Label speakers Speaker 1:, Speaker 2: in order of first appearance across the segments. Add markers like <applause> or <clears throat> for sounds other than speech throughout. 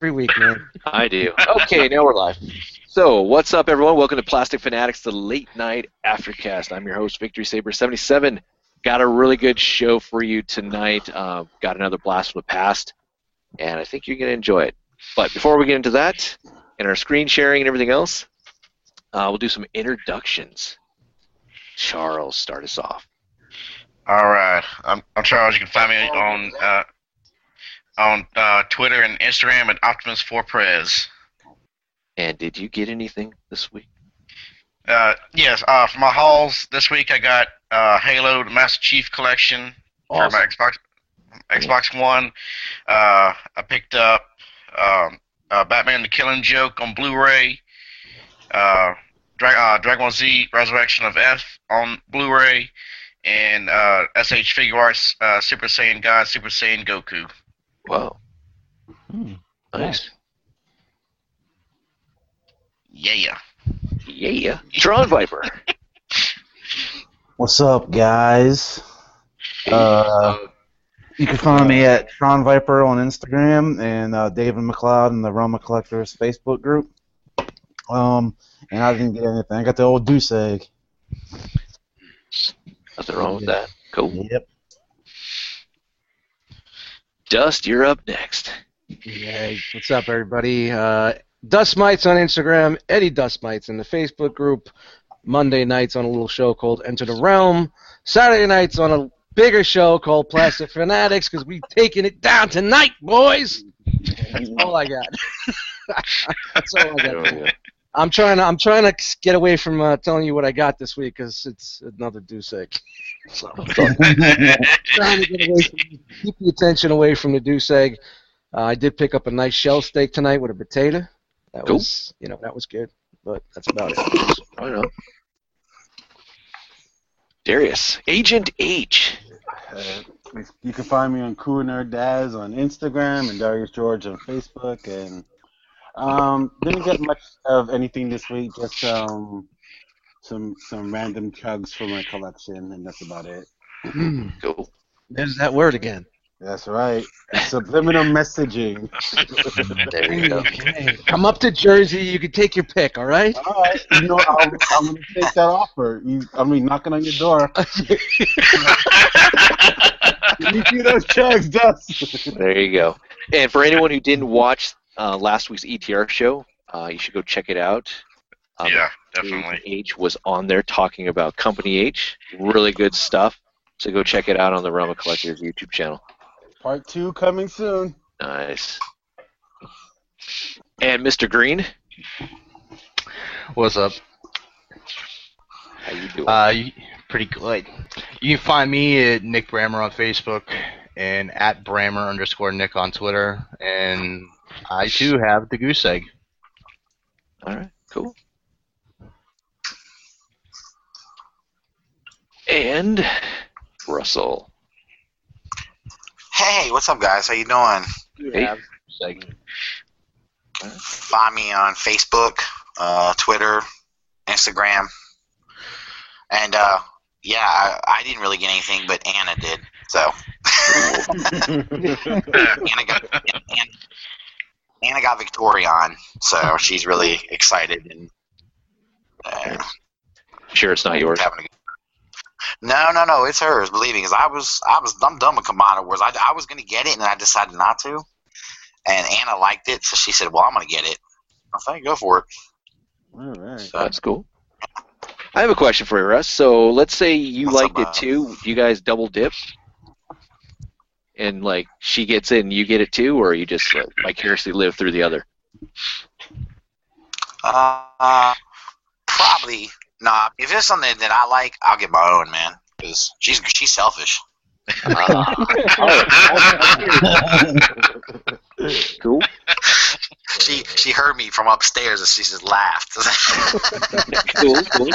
Speaker 1: every week, man.
Speaker 2: I do. Okay, now we're live. So, what's up, everyone? Welcome to Plastic Fanatics, the late night aftercast. I'm your host, Victory Saber 77. Got a really good show for you tonight. Uh, got another blast from the past, and I think you're going to enjoy it. But before we get into that and our screen sharing and everything else, uh, we'll do some introductions. Charles, start us off.
Speaker 3: All right, I'm, I'm Charles. You can find me on uh, on uh, Twitter and Instagram at Optimus for Prez.
Speaker 2: And did you get anything this week?
Speaker 3: Uh, yes, uh, for my hauls this week, I got uh, Halo the Master Chief Collection for my Xbox Xbox One. Uh, I picked up um, uh, Batman: The Killing Joke on Blu-ray. Uh, Dra- uh, Dragon Ball Z: Resurrection of F on Blu-ray, and uh, SH Figure Arts uh, Super Saiyan God Super Saiyan Goku.
Speaker 2: Wow,
Speaker 1: Hmm.
Speaker 2: nice.
Speaker 3: Yeah.
Speaker 2: Yeah. Tron Viper.
Speaker 4: What's up, guys? Uh, you can find me at Tron Viper on Instagram and uh, David McLeod in the Roma Collectors Facebook group. Um, and I didn't get anything. I got the old goose egg.
Speaker 2: Nothing wrong with that. Cool.
Speaker 4: Yep.
Speaker 2: Dust, you're up next.
Speaker 1: Yeah, what's up, everybody? Uh, Dust Mites on Instagram, Eddie Dust Mites in the Facebook group, Monday nights on a little show called Enter the Realm, Saturday nights on a bigger show called Plastic Fanatics, because we've taken it down tonight, boys! That's all I got. <laughs> That's all I got. I'm trying to I'm trying to get away from uh, telling you what I got this week because it's another deuce egg. <laughs> So, trying to get away from, keep the attention away from the deuce egg. Uh, I did pick up a nice shell steak tonight with a potato. That
Speaker 2: Cool.
Speaker 1: was you know that was good, but that's about it.
Speaker 2: I know. Darius, Agent H.
Speaker 4: Uh, you can find me on Cool Nerd Daz on Instagram and Darius George on Facebook. And um, didn't get much of anything this week. Just um, some some random chugs for my collection, and that's about it.
Speaker 2: Cool.
Speaker 1: Mm. There's that word again.
Speaker 4: That's right.
Speaker 1: <laughs>
Speaker 4: Subliminal messaging.
Speaker 2: There you go.
Speaker 1: Okay. Come up to Jersey, you can take your pick. All right.
Speaker 4: All right, you know, I'm, I'm gonna take that offer. You, I mean, knocking on your
Speaker 1: <laughs>
Speaker 4: door. you see those checks, Dust?
Speaker 2: There you go. And for anyone who didn't watch uh, last week's ETR show, uh, you should go check it out. Um,
Speaker 3: yeah, definitely.
Speaker 2: Agent H was on there talking about Company H. Really good stuff. So go check it out on the Realm of Collectors YouTube channel.
Speaker 4: Part two
Speaker 5: <laughs>
Speaker 4: coming soon.
Speaker 2: Nice. And Mr. Green,
Speaker 6: What's up?
Speaker 2: how you doing?
Speaker 6: Uh, you- pretty good. You can find me at Nick Brammer on Facebook and at Brammer underscore Nick on Twitter. And I too have the goose egg.
Speaker 2: All right, cool. And
Speaker 1: <laughs>
Speaker 2: Russell.
Speaker 5: Hey, what's up, guys? How you doing?
Speaker 2: Hey,
Speaker 6: Goose egg.
Speaker 5: Find me on Facebook, uh, Twitter, Instagram, and uh, yeah, I, I didn't really get anything, but Anna did. So Anna got Anna, Anna got Victorion, so she's really excited and uh,
Speaker 2: sure it's not yours.
Speaker 5: having a good. No, no, no, it's hers. Believe me, 'cause I was, I was, I'm done with Commodore Wars. I, I was gonna get it, and I decided not to. And Anna liked it, so she said, "Well, I'm gonna get it." I said, "Go for it."
Speaker 4: All right.
Speaker 5: So,
Speaker 2: That's cool. I have a question for you, Russ. So let's say you
Speaker 5: What's
Speaker 2: liked
Speaker 5: up, uh,
Speaker 2: it too. Do you guys double dip? And like she gets it and you get it too, or you just like, vicariously live through the other?
Speaker 5: Uh, probably not. If it's something that I like, I'll get my own, man. Because she's she's
Speaker 2: <laughs>
Speaker 5: selfish.
Speaker 2: Oh, Cool.
Speaker 5: She she heard me from upstairs and she just laughed.
Speaker 2: cool. Cool.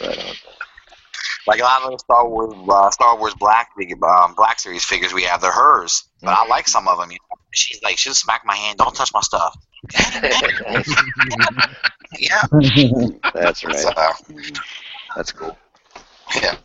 Speaker 2: Right on.
Speaker 5: <laughs> like a lot of the Star Wars uh, Star Wars Black fig- um, Black Series figures we have, they're hers. But I like some of them. You know? She's like she'll smack my hand. Don't touch my stuff. yeah.
Speaker 4: <laughs>
Speaker 2: That's right.
Speaker 5: So,
Speaker 2: That's cool.
Speaker 5: Yeah.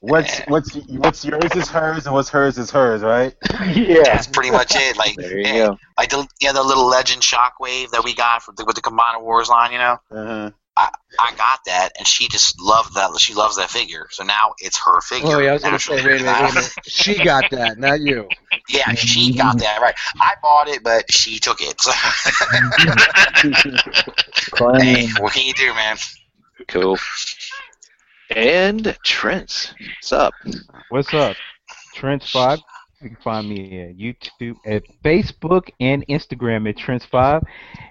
Speaker 4: What's
Speaker 5: Yeah.
Speaker 4: what's what's yours is hers and what's hers is hers, right?
Speaker 1: yeah.
Speaker 5: That's pretty much it. Like,
Speaker 2: There you
Speaker 5: yeah,
Speaker 2: go.
Speaker 5: like the yeah the little legend shockwave that we got from the, with the Combined Wars line. You know,
Speaker 4: Uh-huh.
Speaker 5: I got that, and she just loved that. She loves that figure. So now it's her figure.
Speaker 1: Oh yeah, I was gonna say,
Speaker 5: naturally.
Speaker 1: wait a minute,
Speaker 2: <laughs>
Speaker 1: wait a minute. She got that, not you.
Speaker 5: yeah, she got that right. I bought it, but she took it. <laughs> So, hey, what can you do, man?
Speaker 2: Cool. And Trent, what's up?
Speaker 7: What's up? Trent's Five. You can find me at YouTube, at Facebook, and Instagram at Trent's Five.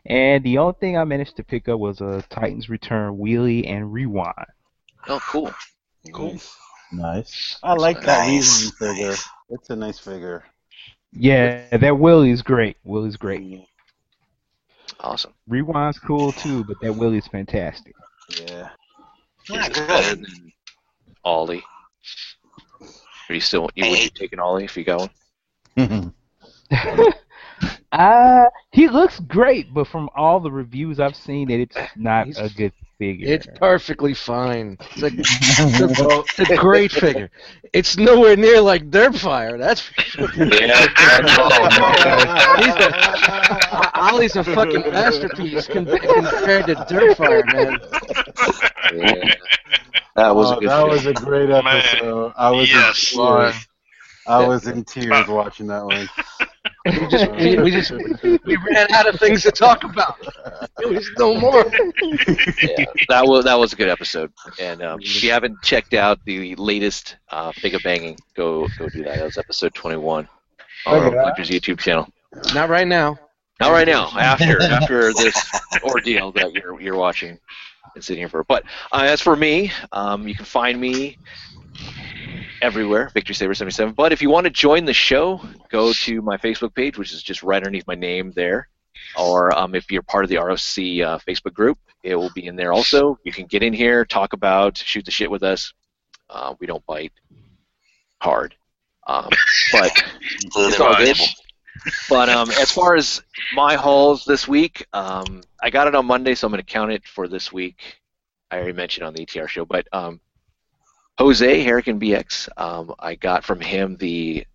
Speaker 7: And the only thing I managed to pick up was a Titans Return wheelie and rewind.
Speaker 2: Oh, cool. Cool.
Speaker 4: Nice. I like that
Speaker 5: Nice.
Speaker 4: rewind figure. It's a nice figure.
Speaker 7: Yeah, that wheelie's great. Willie's great.
Speaker 4: Yeah.
Speaker 2: Awesome.
Speaker 7: Rewind's cool too, but that wheelie's fantastic.
Speaker 5: Yeah, good.
Speaker 2: Ollie. Are you still you would you taking Ollie if you got one?
Speaker 7: <laughs> uh, he looks great, but from all the reviews I've seen, that it's not
Speaker 1: He's-
Speaker 7: a good figure.
Speaker 1: It's perfectly fine. It's a, it's a, it's a great figure. It's nowhere near like Derp Fire. That's
Speaker 2: <laughs>
Speaker 1: for sure. <laughs> He's the, Ollie's a fucking masterpiece con- compared to Derp Fire, man.
Speaker 2: Yeah. <laughs> That was
Speaker 4: Oh,
Speaker 2: a good
Speaker 4: that
Speaker 2: show.
Speaker 4: was a great episode. I was
Speaker 3: Yes.
Speaker 4: in tears. I was in tears watching that one.
Speaker 1: We just we, we just we ran out of things to talk about. There was no more.
Speaker 4: <laughs>
Speaker 2: yeah, that was that was a good episode. And um, if you haven't checked out the latest uh, Big Banging, go go do that. That was episode 21 on
Speaker 4: Check it out.
Speaker 2: Collector's YouTube channel.
Speaker 1: Not right now.
Speaker 2: Not right now. After after this ordeal that you're you're watching and sitting here for. But uh, as for me, um, you can find me everywhere, Victory Saber seventy seven. But if you want to join the show, go to my Facebook page, which is just right underneath my name there. Or um, if you're part of the ROC uh, Facebook group, it will be in there also. You can get in here, talk about, shoot the shit with us. Uh, we don't bite hard, um, but it's all good. But um, as far as my hauls this week, um, I got it on Monday, so I'm going to count it for this week. I already mentioned on the ATR show, but um, Jose Harrican BX, um, I got from him the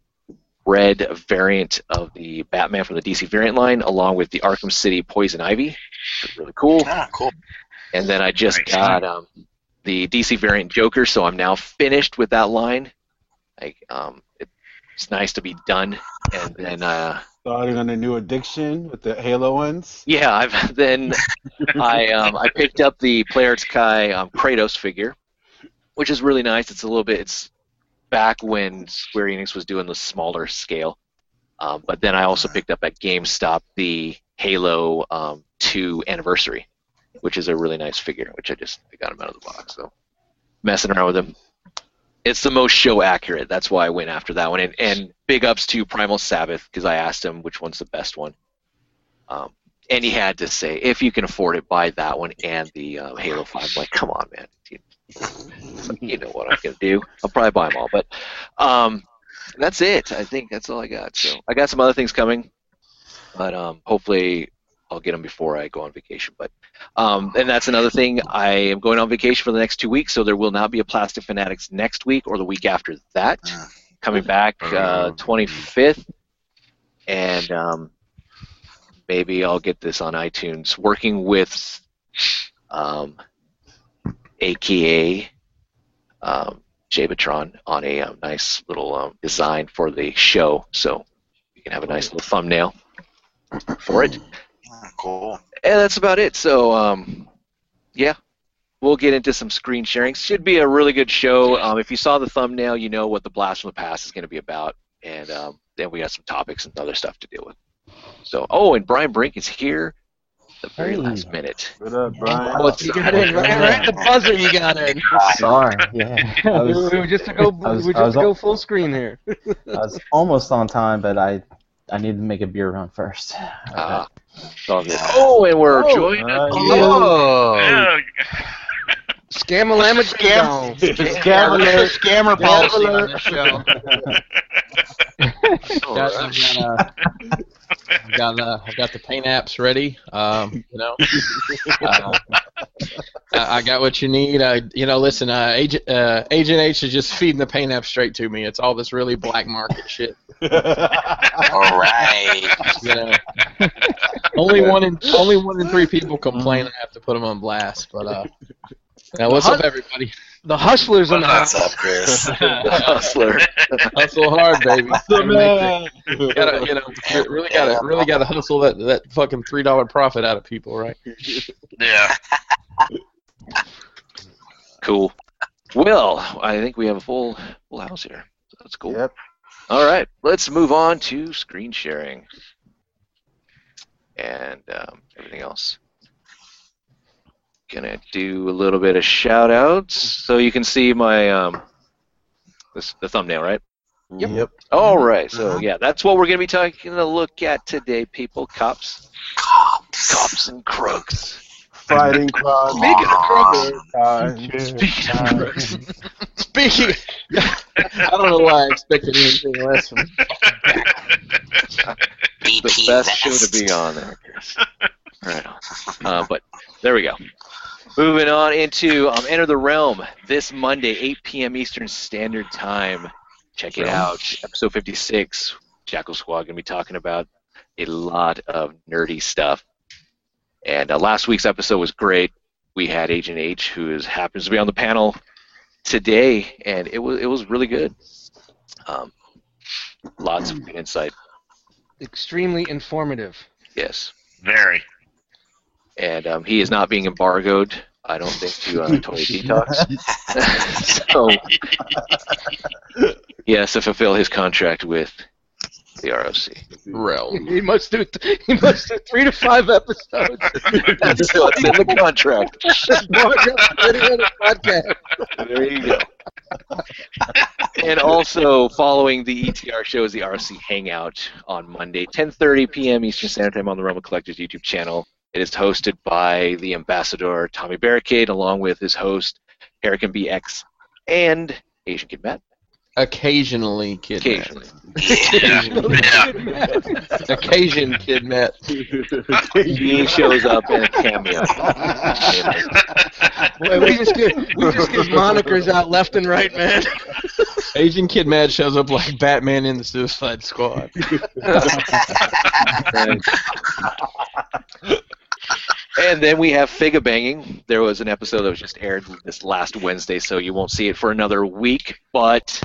Speaker 2: red variant of the Batman from the DC variant line, along with the Arkham City Poison Ivy. Which is really cool.
Speaker 5: Ah, cool.
Speaker 2: And then I just
Speaker 3: Nice.
Speaker 2: got um, the DC variant Joker, so I'm now finished with that line. Like, um, it, it's nice to be done. And then. Uh,
Speaker 4: Starting on a new addiction with the Halo ones.
Speaker 2: Yeah, I've <laughs> then I um, I picked up the Player's Kai um, Kratos figure, which is really nice. It's a little bit it's back when Square Enix was doing the smaller scale, um, but then I also picked up at GameStop the Halo um, 2 Anniversary, which is a really nice figure. Which I just I got him out of the box, so messing around with him. It's the most show accurate. That's why I went after that one. And, and big ups to Primal Sabbath because I asked him which one's the best one. Um, and he had to say, if you can afford it, buy that one and the um, Halo 5. I'm like, come on, man. You, you know what I'm going to do. I'll probably buy them all. But um, that's it. I think that's all I got. So I got some other things coming, but um, hopefully I'll get them before I go on vacation. But um, And that's another thing. I am going on vacation for the next two weeks, so there will not be a Plastic Fanatics next week or the week after that. Coming back uh, 25th. And. Um, maybe I'll get this on iTunes. Working with um, AKA um, Jabatron on a um, nice little um, design for the show, so we can have a nice little thumbnail for it.
Speaker 5: Ah, cool.
Speaker 2: And that's about it. So, um, yeah, we'll get into some screen sharing. Should be a really good show. Um, if you saw the thumbnail, you know what the blast from the past is going to be about, and um, then we got some topics and other stuff to deal with. So, oh, and Brian Brink is here, at the very
Speaker 7: Hey.
Speaker 2: last minute.
Speaker 4: What up, Brian?
Speaker 2: What's
Speaker 1: You got in right, right at the buzzer. You
Speaker 6: <laughs>
Speaker 1: got in.
Speaker 8: <laughs> Sorry, yeah. I
Speaker 1: We
Speaker 8: was,
Speaker 1: were just to go.
Speaker 8: I was-
Speaker 1: we were
Speaker 8: I was
Speaker 1: just to go
Speaker 8: up-
Speaker 1: full screen here. <laughs>
Speaker 8: I was almost on time, but I I needed to make a beer run first.
Speaker 2: Ah, it's all good. Oh, and we're joined.
Speaker 4: Uh,
Speaker 6: Oh.
Speaker 3: Yeah,
Speaker 1: Scamalama.
Speaker 6: Scam-
Speaker 1: Ding dong.
Speaker 6: Scammer, scammer policy on this
Speaker 4: <laughs>
Speaker 6: show.
Speaker 8: Guys, I've got, uh, I've
Speaker 5: <laughs>
Speaker 8: got, uh, I've got the paint apps ready. Um, you know, uh,
Speaker 9: I, I got what you need. I, you know, listen, uh, Agent uh, Agent H is just feeding the paint app straight to me. It's all this really black
Speaker 5: <laughs>
Speaker 9: market shit.
Speaker 5: All right.
Speaker 9: You know, only one in only one in three people complain. I have to put them on blast. But uh, now what's up, everybody?
Speaker 1: The hustlers in the house.
Speaker 5: What's up, Chris?
Speaker 2: The hustler.
Speaker 9: <laughs> Hustle hard, baby.
Speaker 4: man.
Speaker 9: <laughs> gotta, you know, you really gotta really gotta hustle that that fucking three dollar profit out of
Speaker 2: <laughs>
Speaker 9: people, right?
Speaker 3: Yeah.
Speaker 2: Cool. Well, I think we have a full full house here. So that's cool.
Speaker 4: Yep.
Speaker 2: All right, let's move on to screen sharing and um, everything else. Gonna do a little bit of shout outs so you can see my um, this, the thumbnail, right?
Speaker 4: Yep.
Speaker 2: All right, so yeah, that's what we're gonna be taking a look at today, people. Cops,
Speaker 5: Cops.
Speaker 2: cops, and crooks.
Speaker 4: Fighting crime.
Speaker 2: Speaking of crooks,
Speaker 4: crime.
Speaker 2: speaking of crooks,
Speaker 9: Speaking,
Speaker 1: <laughs>
Speaker 9: I don't know why I expected anything less from.
Speaker 5: BP
Speaker 2: the best show to be on there, <laughs> Chris. right Uh, but there we go. Moving on into um, Enter the Realm this Monday, 8 p.m. Eastern Standard Time. Check it out. Episode 56. Jackal Squad going to be talking about a lot of nerdy stuff. And uh, last week's episode was great. We had Agent H, who is, happens to be on the panel today, and it was it was really good. Um, lots of good insight.
Speaker 1: Extremely
Speaker 2: <laughs>
Speaker 1: informative.
Speaker 2: Yes.
Speaker 3: Very.
Speaker 2: and um, he is not being embargoed. I don't think to uh, Toy Detox. so he has to fulfill his contract with the ROC.
Speaker 9: Realm.
Speaker 1: He must do. he must do three to
Speaker 2: <laughs>
Speaker 1: five episodes.
Speaker 2: That's what's in the contract.
Speaker 1: Just more video than podcast.
Speaker 2: There you go. and also following the ETR show is the ROC Hangout on Monday, 10:30 p.m. Eastern Standard Time on the Realm of Collectors YouTube channel. It is hosted by the ambassador Tommy Barricade, along with his host Eric and BX and Asian Kid Matt.
Speaker 9: Occasionally kidnapped.
Speaker 2: Occasionally.
Speaker 1: <laughs>
Speaker 9: Occasion kidnapped.
Speaker 2: he shows up in a cameo.
Speaker 1: Boy, we just give we just give monikers out left and right, man.
Speaker 9: Agent Kid Mad shows up like Batman in the Suicide
Speaker 2: <laughs>
Speaker 9: Squad.
Speaker 2: and then we have Figa Banging. There was an episode that was just aired this last Wednesday, so you won't see it for another week, but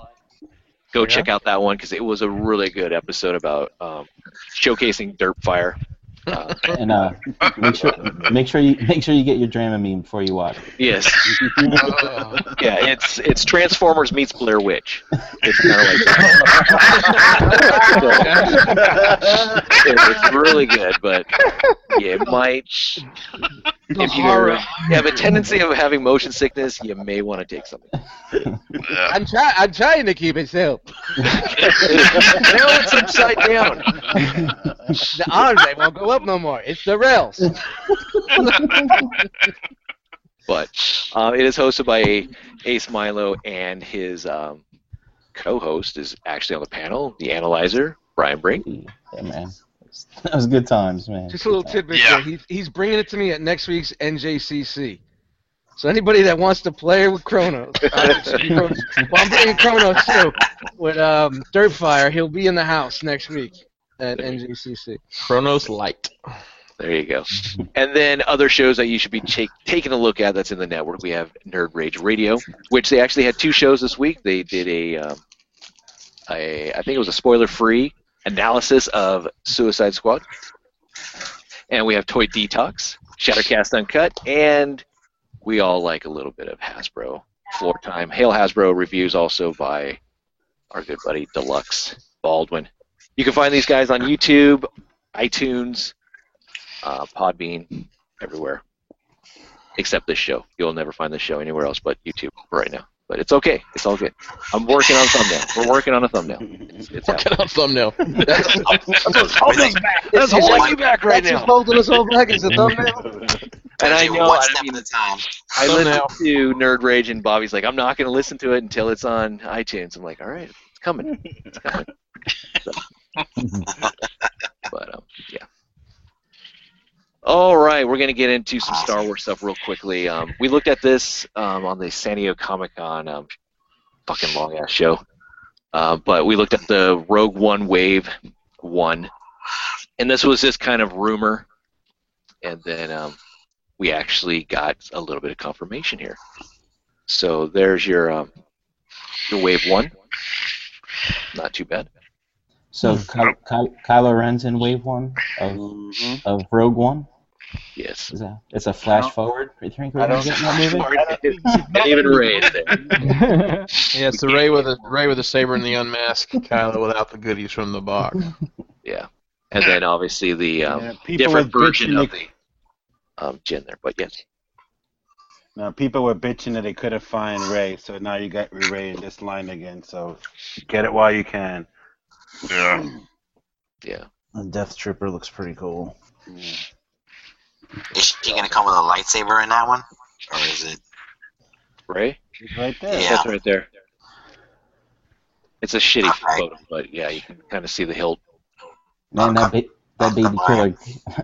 Speaker 2: go check out that one because it was a really good episode about um, showcasing Dirt Fire. Uh,
Speaker 8: And uh, make sure make sure you make sure you get your Dramamine before you watch.
Speaker 2: yes. Yeah, it's it's Transformers meets Blair Witch. It's kind of like that. So- it- it's really good, but you might, if you ever have a tendency of having motion sickness, you may want to take something.
Speaker 3: Yeah.
Speaker 1: I'm trying. I'm trying to keep it
Speaker 2: <laughs>
Speaker 1: simple.
Speaker 2: now it's upside down.
Speaker 1: The arms they won't go up no more. It's
Speaker 2: <laughs>
Speaker 1: the rails.
Speaker 2: But uh, it is hosted by Ace Milo, and his um, co-host is actually on the panel, the analyzer, Brian Brink.
Speaker 8: Yeah, man. <laughs> That was good times, man.
Speaker 1: Just a little tidbit.
Speaker 3: Yeah.
Speaker 1: there. He, he's bringing it to me at next week's NJCC. So anybody that wants to play with Chronos, uh, Chronos- well, I'm bringing Chronos too. With um, Dirtfire, he'll be in the house next week at NJCC.
Speaker 9: Chronos Light.
Speaker 2: There you go. And then other shows that you should be take, taking a look at that's in the network. We have Nerd Rage Radio, which they actually had two shows this week. They did a, um, a I think it was a spoiler-free analysis of Suicide Squad. And we have Toy Detox, Shadowcast Uncut, and we all like a little bit of Hasbro Floor Time. Hail Hasbro reviews also by our good buddy Deluxe Baldwin. You can find these guys on YouTube, iTunes, uh, Podbean, everywhere, except this show. You'll never find this show anywhere else but YouTube for right now. But it's okay. It's all good. I'm working on a thumbnail. We're working on
Speaker 5: <laughs>
Speaker 2: a thumbnail. It's, it's happening.
Speaker 9: Get on thumbnail. <laughs>
Speaker 2: That's
Speaker 5: It's
Speaker 2: holding
Speaker 5: like-
Speaker 2: you back right
Speaker 1: That's what's
Speaker 2: now.
Speaker 1: holding us all back is the thumbnail.
Speaker 2: And I
Speaker 5: Take it
Speaker 2: know.
Speaker 5: One
Speaker 2: I,
Speaker 5: step
Speaker 2: mean,
Speaker 5: at a time.
Speaker 2: I listened to Nerd Rage, and Bobby's like, "I'm not going to listen to it until it's on iTunes." I'm like, "All right, it's coming. It's coming." So- but um, yeah. All right. right, we're going to get into some Star Wars stuff real quickly. Um, we looked at this um, on the San Diego Comic Con um, fucking long ass show, uh, but we looked at the Rogue One Wave One, and this was just kind of rumor, and then um, we actually got a little bit of confirmation here. So there's your um, your Wave One. Not too bad. Hmm.
Speaker 8: So Ky- Ky- Kylo Ren's in Wave One of,
Speaker 4: Mhm.
Speaker 2: Mm-hmm.
Speaker 8: of Rogue One.
Speaker 2: Yes.
Speaker 8: Is that? It's a flash forward. You think we're gonna get in that movie?
Speaker 4: Uh,
Speaker 6: <laughs>
Speaker 2: Not even Ray is there.
Speaker 9: Yeah, it's the Ray with a Ray with a saber and the unmask, Kylo without the goodies from the box.
Speaker 2: Yeah. And then obviously the um,
Speaker 4: Yeah, people
Speaker 2: different
Speaker 4: were
Speaker 2: version
Speaker 4: bitching
Speaker 2: of the um, gin there, but yes.
Speaker 4: Now people were bitching that they couldn't find Ray, so now you got Ray in this line again. So get it while you can.
Speaker 3: Yeah.
Speaker 2: Yeah.
Speaker 8: And Death Trooper looks pretty cool.
Speaker 5: Is she gonna come with a lightsaber in that one, or is it?
Speaker 2: Ray?
Speaker 4: He's right there.
Speaker 5: Yeah.
Speaker 2: That's right there. It's a shitty
Speaker 5: Alright.
Speaker 2: photo, but yeah, you can kind of see the hilt.
Speaker 8: Man, that, ba- that baby killer,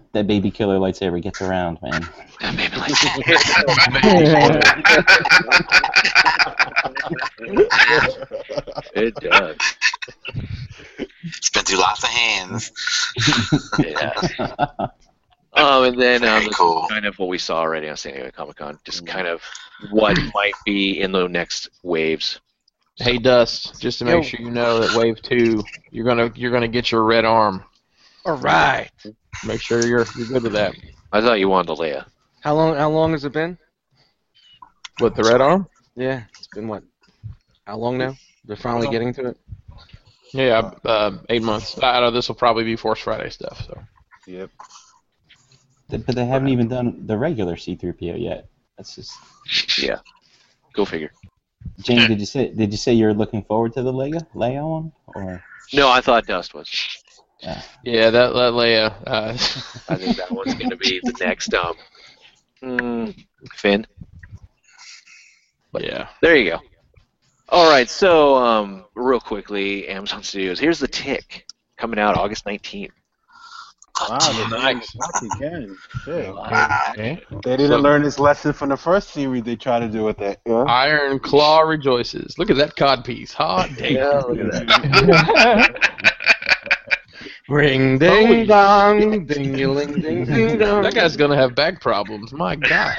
Speaker 8: <laughs> that baby killer lightsaber gets around, man.
Speaker 2: Yeah, <laughs> maybe <laughs> like it does.
Speaker 5: It's been through lots of hands.
Speaker 2: Yeah. Um, and then um,
Speaker 5: Very
Speaker 2: this is
Speaker 5: cool.
Speaker 2: kind of what we saw already on San Diego Comic Con, just kind of what might be in the next waves.
Speaker 9: Hey Dust, just to make sure you know that Wave Two, you're gonna you're gonna get your red arm.
Speaker 1: All right.
Speaker 9: Make sure you're you're good with that.
Speaker 2: I thought you wanted to Leia.
Speaker 1: How long? How long has it been?
Speaker 9: With the red arm?
Speaker 1: Yeah, it's been what? How long now? They're finally getting to it.
Speaker 9: Yeah, uh, eight months. I know this will probably be Force Friday stuff. So
Speaker 4: Yep.
Speaker 8: Th- But they haven't even done the regular C-3PO yet. That's just.
Speaker 2: Yeah. Go figure.
Speaker 8: James, did you say did you say you're looking forward to the Lego Lego one or? uh,
Speaker 2: No, I thought Dust was.
Speaker 9: yeah, that, that Leia. Uh,
Speaker 2: I think that one's going to be the next um, mm, Finn.
Speaker 9: yeah.
Speaker 2: There you go. All right, so um, real quickly, Amazon Studios. Here's the Tick coming out August 19th.
Speaker 4: Wow, they're doing it back
Speaker 7: <laughs>
Speaker 4: again. Shit.
Speaker 9: Okay.
Speaker 4: They didn't
Speaker 9: So-
Speaker 4: learn this lesson from the first series they tried to do with that. Yeah.
Speaker 9: Iron Claw rejoices. Look at that cod piece. Hot damn. Look at that.
Speaker 1: Ring
Speaker 9: ding
Speaker 1: ding dong, ding ling ding ding dong.
Speaker 9: That guy's gonna have back problems. My God.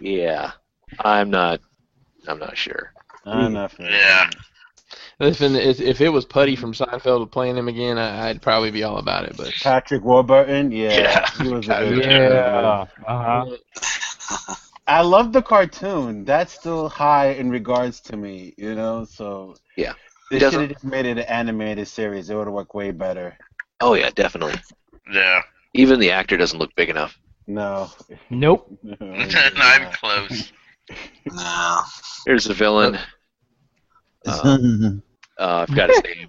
Speaker 2: Yeah, I'm not. I'm not sure.
Speaker 4: Enough.
Speaker 3: Yeah.
Speaker 9: Listen, if if it was Putty from Seinfeld playing him again, I, I'd probably be all about it. But
Speaker 4: Patrick Warburton, yeah,
Speaker 3: Yeah.
Speaker 4: he was a good
Speaker 7: yeah. Uh-huh.
Speaker 4: I love the cartoon. That's still high in regards to me, you know. So
Speaker 2: Yeah.
Speaker 4: they
Speaker 2: It
Speaker 4: should
Speaker 2: doesn't-
Speaker 4: have just made it an animated series. It would have worked way better.
Speaker 2: Oh yeah, definitely.
Speaker 3: Yeah.
Speaker 2: Even the actor doesn't look big enough.
Speaker 4: No,
Speaker 7: Nope.
Speaker 4: <laughs> no,
Speaker 3: <laughs> Not even close.
Speaker 5: No.
Speaker 2: Here's the villain.
Speaker 4: <laughs>
Speaker 2: Uh, uh, I've got his name.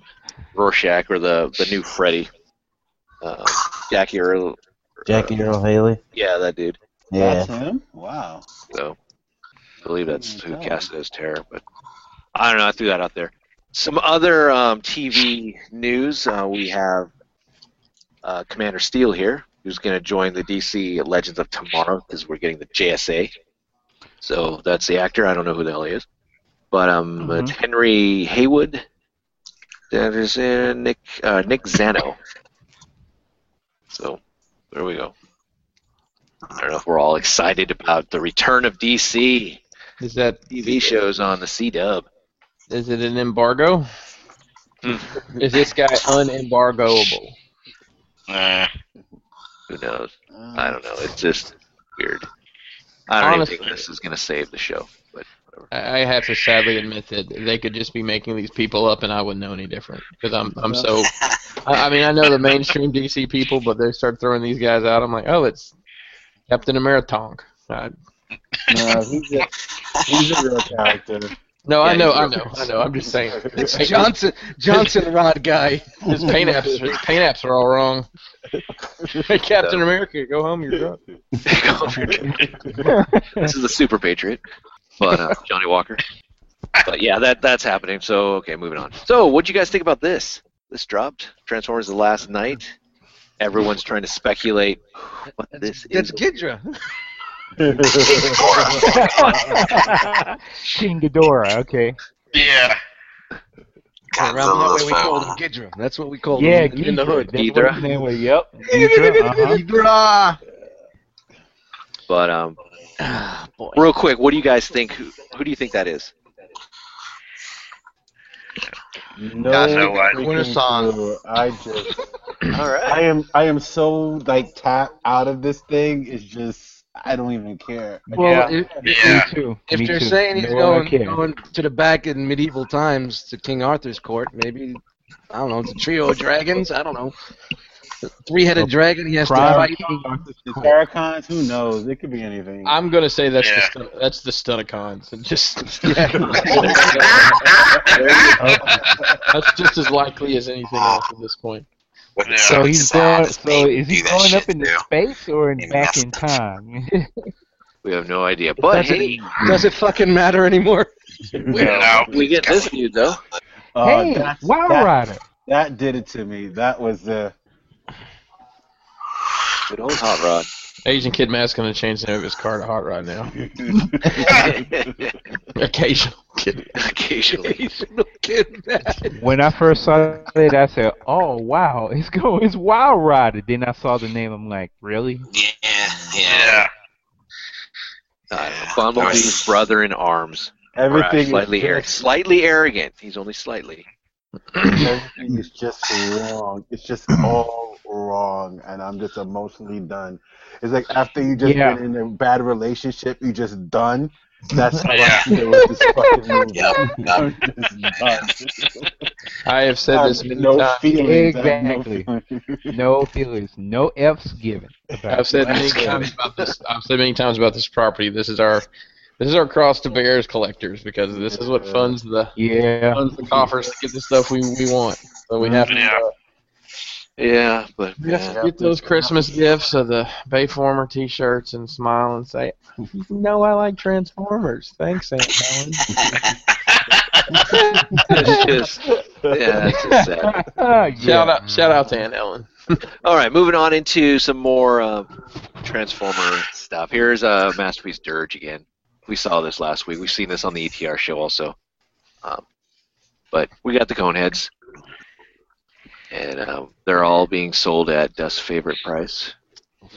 Speaker 2: Rorschach or the the new Freddy. Uh, Jackie Earl.
Speaker 8: Jackie Earl Haley.
Speaker 2: Yeah, that dude.
Speaker 4: that's him. Wow.
Speaker 2: So I believe that's who
Speaker 4: Oh.
Speaker 2: cast it as Terror, but I don't know. I threw that out there. Some other um, TV news. Uh, we have uh, Commander Steele here, who's going to join the DC Legends of Tomorrow because we're getting the JSA. So that's the actor. I don't know who the hell he is, but um, it's Henry Haywood. That is uh, Nick uh, Nick Zano. So there we go. I don't know if we're all excited about the return of DC
Speaker 9: is that
Speaker 2: TV shows on the C Dub.
Speaker 9: is it an embargo? is this guy unembargoable?
Speaker 3: Uh,
Speaker 2: Who knows? I don't know. It's just weird. I don't even think
Speaker 3: Honestly.
Speaker 2: this is going to save the show. But whatever.
Speaker 9: I I have to sadly admit that they could just be making these people up, and I wouldn't know any different. Because I'm, I'm so. I, I mean, I know the mainstream DC people, but they start throwing these guys out. I'm like, oh, it's Captain Ameritonk. I,
Speaker 4: No, he's a, he's a real
Speaker 9: <laughs>
Speaker 4: character.
Speaker 9: no, I
Speaker 2: Yeah,
Speaker 9: know,
Speaker 2: he's
Speaker 9: I
Speaker 2: real.
Speaker 9: know, I know. I'm
Speaker 2: <laughs>
Speaker 9: just <laughs> saying.
Speaker 1: It's Johnson Johnson Rod guy.
Speaker 9: His paint apps, his paint apps are all wrong.
Speaker 2: <laughs>
Speaker 9: Hey, Captain America, go home. You're drunk.
Speaker 2: this is the Super Patriot, but uh, Johnny Walker. But yeah, that that's happening. So okay, moving on. So what do you guys think about this? This dropped Transformers: The Last Night. Everyone's trying to speculate what this is.
Speaker 1: That's Gidra.
Speaker 7: King Ghidorah, okay.
Speaker 3: Yeah.
Speaker 1: Around that
Speaker 5: Godzilla
Speaker 1: way
Speaker 5: is
Speaker 1: we called him
Speaker 5: fun.
Speaker 1: Gidra. That's what we called
Speaker 7: Yeah,
Speaker 1: him in, in the
Speaker 7: Ghidra,
Speaker 1: hood.
Speaker 7: that's what
Speaker 2: Ghidra.
Speaker 7: his name was, Yep.
Speaker 1: <laughs>
Speaker 7: Ghidra, uh-huh.
Speaker 6: Ghidra!
Speaker 2: But um,
Speaker 1: Ah, boy.
Speaker 2: real quick, what do you guys think? Who, who do you think that is?
Speaker 4: No,
Speaker 6: That's
Speaker 3: no one.
Speaker 4: freaking
Speaker 6: Winter song.
Speaker 4: clue. I just,
Speaker 2: All
Speaker 4: I am, I am so like tapped out of this thing. It's just, I don't even care.
Speaker 7: Well,
Speaker 6: Yeah.
Speaker 7: it-
Speaker 3: Yeah.
Speaker 7: me too.
Speaker 1: If
Speaker 7: me
Speaker 1: they're
Speaker 7: too.
Speaker 1: saying he's
Speaker 7: No one
Speaker 1: going,
Speaker 7: cares.
Speaker 1: going to the back in medieval times to King Arthur's court, maybe I don't know. It's a trio of dragons. I don't know. Three-headed dragon. He has to
Speaker 7: Prime
Speaker 1: fight.
Speaker 7: King Arthur's
Speaker 4: The
Speaker 7: court.
Speaker 4: Farrakhan's, who knows? It could be anything.
Speaker 9: I'm gonna say that's
Speaker 3: Yeah.
Speaker 9: the stun- that's the Stunicons. It <laughs> Just
Speaker 2: <laughs>
Speaker 9: that's just as likely as anything else at this point.
Speaker 5: What
Speaker 3: Yeah.
Speaker 7: So
Speaker 5: the
Speaker 7: he's
Speaker 5: sad
Speaker 7: going.
Speaker 5: is
Speaker 7: So
Speaker 5: they
Speaker 7: is he
Speaker 5: do that
Speaker 7: going up
Speaker 5: shit
Speaker 7: into
Speaker 5: too.
Speaker 7: space or in
Speaker 5: And
Speaker 7: back
Speaker 5: that's-
Speaker 7: in time?
Speaker 2: We have no idea. But
Speaker 7: <laughs>
Speaker 1: Does it-
Speaker 2: hey,
Speaker 1: <laughs> Does it fucking matter anymore?
Speaker 3: No.
Speaker 2: we get this view though.
Speaker 4: Uh,
Speaker 7: hey,
Speaker 4: that's-
Speaker 7: Wild
Speaker 4: that-
Speaker 7: Rider.
Speaker 4: That did it to me. That was the.
Speaker 2: Good old hot rod.
Speaker 9: Asian Kid Mask gonna change the name of his car to Hot Rod now. Occasional Kid.
Speaker 2: Occasionally.
Speaker 1: Kid Mac.
Speaker 7: When I first saw it, I said, "Oh wow, <laughs> it's go, it's Wild Rider." Then I saw the name. I'm like, "Really?"
Speaker 5: Yeah, yeah.
Speaker 3: Yeah.
Speaker 2: I don't know, Bumblebee's brother in arms.
Speaker 4: Everything,
Speaker 2: Slightly,
Speaker 4: is,
Speaker 2: ar- slightly arrogant. He's only slightly.
Speaker 4: everything is just wrong. It's just all wrong, and I'm just emotionally done. It's like after you just
Speaker 7: Yeah.
Speaker 4: been in a bad relationship, you just done.
Speaker 2: <laughs>
Speaker 4: That's how
Speaker 3: Yeah.
Speaker 4: I feel with this fucking movie.
Speaker 5: Yep, yep.
Speaker 4: <laughs> I'm just done.
Speaker 9: I have said this many
Speaker 4: no
Speaker 9: times.
Speaker 4: feelings. I have
Speaker 7: Exactly.
Speaker 4: No feelings.
Speaker 7: No feelings, no f's given. about
Speaker 9: I've said
Speaker 7: it.
Speaker 9: many times about this. I've said many times about this property. This is our this is our cross to bear as collectors because this is what funds the
Speaker 7: Yeah.
Speaker 9: funds the coffers to get the stuff we, we want. So we have to
Speaker 3: Yeah.
Speaker 9: uh,
Speaker 2: Yeah, but
Speaker 9: we have to get those Christmas gifts of the Bayformer T-shirts and smile and say, "You know I like Transformers." Thanks, Aunt Helen.
Speaker 2: it's just, yeah, it's just sad.
Speaker 9: <laughs> Shout out, shout out to Aunt Helen.
Speaker 2: All right, moving on into some more uh, Transformer stuff. Here's uh, Masterpiece Dirge again. We saw this last week. We've seen this on the ETR show also. Um, but we got the Coneheads, and um, they're all being sold at Dust's favorite price,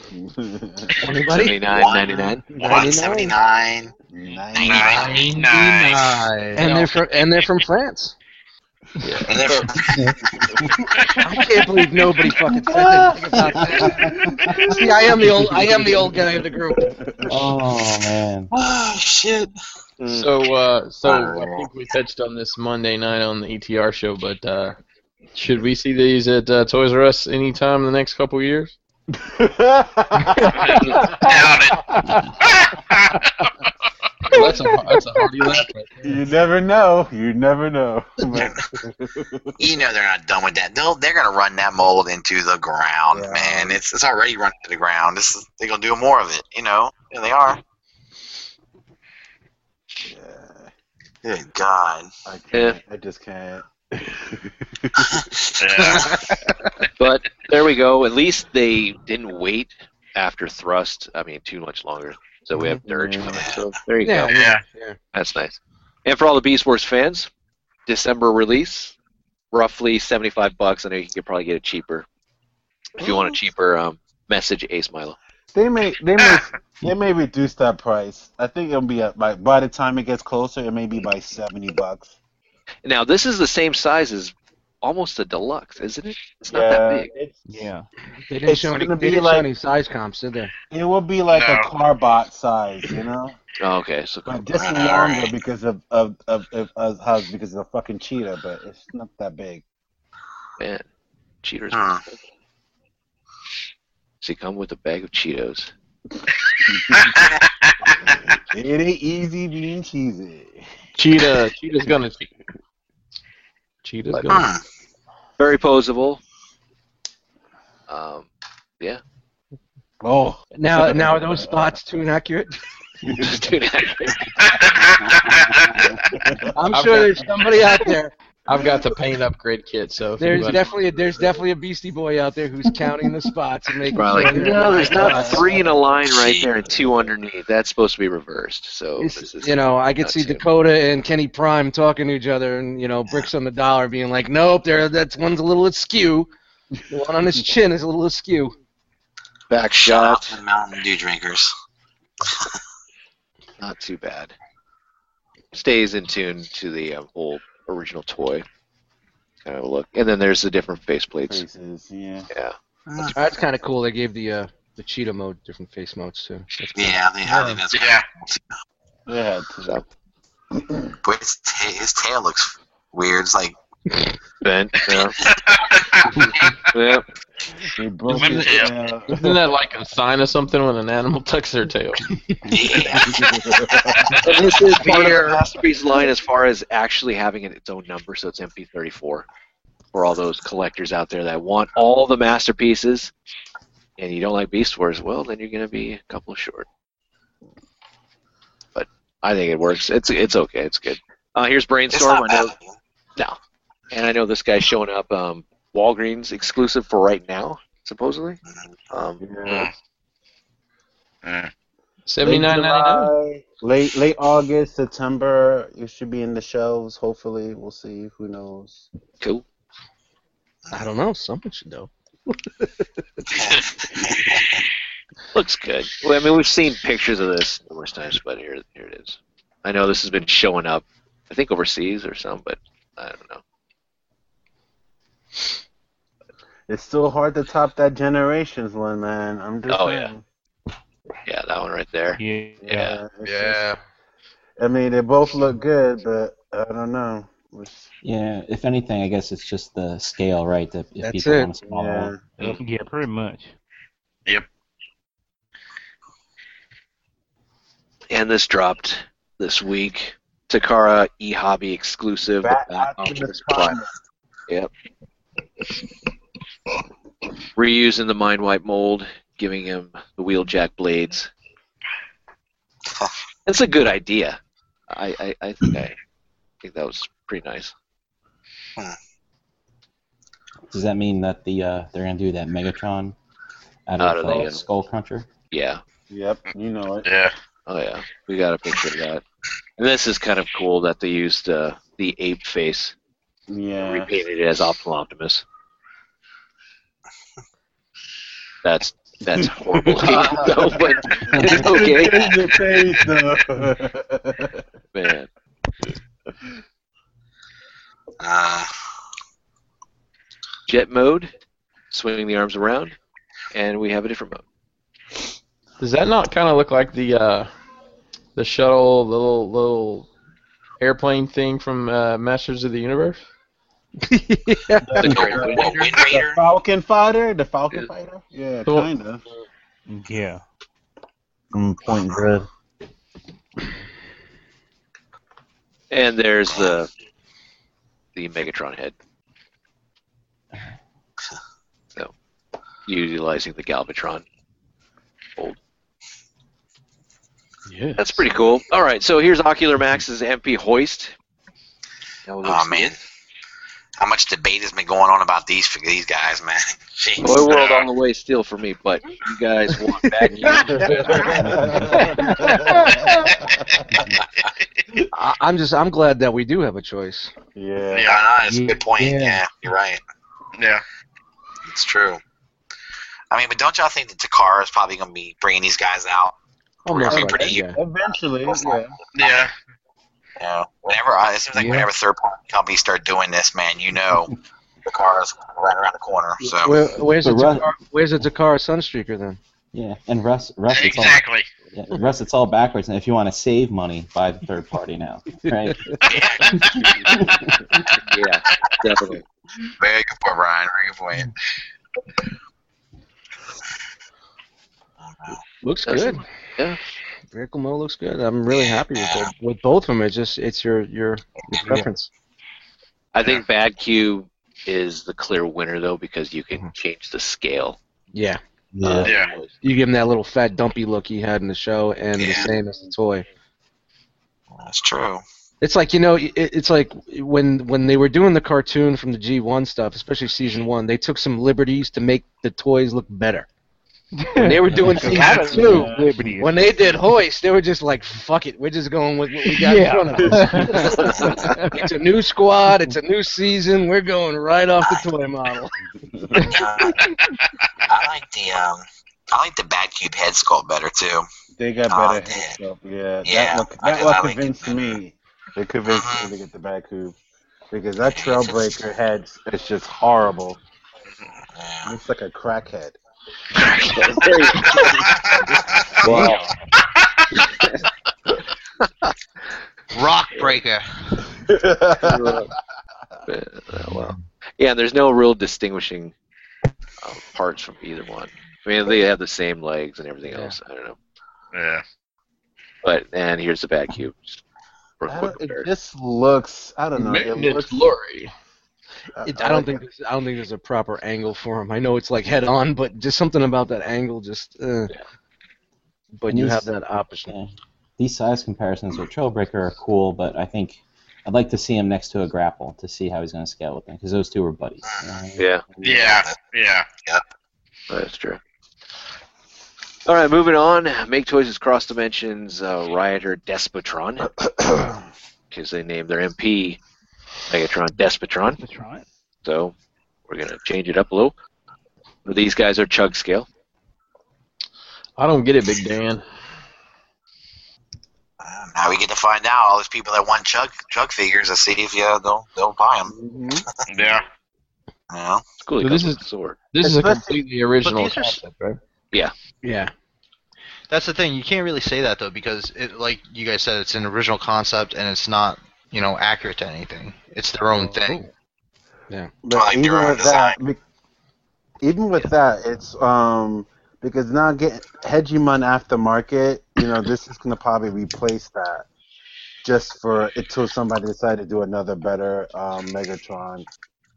Speaker 4: <laughs>
Speaker 2: seventy nine ninety nine.
Speaker 5: One seventy nine.
Speaker 1: <laughs>
Speaker 3: Ninety-nine.
Speaker 1: And they're from and they're from France.
Speaker 5: And then from
Speaker 1: <laughs> I can't believe nobody fucking said anything about that. See, I am the old I am the old guy in the group.
Speaker 8: Oh man.
Speaker 5: oh shit.
Speaker 4: Mm.
Speaker 9: So, uh, so
Speaker 5: Wow.
Speaker 9: I think we touched on this Monday night on the ETR show, but uh, should we see these at uh, Toys R Us anytime in the next
Speaker 2: <laughs>
Speaker 9: couple years?
Speaker 3: Doubt it.
Speaker 9: Well, that's a that's a hearty laugh. Right there.
Speaker 4: you never know. You never know. But-
Speaker 5: You know they're not done with that. They'll they're gonna run that mold into the ground,
Speaker 4: Yeah.
Speaker 5: man. It's it's already run to the ground. This is, they're gonna do more of it, you know. And they are.
Speaker 4: yeah,
Speaker 5: Good God.
Speaker 4: I can't.
Speaker 2: Yeah.
Speaker 4: I just can't.
Speaker 3: Yeah.
Speaker 2: But there we go. At least they didn't wait after Thrust. I mean, too much longer. So we have Dirge coming. So there you go.
Speaker 3: Yeah.
Speaker 2: That's nice. And for all the Beast Wars fans, December release, roughly seventy-five bucks. I know you can probably get it cheaper. If you want a cheaper, um, message Ace Milo.
Speaker 4: They may. They may. they may reduce that price. I think it'll be at, by by the time it gets closer, it may be by seventy bucks.
Speaker 2: Now this is the same size as almost a deluxe, isn't it? It's not that big.
Speaker 4: It's,
Speaker 7: Yeah.
Speaker 1: They didn't
Speaker 4: It's
Speaker 1: show any,
Speaker 4: gonna
Speaker 1: they
Speaker 4: be
Speaker 1: didn't show
Speaker 4: like-
Speaker 1: any size comps, did they?
Speaker 4: It will be like a
Speaker 3: No.
Speaker 4: car bot size, you know,
Speaker 2: Oh, okay, so
Speaker 4: but just
Speaker 5: All
Speaker 4: longer
Speaker 5: right.
Speaker 4: because of of of, of, of how because of the fucking cheetah. But it's not that big.
Speaker 2: man, cheaters.
Speaker 5: Hmm.
Speaker 2: So you come with a bag of <laughs> Cheetos.
Speaker 4: It ain't easy being cheesy.
Speaker 9: Cheetah, Cheetah's gonna cheat. Cheetah's gonna.
Speaker 5: Hmm.
Speaker 2: Very posable.
Speaker 9: <laughs>
Speaker 2: Um, yeah.
Speaker 4: Oh, <laughs>
Speaker 1: Now, now are those spots too inaccurate? <laughs>
Speaker 2: Just do that.
Speaker 1: I'm sure there's somebody out there
Speaker 9: I've got the paint upgrade kit, so if
Speaker 1: There's
Speaker 9: anybody-
Speaker 1: definitely a, there's definitely a Beastie Boy out there who's counting the spots and making
Speaker 2: Probably.
Speaker 1: sure.
Speaker 2: No, there's not three in a line right there and two underneath. That's supposed to be reversed. So
Speaker 1: It's-
Speaker 2: this is
Speaker 1: you know, I could see
Speaker 2: That's it.
Speaker 1: Dakota and Kenny Prime talking to each other, and you know, bricks on the dollar, being like, "Nope, there. That's one's a little askew. The one on his chin is a little askew."
Speaker 2: back
Speaker 5: Shout out
Speaker 2: shot.
Speaker 5: to the Mountain Dew drinkers.
Speaker 2: Not too bad. Stays in tune to the um, whole original toy. Kind of a look, and then there's the different faceplates.
Speaker 4: Faces, yeah.
Speaker 2: Yeah.
Speaker 5: Ah.
Speaker 1: That's kind of cool. They gave the uh, the cheetah mode different face modes too. That's cool.
Speaker 5: Yeah, I think, I think that's
Speaker 3: Yeah.
Speaker 1: <laughs>
Speaker 4: They had to.
Speaker 2: So
Speaker 5: But his, ta- his tail looks weird. It's like <laughs>
Speaker 2: bent. Yeah. yeah.
Speaker 4: They broke
Speaker 3: Lemon
Speaker 4: it
Speaker 3: tail.
Speaker 4: down.
Speaker 9: Isn't that like a sign of something when an animal <laughs> tucks their tail?
Speaker 5: yeah,
Speaker 2: And this is part of the masterpiece line as far as actually having it its own number, so it's MP34 for all those collectors out there that want all the masterpieces, and you don't like Beast Wars. Well, then you're going to be a couple short. But I think it works. It's it's okay. It's good. Uh, here's
Speaker 5: it's
Speaker 2: Brainstorm.
Speaker 5: not
Speaker 2: I know,
Speaker 5: bad.
Speaker 2: no. and I know this guy's showing up. Um, Walgreens exclusive for right now, supposedly. Um,
Speaker 4: Yeah.
Speaker 3: Mm.
Speaker 9: Seventy nine ninety
Speaker 4: July, Late late August, September, it should be in the shelves. Hopefully, we'll see. Who knows?
Speaker 2: cool.
Speaker 1: I don't know. Someone should know.
Speaker 2: Looks good. Well, I mean, we've seen pictures of this numerous times, but here, here it is. I know this has been showing up, I think overseas or some, but I don't know.
Speaker 4: It's still hard to top that Generations one, man. I'm just
Speaker 2: Oh,
Speaker 4: saying.
Speaker 2: Yeah, that one right there.
Speaker 7: Yeah.
Speaker 2: Yeah.
Speaker 4: it's
Speaker 6: Yeah.
Speaker 4: just- I mean, they both look good, but I don't know.
Speaker 2: <laughs>
Speaker 4: It's-
Speaker 8: Yeah, if anything, I guess it's just the scale, right? That if
Speaker 1: That's
Speaker 8: people
Speaker 1: it.
Speaker 8: want to swallow
Speaker 4: yeah.
Speaker 8: it.
Speaker 7: Yeah, pretty much.
Speaker 2: And this dropped this week. Takara E Hobby exclusive. Uh, the
Speaker 4: Back
Speaker 2: Back
Speaker 4: out to the
Speaker 2: Optimus Prime. Reusing the Mind Wipe mold, giving him the Wheeljack blades. That's a good idea. I, I, I think I think that was pretty nice.
Speaker 8: Does that mean that the uh, they're gonna do that Megatron out of,
Speaker 2: Out of
Speaker 8: uh,
Speaker 2: the-
Speaker 8: Skull Cruncher?
Speaker 2: Yeah.
Speaker 4: Yep, you know it.
Speaker 3: Yeah.
Speaker 2: Oh yeah, we got a picture of that. And this is kind of cool that they used uh, the ape face, and
Speaker 4: Yeah.
Speaker 2: repainted it as Optimal Optimus. That's that's horrible,
Speaker 4: <laughs>
Speaker 2: <laughs> though, but <laughs> it's okay,
Speaker 4: It's in your face, though. <laughs>
Speaker 2: man.
Speaker 5: Uh,
Speaker 2: Jet mode, swinging the arms around, and we have a different mode.
Speaker 9: nine. Does that not kind of look like the uh, the shuttle, the little little airplane thing from uh, Masters of the Universe?
Speaker 2: That's a great one.
Speaker 5: what, Wind
Speaker 4: the
Speaker 5: Raider?
Speaker 4: Falcon Fighter? The Falcon Fighter? Yeah,
Speaker 9: So-
Speaker 4: kind of.
Speaker 7: Yeah.
Speaker 8: From Point Bread.
Speaker 2: And there's the the Megatron head. So, utilizing the Galvatron.
Speaker 9: Yeah.
Speaker 2: That's pretty cool. All right, so here's Ocular Max's MP hoist. That was
Speaker 5: Oh man, how much debate has been going on about these for these guys, man? <laughs> Jeez.
Speaker 2: Boy World all the way still for me, but you <laughs> guys want back.
Speaker 1: I, <laughs> I'm just I'm glad that we do have a choice.
Speaker 4: yeah.
Speaker 5: Yeah, I know, it's a good point.
Speaker 7: Yeah.
Speaker 5: Yeah. you're right.
Speaker 3: Yeah.
Speaker 5: It's true. I mean, but don't y'all think that Takara is probably going to be bringing these guys out?
Speaker 1: Almost
Speaker 5: Pretty
Speaker 1: like
Speaker 5: pretty.
Speaker 1: that, yeah.
Speaker 4: Eventually, yeah.
Speaker 3: Yeah.
Speaker 5: You know, whenever uh, it seems like
Speaker 7: Yeah.
Speaker 5: whenever third party companies start doing this, man, you know, Takara's right around the corner. So
Speaker 1: Where, where's the
Speaker 8: The Ru-
Speaker 1: Takara, where's the Takara Sunstreaker then?
Speaker 8: Yeah, and Russ, Russ, it's all
Speaker 3: Exactly.
Speaker 8: yeah, Russ, it's all backwards. And if you want to save money, buy the third party now, right?
Speaker 5: <laughs>
Speaker 2: <laughs>
Speaker 1: <laughs>
Speaker 2: Yeah, <laughs> definitely.
Speaker 5: very good point, Ryan. Very good point.
Speaker 1: Looks
Speaker 2: That's-
Speaker 1: good.
Speaker 2: yeah.
Speaker 1: Vehicle mode looks good. I'm really happy with, both- with both of them. It's just it's your your, your preference.
Speaker 2: I think Bad Cube is the clear winner though because you can change the scale.
Speaker 1: Yeah.
Speaker 2: Uh,
Speaker 3: Yeah.
Speaker 1: You give him that little fat dumpy look he had in the show and the
Speaker 5: Yeah.
Speaker 1: same as the toy.
Speaker 5: That's true.
Speaker 1: It's like you know, it, it's like when when they were doing the cartoon from the G1 stuff, especially season one, they took some liberties to make the toys look better. When <laughs> they were doing season two,
Speaker 7: Liberty.
Speaker 1: when they did Hoist, they were just like, "Fuck it, we're just going with what we got
Speaker 7: Yeah.
Speaker 1: in front of us." <laughs> it's a new squad, it's a new season. We're going right off the toy <laughs> model.
Speaker 5: <laughs> I like the um, I like the Bad Cube head sculpt better too.
Speaker 4: They got
Speaker 5: Aw,
Speaker 4: better
Speaker 5: man.
Speaker 4: head sculpt. Ah, Yeah,
Speaker 5: Yeah,
Speaker 4: that one,
Speaker 5: I-
Speaker 4: that one
Speaker 5: I like it
Speaker 4: convinced me. It convinced me to get the back hoop because that Trailbreaker head is just horrible. It looks like a <laughs> crackhead.
Speaker 2: Wow.
Speaker 6: Rock breaker.
Speaker 2: Uh, well, yeah, and there's no real distinguishing uh, parts from either one. I mean, they have the same legs and everything else. I don't know.
Speaker 3: Yeah.
Speaker 2: But and here's the bad cube. Just for a
Speaker 4: I
Speaker 2: quick
Speaker 4: don't- it
Speaker 2: comparison.
Speaker 4: just looks. I don't know. It
Speaker 9: Maintenance
Speaker 4: looks,
Speaker 9: glory.
Speaker 1: It, I don't think there's- I don't think there's a proper angle for him. I know it's like head on, but just something about that angle, just. Uh, But
Speaker 8: And
Speaker 1: you
Speaker 8: he's-
Speaker 1: have that option.
Speaker 8: Yeah. <laughs> These size comparisons with Trailbreaker are cool, but I think I'd like to see him next to a grapple to see how he's going to scale with them because those two are buddies. you know what I mean?
Speaker 2: Yeah,
Speaker 3: Yeah. Yeah.
Speaker 2: that's true. All right, moving on. Make Toys is Cross Dimensions uh, Rioter Despotron, because they named their MP Megatron Despotron. So we're gonna change it up a little. These guys are chug scale.
Speaker 9: I don't get it, Big Dan.
Speaker 5: Um, now we get to find out all these people that want chug chug figures and see if yeah they'll they'll buy them.
Speaker 4: Mm-hmm.
Speaker 3: Yeah.
Speaker 5: You know?
Speaker 2: It's cool. he
Speaker 9: So
Speaker 2: comes
Speaker 9: this
Speaker 2: with
Speaker 9: is-
Speaker 2: a sword.
Speaker 9: This is a
Speaker 6: Especially-
Speaker 9: completely original
Speaker 6: these are s-
Speaker 9: concept,
Speaker 1: <laughs>
Speaker 9: right?
Speaker 1: Yeah.
Speaker 6: That's the thing. You can't really say that though because, it, like you guys said, it's an original concept and it's not, you know, accurate to anything. It's their
Speaker 1: Oh,
Speaker 6: own thing.
Speaker 5: I
Speaker 4: But
Speaker 5: like
Speaker 4: even
Speaker 5: their own
Speaker 4: with that, be- even with that, it's um because now getting Hegemon aftermarket, you know, this is gonna probably replace that just for until somebody decide to do another better um, Megatron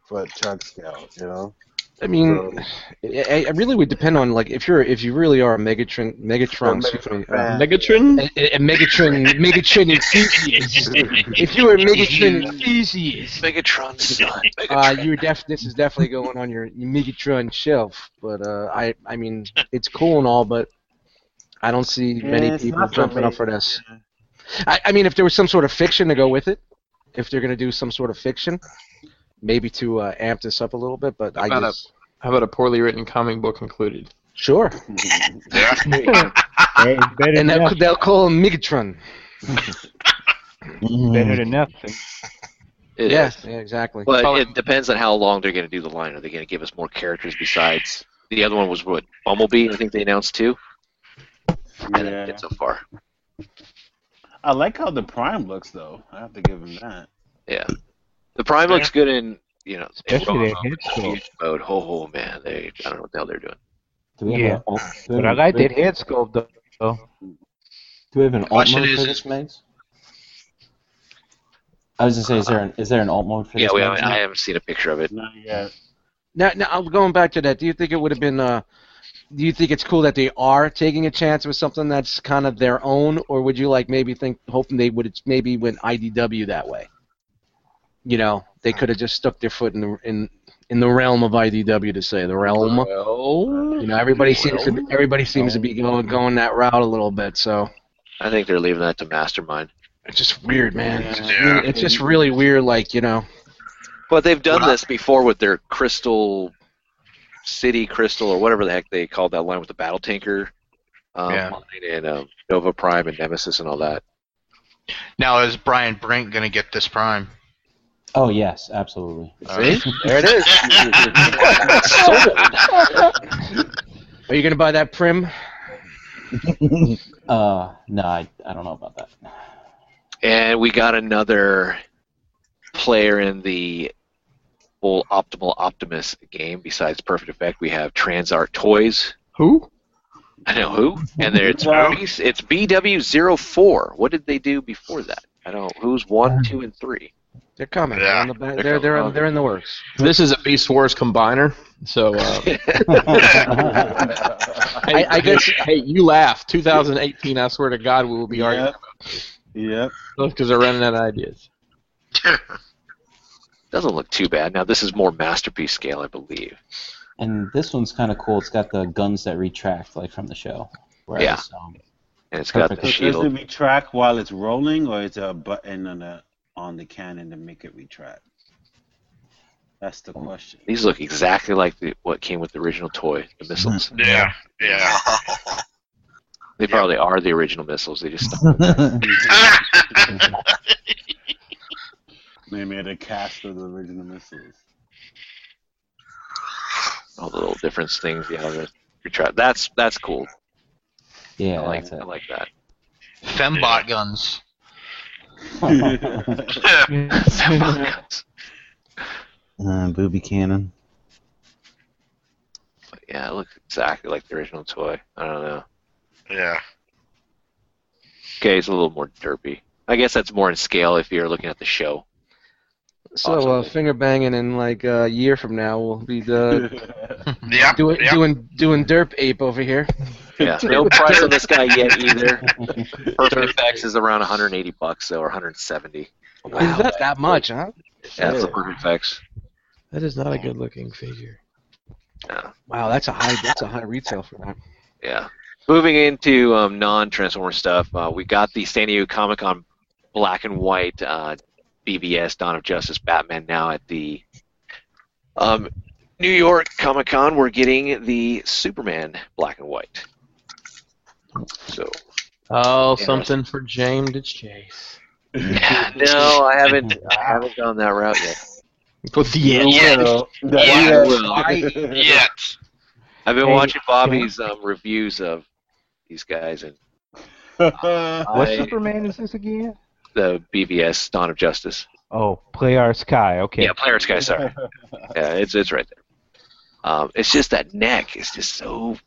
Speaker 4: for chug scale, you know.
Speaker 1: I mean, it, it really would depend on like if you're if you really are a Megatron Megatron,
Speaker 4: Megatron
Speaker 1: excuse me, uh,
Speaker 4: fan.
Speaker 9: Megatron?
Speaker 1: a, a Megatron Megatron enthusiast. if you were a Megatron enthusiast,
Speaker 2: Megatron's son.
Speaker 1: uh, you def this is definitely going on your, your Megatron shelf. But uh, I I mean, it's cool and all, but I don't see
Speaker 4: Yeah,
Speaker 1: many
Speaker 4: it's
Speaker 1: people
Speaker 4: not for
Speaker 1: jumping up
Speaker 4: me.
Speaker 1: for this. I, I mean, if there was some sort of fiction to go with it, if they're gonna do some sort of fiction, maybe to uh, amp this up a little bit. But I
Speaker 9: About a-
Speaker 1: just
Speaker 9: How about a poorly written comic book included?
Speaker 7: <laughs>
Speaker 1: sure,
Speaker 3: Yeah.
Speaker 7: Hey, it's better than
Speaker 1: and they'll,
Speaker 7: nothing.
Speaker 1: they'll call him
Speaker 7: <laughs>
Speaker 1: Megatron.
Speaker 7: Better than nothing.
Speaker 2: It is.
Speaker 1: Yes, yeah, exactly.
Speaker 2: But
Speaker 9: Probably-
Speaker 2: it depends on how long they're going to do the line. Are they going to give us more characters besides the other one was what Bumblebee? I think they announced too. I didn't
Speaker 4: Yeah.
Speaker 2: get so far.
Speaker 4: I like how the Prime looks though. I have to give him that.
Speaker 2: Yeah, the Prime looks good in you know in
Speaker 7: Especially their
Speaker 2: Romo
Speaker 7: head sculpt.
Speaker 2: mode. Oh, oh, man, they I don't know what the hell they're doing.
Speaker 8: Do we have
Speaker 7: Yeah.
Speaker 8: an alt, do we
Speaker 7: But I
Speaker 8: have
Speaker 7: like
Speaker 8: an-
Speaker 7: that head sculpt though.
Speaker 8: Do we have an alt
Speaker 6: Question
Speaker 8: mode
Speaker 6: is-
Speaker 8: for this, Megs? I was gonna say, is there an is there an alt mode for
Speaker 2: Yeah,
Speaker 8: this?
Speaker 2: we
Speaker 8: Megs?
Speaker 2: haven't, I haven't seen a picture of it.
Speaker 4: Not yet.
Speaker 1: Now, now I'm going back to that. Do you think it would have been? Uh, do you think it's cool that they are taking a chance with something that's kind of their own, or would you like maybe think hoping they would maybe went IDW that way? You know, they could have just stuck their foot in the in in the realm of IDW to say the realm.
Speaker 9: Well,
Speaker 1: You know, everybody seems to be, everybody seems to be going going that route a little bit. So
Speaker 2: I think they're leaving that to Mastermind.
Speaker 1: it's just weird, man. It's just,
Speaker 3: Yeah.
Speaker 1: really, it's just really weird. Like you know,
Speaker 2: But they've done this before with their Crystal City Crystal or whatever the heck they called that line with the Battle Tanker um,
Speaker 6: Yeah.
Speaker 2: line and um, Nova Prime and Nemesis and all that.
Speaker 6: Now is Brian Brink gonna get this prime?
Speaker 8: Oh yes, absolutely.
Speaker 1: there it is.
Speaker 8: <laughs>
Speaker 1: Are you gonna buy that prim?
Speaker 8: <laughs> Uh, no, I, I don't know about that.
Speaker 2: And we got another player in the full Optimal Optimus game besides Perfect Effect. We have Transart Toys.
Speaker 9: who?
Speaker 2: I know who. And there it's movies. It's BW04. What did they do before that? I don't. Who's one, two, and three?
Speaker 1: They're coming. They're,
Speaker 3: Yeah,
Speaker 1: on the ba-
Speaker 2: they're
Speaker 1: they're, they're,
Speaker 2: coming.
Speaker 1: in, they're in the works.
Speaker 9: This is a Beast Wars combiner. So,
Speaker 1: <laughs>
Speaker 9: uh,
Speaker 1: I, I guess
Speaker 9: hey, you laugh. 2018, I swear to God, we will be
Speaker 4: Yeah.
Speaker 9: arguing.
Speaker 4: Yep.
Speaker 9: because they're running out of ideas.
Speaker 2: <laughs> Doesn't look too bad. Now this is more masterpiece scale, I believe.
Speaker 8: And this one's kind of cool. It's got the guns that retract, like from the show. Whereas,
Speaker 2: Yeah.
Speaker 8: Um,
Speaker 2: And it's got
Speaker 8: Perfect.
Speaker 2: the
Speaker 8: So
Speaker 4: So does it
Speaker 2: shield.
Speaker 4: retract while it's rolling, or is there a button on the on the cannon to make it retract? That's
Speaker 2: Mm.
Speaker 4: the question.
Speaker 2: These look exactly like the, what came with the original toy, the missiles.
Speaker 3: Mm-hmm. Yeah, yeah.
Speaker 5: <laughs>
Speaker 2: They probably are the original missiles. They just stopped.
Speaker 3: <laughs>
Speaker 4: They made a cast of the original missiles.
Speaker 2: <laughs> all the little different things. Yeah, the- your tra- that's that's cool.
Speaker 8: yeah,
Speaker 2: I like
Speaker 8: that's
Speaker 2: I
Speaker 8: it.
Speaker 2: like that.
Speaker 6: <laughs>
Speaker 2: <laughs>
Speaker 6: Fembot <laughs> guns.
Speaker 4: Uh, booby cannon.
Speaker 2: But yeah, it looks exactly like the original toy. I don't know.
Speaker 3: yeah.
Speaker 2: Okay, it's a little more derpy. I guess that's more in scale if you're looking at the show.
Speaker 1: So uh, finger banging in like a year from now, we'll be the,
Speaker 3: Yep.
Speaker 1: doing
Speaker 3: yep.
Speaker 1: doing doing derp ape over here.
Speaker 2: Yeah, <laughs> no price on this guy yet
Speaker 1: <laughs>
Speaker 2: either. Perfect Effects is around 180 bucks though, or 170.
Speaker 1: Is that that much, huh?
Speaker 2: Yeah, that's the Perfect Effects.
Speaker 9: That is not a good looking figure.
Speaker 1: Wow, that's a high that's a high retail for that.
Speaker 2: Yeah. Moving into um, non-Transformer stuff, uh, we got the San Diego Comic Con black and white uh, BVS Dawn of Justice Batman now at the um, New York Comic Con. We're getting the Superman black and white. So
Speaker 9: Oh,
Speaker 2: Yeah.
Speaker 9: something for James to chase.
Speaker 2: no, I haven't. I haven't gone that route yet.
Speaker 9: But the
Speaker 2: Yeah, I will.
Speaker 3: Yeah.
Speaker 2: I've been
Speaker 7: Hey,
Speaker 2: watching Bobby's um, reviews of these guys and
Speaker 7: What
Speaker 4: <laughs>
Speaker 2: I-
Speaker 7: Superman is this again?
Speaker 2: the BVS Dawn of Justice.
Speaker 7: Oh, Play Our Sky. Okay.
Speaker 2: Yeah, Player's Guy. Sorry. yeah, it's it's right there. Um, it's just that neck is just so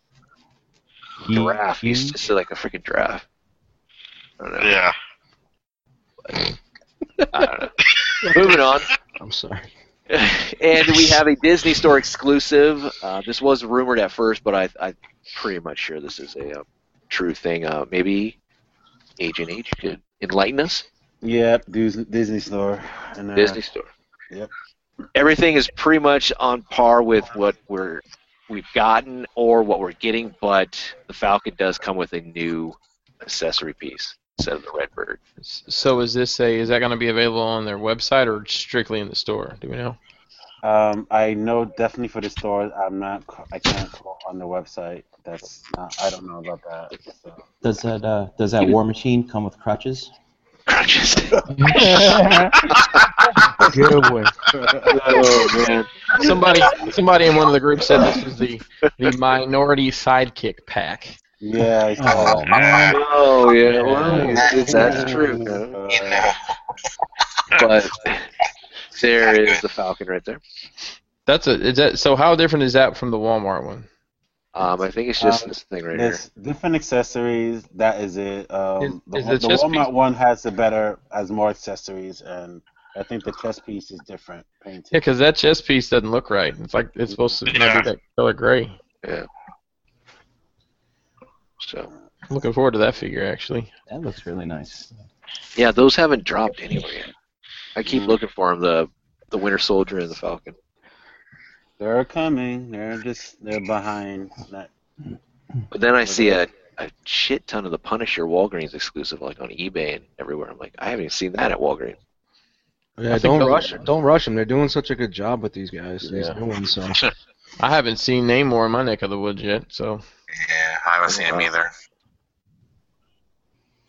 Speaker 7: He-
Speaker 2: giraffe. He's
Speaker 7: he-
Speaker 2: just like a freaking giraffe. I don't know.
Speaker 3: Yeah.
Speaker 2: I don't know. Moving on.
Speaker 1: I'm sorry.
Speaker 2: <laughs> and we have a Disney Store exclusive. Uh, this was rumored at first, but I, I'm pretty much sure this is a uh, true thing. Uh, maybe Agent H could enlighten us.
Speaker 4: Yep, Disney, Disney Store. And, uh,
Speaker 2: Disney Store.
Speaker 4: Yep.
Speaker 2: Everything is pretty much on par with what we're we've gotten or what we're getting, but the Falcon does come with a new accessory piece instead of the red bird.
Speaker 9: So is this a is that going to be available on their website or strictly in the store? Do we know?
Speaker 4: Um, I know definitely for the store. I'm not. I can't call on the website. That's not. I don't know about that. So.
Speaker 8: Does that uh, does that War Machine come with crutches? <laughs>
Speaker 2: Crunches.
Speaker 7: Good one.
Speaker 2: oh man.
Speaker 4: <laughs>
Speaker 9: Somebody somebody in one of the groups said this is the the minority sidekick pack.
Speaker 4: Yeah. I saw that.
Speaker 3: Yeah.
Speaker 2: Oh yeah. Well, it's, it's- that's true. man.
Speaker 4: Uh,
Speaker 2: But there is the Falcon right there.
Speaker 9: That's a is that so how different is that from the Walmart one?
Speaker 2: Um, I think it's just <laughs>
Speaker 4: Um,
Speaker 2: this thing right here.
Speaker 4: there's different accessories. That is it. Um,
Speaker 9: Is- is
Speaker 4: the,
Speaker 9: the
Speaker 4: the
Speaker 9: chest
Speaker 4: Walmart
Speaker 9: piece-
Speaker 4: one has the better, has more accessories, and I think the chest piece is different
Speaker 9: Yeah,
Speaker 4: painted.
Speaker 9: because that chest piece doesn't look right. It's like it's supposed to
Speaker 3: Yeah.
Speaker 9: be that color gray.
Speaker 2: So
Speaker 9: I'm looking forward to that figure actually.
Speaker 8: That looks really nice.
Speaker 2: yeah, those haven't dropped anywhere yet. I keep looking for them. The the Winter Soldier and the Falcon.
Speaker 4: They're coming. They're just they're behind. Not,
Speaker 2: But then I see a, a shit ton of the Punisher Walgreens exclusive, like on eBay and everywhere. I'm like, I haven't even seen that at Walgreens.
Speaker 1: Yeah,
Speaker 9: think
Speaker 1: don't
Speaker 9: the-
Speaker 1: rush. Don't rush them. They're doing such a good job with these guys. These
Speaker 2: Yeah.
Speaker 1: new ones. So.
Speaker 2: <laughs>
Speaker 9: I haven't seen Namor in my neck of the woods yet, so
Speaker 5: Yeah, I
Speaker 2: Oh,
Speaker 5: haven't seen him either.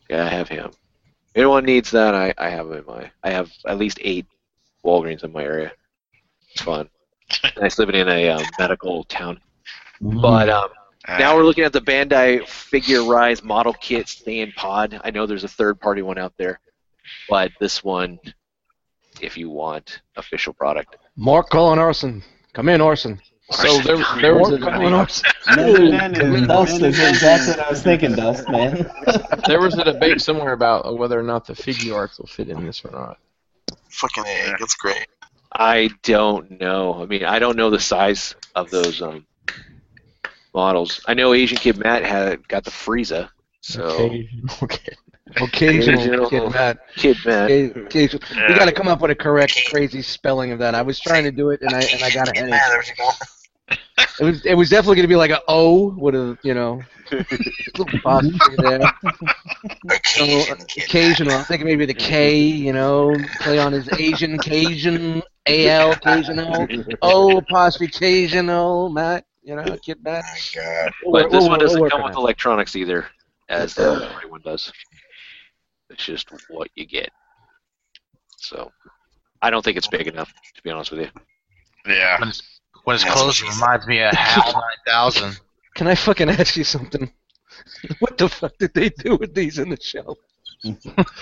Speaker 2: Yeah, I have him. If anyone needs that, I, I have him in my. I have at least eight Walgreens in my area.
Speaker 5: <laughs>
Speaker 2: It's fun. nice living in a um, medical town. But
Speaker 8: Hmm.
Speaker 2: um,
Speaker 1: Ah.
Speaker 2: now we're looking at the Bandai Figure Rise model kit stand pod. I know there's a third party one out there, but this one, if you want official product,
Speaker 1: Mark Cullen Orson, come in Orson.
Speaker 9: so there, there
Speaker 1: <laughs>
Speaker 9: was a
Speaker 8: Dust is exactly what I was thinking. Dust, man.
Speaker 9: there was a debate somewhere about whether or not the figure arts will fit in this or not.
Speaker 5: Fucking egg. It's great.
Speaker 2: I don't know. I mean, I don't know the size of those um, models. I know Asian Kid Matt had got the Frieza, so
Speaker 9: <laughs> Okay. okay.
Speaker 1: Occasional
Speaker 2: Occasional.
Speaker 1: Kid Matt.
Speaker 2: Kid man.
Speaker 1: Occasional. We got to come up with a correct, crazy spelling of that. I was trying to do it, and I and I got a headache.
Speaker 5: there's a goal.
Speaker 1: <laughs> It was it was definitely going to be like a O with a
Speaker 5: <laughs>
Speaker 1: you know little apostrophe there. uh,
Speaker 5: Occasion, kid.
Speaker 1: Occasional. I'm thinking maybe the K. You know, play on his Asian, Cajun, A L, occasional. O apostrophe occasional. Matt, you know, Kid Matt.
Speaker 5: My God.
Speaker 2: But this one doesn't
Speaker 1: we're
Speaker 2: come
Speaker 1: working
Speaker 2: with
Speaker 1: on it.
Speaker 2: electronics either, as the right one does. It's just what you get. So, I don't think it's big enough, to be honest with you.
Speaker 3: Yeah.
Speaker 6: When it's, when it's
Speaker 5: That's
Speaker 6: closed,
Speaker 5: what
Speaker 6: it
Speaker 5: she
Speaker 6: reminds me of HAL 9000.
Speaker 1: Can I fucking <laughs> ask you something? What the fuck did they do with these in the show?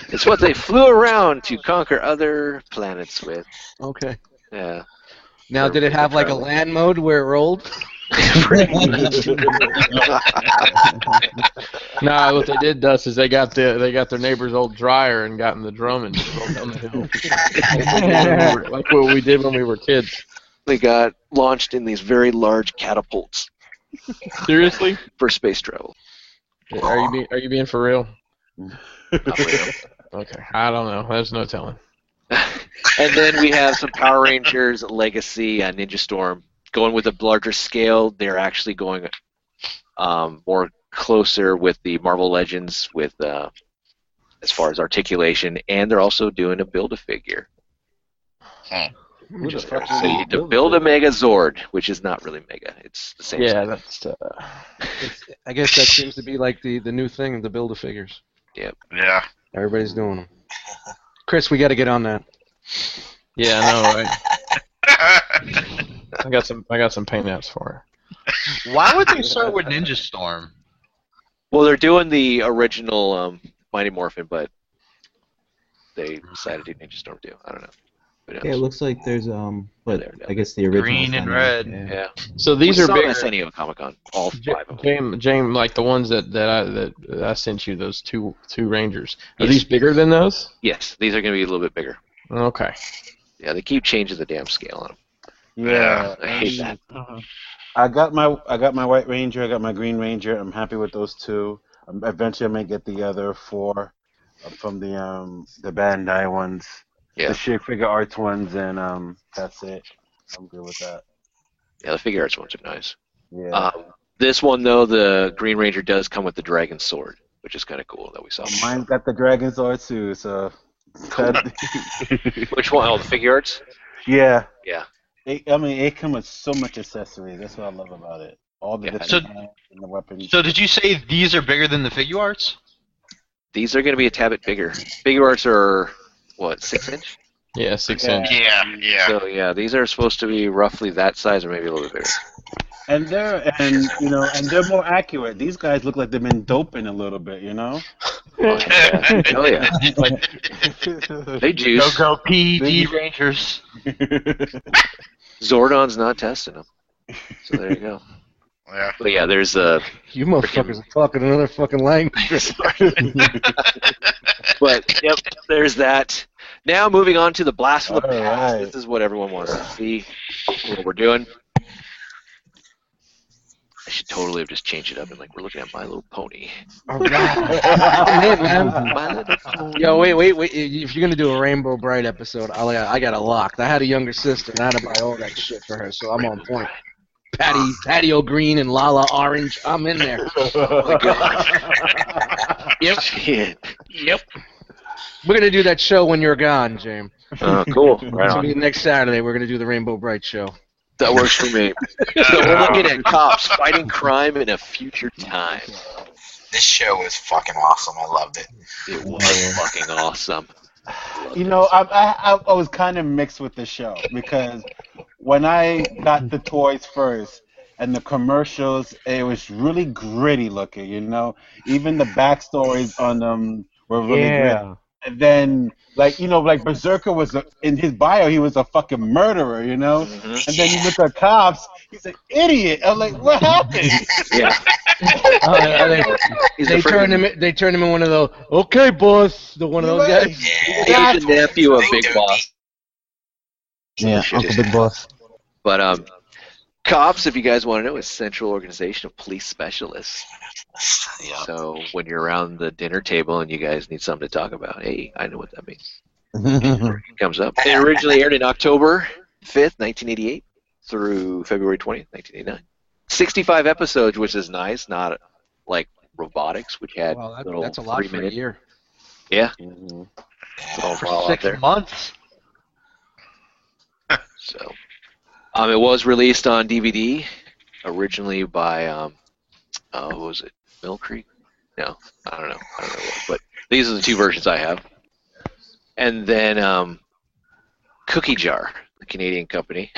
Speaker 2: It's what they flew around to conquer other planets with.
Speaker 1: Okay.
Speaker 9: <laughs>
Speaker 2: Yeah.
Speaker 1: Now, did it have like a land mode where it rolled?
Speaker 9: No, what they did, Dust, is they got the they got their neighbor's old dryer and got in the drum and just rolled down the hill. like, we were- like what we did when we were kids.
Speaker 2: They got launched in these very large catapults
Speaker 9: Seriously?
Speaker 2: for space travel. <laughs>
Speaker 9: Are you being Are you being for real?
Speaker 2: Not real.
Speaker 9: Okay, I don't know. There's no telling.
Speaker 2: and then we have some Power Rangers Legacy uh, Ninja Storm going with a larger scale. They're actually going um, more closer with the Marvel Legends with uh, as far as articulation, and they're also doing a build a figure.
Speaker 4: Who the fuck
Speaker 2: So you
Speaker 4: is
Speaker 2: need to build a Megazord, which is not really Mega. It's the same.
Speaker 9: <laughs> Yeah,
Speaker 2: thing.
Speaker 9: that's. Uh,
Speaker 1: It's, I guess that seems to be like the, the new thing the build a figures.
Speaker 3: Yeah.
Speaker 1: Everybody's doing them. Chris, we got to get on that.
Speaker 9: <laughs> yeah, I know. Right?
Speaker 2: <laughs>
Speaker 9: I got some. I got some paint apps for
Speaker 6: Why would they start with Ninja Storm?
Speaker 2: Well, they're doing the original um, Mighty Morphin, but they decided to do Ninja Storm too. I don't know. Who knows?
Speaker 10: Yeah, it looks like there's um, but
Speaker 2: There, there.
Speaker 10: I guess the original.
Speaker 6: Green and red.
Speaker 10: Yeah.
Speaker 2: yeah.
Speaker 9: it. So these
Speaker 2: we
Speaker 9: are
Speaker 2: saw
Speaker 9: bigger.
Speaker 2: San Diego Comic Con. All five of them.
Speaker 9: James, James, like the ones that, that I that I sent you, those two two Rangers. Are
Speaker 2: Yes.
Speaker 9: these bigger than those?
Speaker 2: Yes, these are going to be a little bit bigger.
Speaker 9: Okay.
Speaker 2: Yeah, they keep changing the damn scale on them.
Speaker 3: Yeah.
Speaker 2: <laughs> I hate that.
Speaker 4: I got my I got my White Ranger. I got my Green Ranger. I'm happy with those two. Um, eventually, I may get the other four uh, from the um the Bandai ones,
Speaker 2: Yeah.
Speaker 4: the sheer figure arts ones, and um that's it. I'm good with that.
Speaker 2: Yeah, the figure arts ones are nice.
Speaker 4: Yeah.
Speaker 2: Um, this one though, the Green Ranger does come with the dragon sword, which is kind of cool that we
Speaker 9: <laughs>
Speaker 2: saw.
Speaker 4: Well, mine's got the Dragon Sword
Speaker 2: <laughs>
Speaker 4: too, so. that- <laughs>
Speaker 2: Which one? Oh, the figure arts.
Speaker 4: yeah.
Speaker 2: Yeah.
Speaker 4: It, I mean, it comes with so much accessories. That's what I love about it. All the
Speaker 2: Yeah.
Speaker 4: different hands and the weapons.
Speaker 6: So did you say these are bigger than the figure <laughs> arts?
Speaker 2: These are going to be a tad bit bigger. Figure arts are what six inch?
Speaker 9: Yeah, six
Speaker 4: Yeah.
Speaker 9: inch.
Speaker 3: Yeah. Yeah.
Speaker 2: So yeah, these are supposed to be roughly that size or maybe a little bit bigger.
Speaker 4: and they're and you know and they're more accurate. These guys look like they've been doping a little bit, you know.
Speaker 2: Oh yeah, <laughs> Hell, yeah.
Speaker 9: <laughs>
Speaker 2: they
Speaker 6: Go
Speaker 2: juice.
Speaker 6: go E PD
Speaker 4: Big-
Speaker 6: Rangers.
Speaker 2: <laughs> Zordon's not testing them. So there you go.
Speaker 3: Yeah.
Speaker 2: But yeah, there's uh,
Speaker 1: You motherfuckers are talking another fucking language.
Speaker 9: <laughs>
Speaker 1: <laughs>
Speaker 2: But yep, there's that. Now moving on to the blast from the
Speaker 4: All
Speaker 2: past.
Speaker 4: right.
Speaker 2: This is what everyone wants to see. What we're doing. I should totally have just changed it up and like we're looking at My Little Pony.
Speaker 1: Oh, <laughs>
Speaker 2: My Little Pony.
Speaker 1: Yo, wait, wait, wait. If you're gonna do a Rainbow Bright episode, I I got it locked. I had a younger sister, and I had to buy all that shit for her, so I'm on point. Patty, Patty O'Green and Lala Orange, I'm in there.
Speaker 2: <laughs> Yep.
Speaker 1: <laughs> We're gonna do that show when you're gone, James.
Speaker 2: Oh,
Speaker 1: <laughs>
Speaker 2: cool. Right
Speaker 1: It's gonna
Speaker 2: on.
Speaker 1: be next Saturday. We're gonna do the Rainbow Bright show.
Speaker 2: That works for me. So we're looking at cops fighting crime in a future time.
Speaker 5: <laughs> This show was fucking awesome. I loved it. <laughs>
Speaker 2: It was fucking awesome.
Speaker 4: <laughs> you know, I, I, I I was kind of mixed with the show because when I got the toys first and the commercials, it was really gritty looking. You know, even the backstories on them were really gritty.
Speaker 7: Yeah.
Speaker 4: And then, like you know, like Berserker was a, in his bio, he was a fucking murderer. You know,
Speaker 2: Mhm.
Speaker 4: and then you look at cops, he's an idiot. I'm like, what happened?
Speaker 2: Yeah. He's a
Speaker 1: <laughs> they
Speaker 2: freaking-
Speaker 1: turned him. They turned him in one of those. Okay, boss. The one of those guys.
Speaker 5: Yeah.
Speaker 2: He's the nephew of
Speaker 5: They
Speaker 2: Big
Speaker 5: do
Speaker 2: Boss.
Speaker 7: Yeah, Uncle Big Boss.
Speaker 2: But um, COPS, if you guys want to know, is Central Organization of Police <laughs> Specialists.
Speaker 5: Yeah.
Speaker 2: So when you're around the dinner table and you guys need something to talk about, hey, I know what that means. It comes up. It originally aired in October 5th, 1988 through February 20th, 1989. 65 episodes, which is nice, not like robotics, which had
Speaker 1: Well, that,
Speaker 2: little
Speaker 1: <laughs> that's a lot
Speaker 2: three
Speaker 1: for a
Speaker 2: minute.
Speaker 1: year.
Speaker 2: Yeah,
Speaker 8: Mhm.
Speaker 2: it's all raw out
Speaker 9: six
Speaker 2: there.
Speaker 9: months.
Speaker 2: So, um, it was released on DVD originally by um, uh, who was it? Mill Creek? No, I don't know. I don't know. what- But these are the two versions I have. And then um, Cookie Jar, the Canadian company,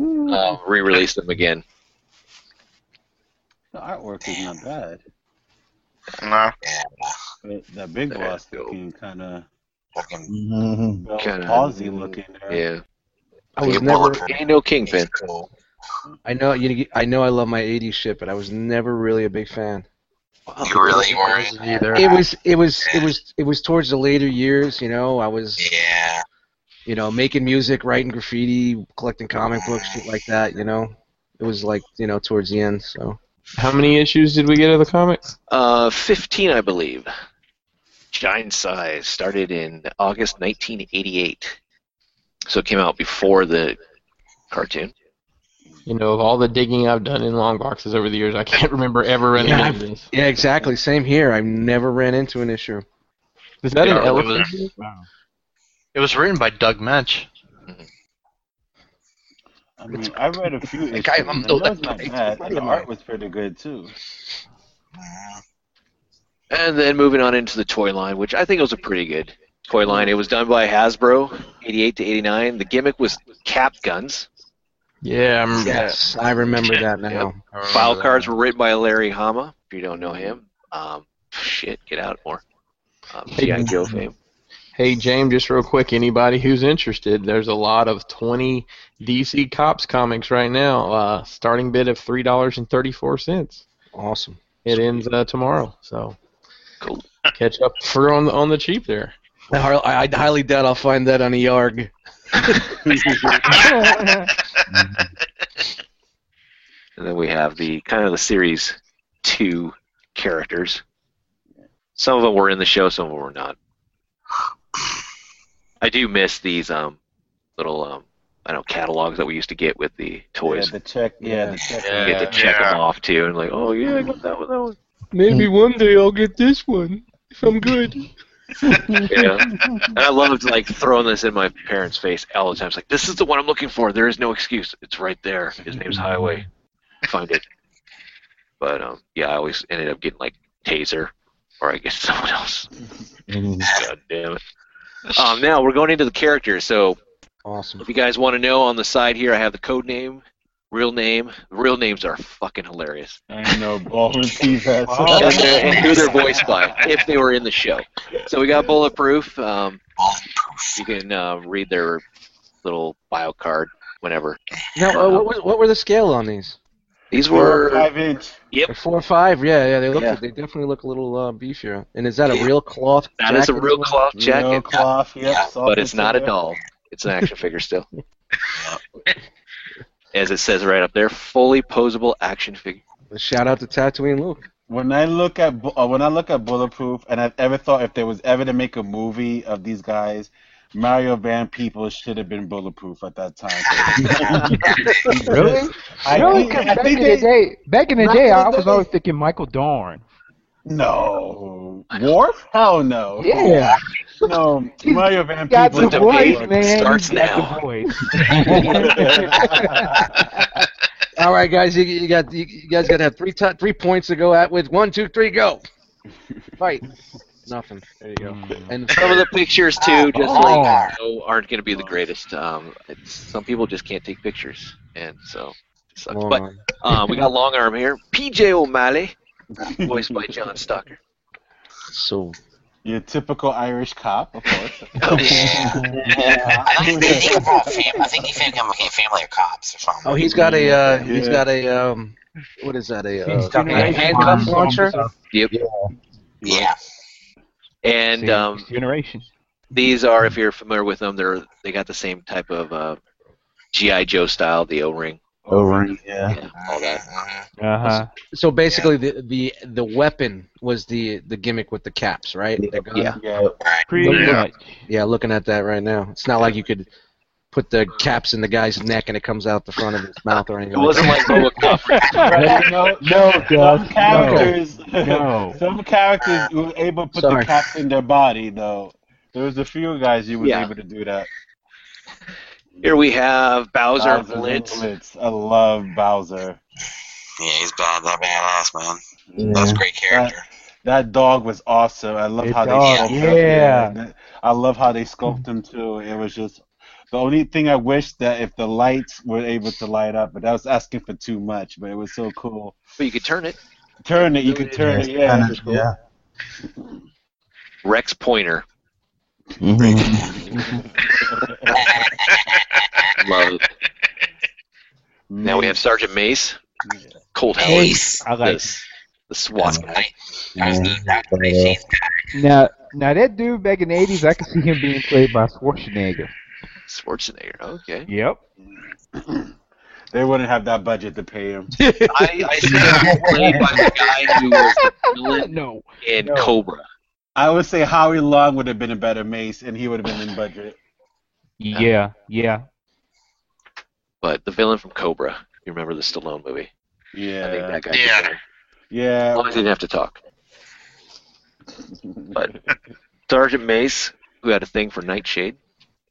Speaker 2: uh, re-released them again.
Speaker 4: The artwork is not bad.
Speaker 3: No.
Speaker 4: But that big
Speaker 2: There
Speaker 4: boss
Speaker 2: you go.
Speaker 4: looking kind of
Speaker 5: Fucking
Speaker 2: Kinda-
Speaker 4: palsy looking. There.
Speaker 2: Yeah,
Speaker 1: I was
Speaker 5: Big
Speaker 1: never.
Speaker 5: bullet.
Speaker 2: ain't no Kingpin.
Speaker 5: cool.
Speaker 1: I know. You, I know. I love my '80s shit, but I was never really a big fan.
Speaker 5: You really were.
Speaker 9: Either.
Speaker 1: It was. It was. It was. It was towards the later years. You know, I was.
Speaker 5: Yeah.
Speaker 1: You know, making music, writing graffiti, collecting comic books, shit like that. You know, it was like you know towards the end. So
Speaker 9: How many issues did we get of the comic?
Speaker 2: Uh, 15, I believe. Giant Size started in August 1988. So it came out before the cartoon.
Speaker 9: You know, of all the digging I've done in long boxes over the years, I can't <laughs> remember ever running
Speaker 1: Yeah.
Speaker 9: into this.
Speaker 1: yeah, exactly. Same here. I never ran into an issue.
Speaker 9: Is that
Speaker 6: Yeah,
Speaker 9: an
Speaker 6: it
Speaker 9: elephant?
Speaker 6: was- It was written by Doug Mensch.
Speaker 4: I mean, I read a few issues.
Speaker 6: guy
Speaker 4: and
Speaker 6: from
Speaker 4: it
Speaker 6: Dota
Speaker 4: was not
Speaker 6: Knight.
Speaker 4: bad. and The art was pretty good too.
Speaker 2: And then moving on into the toy line, which I think was a pretty good toy line. It was done by Hasbro, 88 to 89. The gimmick was cap guns.
Speaker 9: Yeah, I remember that.
Speaker 1: Yes, I remember that now.
Speaker 6: I remember
Speaker 2: File
Speaker 6: that.
Speaker 2: cards were written by Larry Hama. If you don't know him, um, shit, get out more. Um, G.I. Joe fame.
Speaker 9: Hey, James, just real quick, anybody who's interested, there's a lot of 20 DC Cops comics right now, uh, starting bid of $3.34.
Speaker 1: Awesome.
Speaker 9: It ends uh, tomorrow, so
Speaker 2: Cool.
Speaker 9: catch up for on the, on the cheap there.
Speaker 1: I, har- I I highly doubt I'll find that on E a yarg.
Speaker 2: And then we have the kind of the series two characters. Some of them were in the show, some of them were not. I do miss these um little um I don't know, catalogs that we used to get with the toys.
Speaker 4: Yeah, the check. Yeah, the check.
Speaker 2: you had to
Speaker 6: Yeah.
Speaker 2: check them
Speaker 3: Yeah.
Speaker 2: off too, and like, oh yeah, I got that one, that one.
Speaker 7: Maybe
Speaker 9: one day I'll get this one if I'm good.
Speaker 6: <laughs>
Speaker 2: Yeah. and I loved like throwing this in my parents' face all the time. It's like, this is the one I'm looking for. There is no excuse. It's right there. His name's Highway. Find it. But um, yeah, I always ended up getting like Taser, or I guess <laughs> someone else. God damn it. Um, now we're going into the characters. So
Speaker 1: Awesome.
Speaker 2: if you guys want to know, on the side here I have the code name, real name. Real names are fucking hilarious.
Speaker 4: I know Baldwin T.
Speaker 2: And, they're- and who they're voiced by, if they were in the show. So we got bulletproof. Um, you can uh, read their little bio card whenever.
Speaker 1: Now, uh, what, was, what were the scale on these?
Speaker 2: These were
Speaker 4: five inch.
Speaker 1: They're four or five? Yeah, yeah. They look.
Speaker 2: Yeah.
Speaker 1: They definitely look a little uh, beefier. And is that a real cloth?
Speaker 2: that is a
Speaker 1: jacket as
Speaker 2: real
Speaker 1: well?
Speaker 2: cloth
Speaker 4: Real
Speaker 2: jacket,
Speaker 4: cloth. Yep,
Speaker 5: Yeah,
Speaker 4: soft
Speaker 2: but it's
Speaker 4: material.
Speaker 2: not a doll. It's an action figure still. As it says right up there, fully posable action figure.
Speaker 1: Shout out to Tatooine Luke.
Speaker 4: When I look at Bu- uh, when I look at Bulletproof, and I've ever thought if there was ever to make a movie of these guys, Mario Van People should have been Bulletproof at that time.
Speaker 7: Really?
Speaker 4: I
Speaker 7: really?
Speaker 4: think-
Speaker 7: 'Cause
Speaker 4: I
Speaker 7: back
Speaker 4: think
Speaker 7: in the
Speaker 4: they-
Speaker 7: day, back in the
Speaker 4: Not
Speaker 7: day,
Speaker 4: in
Speaker 7: I
Speaker 4: the
Speaker 7: was
Speaker 4: day.
Speaker 7: always thinking Michael Dorn.
Speaker 4: no. Worf? Hell no.
Speaker 7: Yeah,
Speaker 4: No. Mario Van
Speaker 7: he got
Speaker 4: People.
Speaker 2: The
Speaker 7: the
Speaker 2: debate
Speaker 7: voice, man. He
Speaker 2: starts
Speaker 7: got
Speaker 2: now.
Speaker 7: The voice.
Speaker 2: <laughs>
Speaker 1: <laughs> All right, guys. You, you got. You, you guys got to have three ti three points to go at with. One, two, three,
Speaker 4: <laughs>
Speaker 1: go. Fight. Nothing. There you go. And
Speaker 2: Some of the pictures
Speaker 1: Oh.
Speaker 2: too, just
Speaker 7: Oh.
Speaker 2: like you know, aren't going to be the greatest. Um, it's, some people just can't take pictures, and so it sucks.
Speaker 1: Long
Speaker 2: But
Speaker 1: arm.
Speaker 2: um, we got long arm here. PJ O'Malley, voiced by John Stocker.
Speaker 1: so
Speaker 4: Your typical Irish cop, of
Speaker 2: <laughs>
Speaker 4: course.
Speaker 5: I think they think about fam- I think they think I'm looking at family of cops or something.
Speaker 1: Oh, he's got a uh, he's
Speaker 4: Yeah.
Speaker 1: got a um, what is that a uh,
Speaker 4: stuck in a
Speaker 1: handcuff launcher?
Speaker 2: Yep.
Speaker 5: yeah.
Speaker 2: And um,
Speaker 7: generation.
Speaker 2: these are, if you're familiar with them, they're they got the same type of uh, GI Joe style, the O ring
Speaker 4: O-ring, yeah.
Speaker 5: All that.
Speaker 7: Uh huh.
Speaker 1: So basically, the, the the weapon was the the gimmick with the caps, right? The gun?
Speaker 4: Yeah. yeah.
Speaker 7: Pretty
Speaker 3: Yeah.
Speaker 7: much.
Speaker 1: Yeah, looking at that right now, it's not like you could put the caps in the guy's neck and it comes out the front of his mouth or
Speaker 2: It
Speaker 1: anything.
Speaker 2: wasn't like RoboCop.
Speaker 7: <laughs>
Speaker 4: No,
Speaker 7: No,
Speaker 4: some
Speaker 7: Gus. No.
Speaker 4: characters,
Speaker 7: No.
Speaker 4: <laughs> some characters were able to put
Speaker 1: Sorry.
Speaker 4: the caps in their body, though. There was a few guys who was
Speaker 2: Yeah.
Speaker 4: able to do that.
Speaker 2: Here we have Bowser, and
Speaker 4: Bowser and
Speaker 2: Blitz.
Speaker 4: Blitz. I love Bowser.
Speaker 5: Yeah, he's bad. That badass man.
Speaker 10: Yeah.
Speaker 5: That's a great character.
Speaker 4: That dog was awesome. I love
Speaker 7: It
Speaker 4: how they
Speaker 7: dog,
Speaker 4: sculpted
Speaker 7: yeah.
Speaker 4: him. that- I love how they sculpted him too. It was just the only thing I wish that if the lights were able to light up, but that was asking for too much. But it was so cool.
Speaker 2: But you could turn it.
Speaker 4: Turn it, you could turn it. Yeah,
Speaker 10: Kinda, yeah.
Speaker 2: Rex Pointer.
Speaker 10: Mhm.
Speaker 2: <laughs> Love it. Now we have Sergeant Mace. Cold Howard.
Speaker 5: Ace.
Speaker 7: I like.
Speaker 2: This- The SWAT guy.
Speaker 5: That was the- that was the Ace.
Speaker 7: Now, now that dude back in the '80s, I could see him being played by Schwarzenegger.
Speaker 2: Schwarzenegger. Okay.
Speaker 7: Yep.
Speaker 4: They wouldn't have that budget to pay him.
Speaker 2: <laughs> I, I see him played by the guy who was the villain
Speaker 7: No.
Speaker 2: in
Speaker 7: No.
Speaker 4: <laughs>
Speaker 2: Cobra.
Speaker 4: I would say Howie Long would have been a better Mace, and he would have been in budget.
Speaker 7: Yeah. Yeah.
Speaker 2: But the villain from Cobra. You remember the Stallone movie? I think
Speaker 4: Yeah,
Speaker 2: that guy.
Speaker 3: Yeah.
Speaker 2: did it. As
Speaker 4: yeah.
Speaker 2: long as he didn't have
Speaker 5: <laughs>
Speaker 2: to talk. But Sergeant Mace, who had a thing for Nightshade.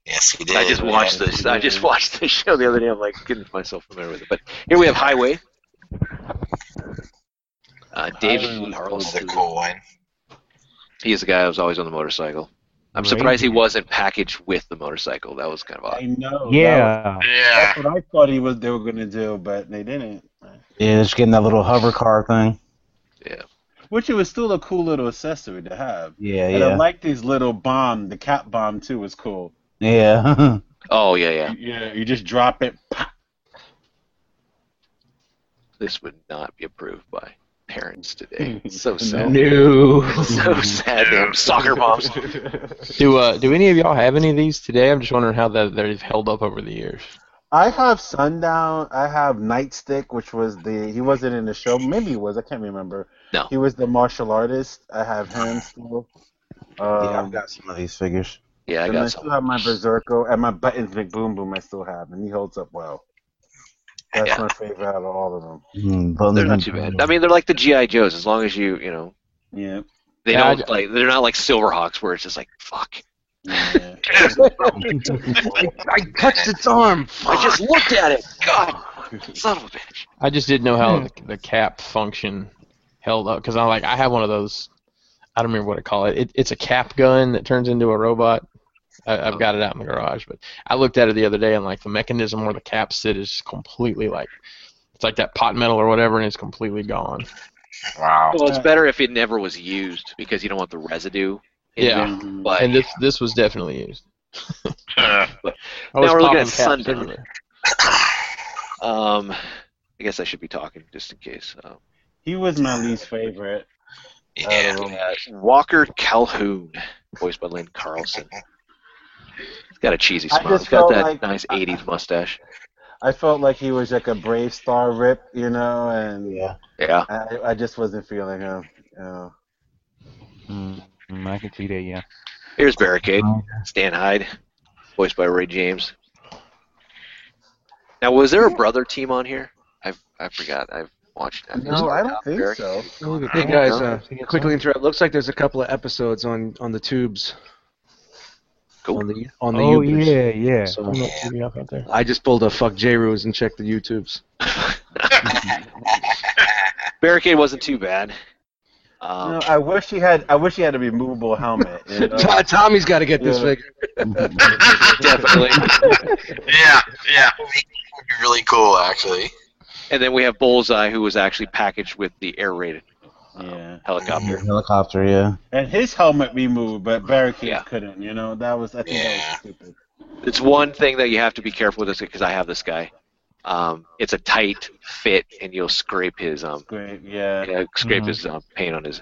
Speaker 5: Yes, he did.
Speaker 2: I just watched
Speaker 5: Yeah.
Speaker 2: this. I just watched this show the other day. I'm like getting myself familiar with it. But here we have Highway. Uh, David Lee
Speaker 5: That
Speaker 2: Harlan.
Speaker 5: was the cool one.
Speaker 2: He is the guy who was always on the motorcycle. I'm
Speaker 7: Right.
Speaker 2: surprised he wasn't packaged with the motorcycle. That was kind of
Speaker 4: I
Speaker 2: odd.
Speaker 4: know. that was-
Speaker 7: Yeah.
Speaker 3: Yeah.
Speaker 4: That's what I thought he was. They were gonna do, but they didn't.
Speaker 10: Yeah, just getting that little hover car thing.
Speaker 4: Which it was still a cool little accessory to have.
Speaker 10: Yeah,
Speaker 4: And I
Speaker 10: yeah.
Speaker 4: liked his little bomb. The cat bomb too was cool.
Speaker 8: <laughs>
Speaker 10: Yeah.
Speaker 2: Oh yeah, yeah.
Speaker 4: Yeah, you just drop it. pop.
Speaker 2: This would not be approved by parents
Speaker 4: <laughs>
Speaker 2: today. So
Speaker 4: No.
Speaker 2: sad. <laughs>
Speaker 9: No. Hmm,
Speaker 2: So sad. Damn soccer
Speaker 4: <laughs>
Speaker 2: moms.
Speaker 9: Do uh do any of y'all have any of these today? I'm just wondering how that they've held up over the years.
Speaker 4: I have Sundown. I have Nightstick, which was the he wasn't in the show. Maybe he was. I can't remember.
Speaker 2: No.
Speaker 4: He was the martial artist. I have him still.
Speaker 10: yeah, I've
Speaker 4: Um,
Speaker 10: got some of these figures.
Speaker 2: Yeah, I
Speaker 4: and I
Speaker 2: got
Speaker 4: still
Speaker 2: some.
Speaker 4: have my Berserker and my Buttons McBoom Boom. I still have, and he holds up well. That's
Speaker 2: Yeah.
Speaker 4: my favorite out of all of them.
Speaker 10: Mm, but-
Speaker 2: They're not too bad. I mean, they're like the GI Joes. As long as you, you know,
Speaker 4: Yeah.
Speaker 2: they
Speaker 9: Yeah, I
Speaker 2: don't like. They're not like Silverhawks, where it's just like fuck.
Speaker 4: yeah.
Speaker 1: <laughs> I touched its arm.
Speaker 2: oh, I just looked at it. God, son of a bitch.
Speaker 9: I just didn't know how the, the cap function held up because I like I have one of those. I don't remember what I call it. it it's a cap gun that turns into a robot. I, I've got it out in the garage, but I looked at it the other day and like the mechanism where the caps sit is completely like it's like that pot metal or whatever, and it's completely gone.
Speaker 5: Wow.
Speaker 2: Well, it's better if it never was used because you don't want the residue. in
Speaker 9: Yeah.
Speaker 2: there,
Speaker 4: Mm-hmm.
Speaker 2: But
Speaker 9: And this this was definitely used.
Speaker 3: Uh,
Speaker 9: I
Speaker 2: Now
Speaker 9: was
Speaker 2: we're looking
Speaker 9: popping
Speaker 2: at
Speaker 9: caps
Speaker 2: Sundown.
Speaker 9: everywhere.
Speaker 2: um, I guess I should be talking just in case. Um,
Speaker 4: He was my least favorite.
Speaker 5: Yeah.
Speaker 4: Um,
Speaker 2: Walker Calhoun, voiced by Lynn Carlson. He's got a cheesy
Speaker 4: I
Speaker 2: smile.
Speaker 4: just
Speaker 2: He's got
Speaker 4: felt
Speaker 2: that
Speaker 4: like-
Speaker 2: nice '80s mustache.
Speaker 4: I felt like he was like a brave star rip, you know, and
Speaker 10: Yeah.
Speaker 2: Yeah.
Speaker 4: I, I just wasn't feeling him. You know.
Speaker 7: Mm, mm, I can see that. Yeah. Um,
Speaker 2: Here's Barricade. Stan Hyde, voiced by Ray James. Now, was there a brother team on here? I I forgot. I've watched that.
Speaker 4: No, I don't think
Speaker 2: Barricade.
Speaker 4: so.
Speaker 1: Hey guys, uh, quickly interrupt. Looks like there's a couple of episodes on on the tubes.
Speaker 2: Cool.
Speaker 1: On the on the
Speaker 7: Oh
Speaker 1: Ubers.
Speaker 7: yeah, yeah.
Speaker 1: So
Speaker 9: out there.
Speaker 1: I just pulled a fuck J Ruse and checked the YouTubes.
Speaker 2: Barricade wasn't too bad. Um,
Speaker 4: No, I wish he had. I wish he had a removable helmet. You know?
Speaker 1: Tom- Tommy's got to get this
Speaker 4: Yeah.
Speaker 1: figure.
Speaker 2: definitely.
Speaker 3: <laughs> yeah, yeah.
Speaker 5: Would be really cool, actually.
Speaker 2: And then we have Bullseye, who was actually packaged with the air raid
Speaker 4: yeah.
Speaker 2: helicopter.
Speaker 10: Helicopter, yeah.
Speaker 4: And his helmet removed, but Barricade
Speaker 2: Yeah.
Speaker 4: couldn't. You know, that was. I think
Speaker 5: Yeah.
Speaker 4: that was stupid.
Speaker 2: It's one thing that you have to be careful with because I have this guy. Um, it's a tight fit, and you'll scrape his um,
Speaker 4: Great. Yeah. Mm-hmm.
Speaker 2: you know, scrape
Speaker 7: Mhm.
Speaker 2: his um, paint on his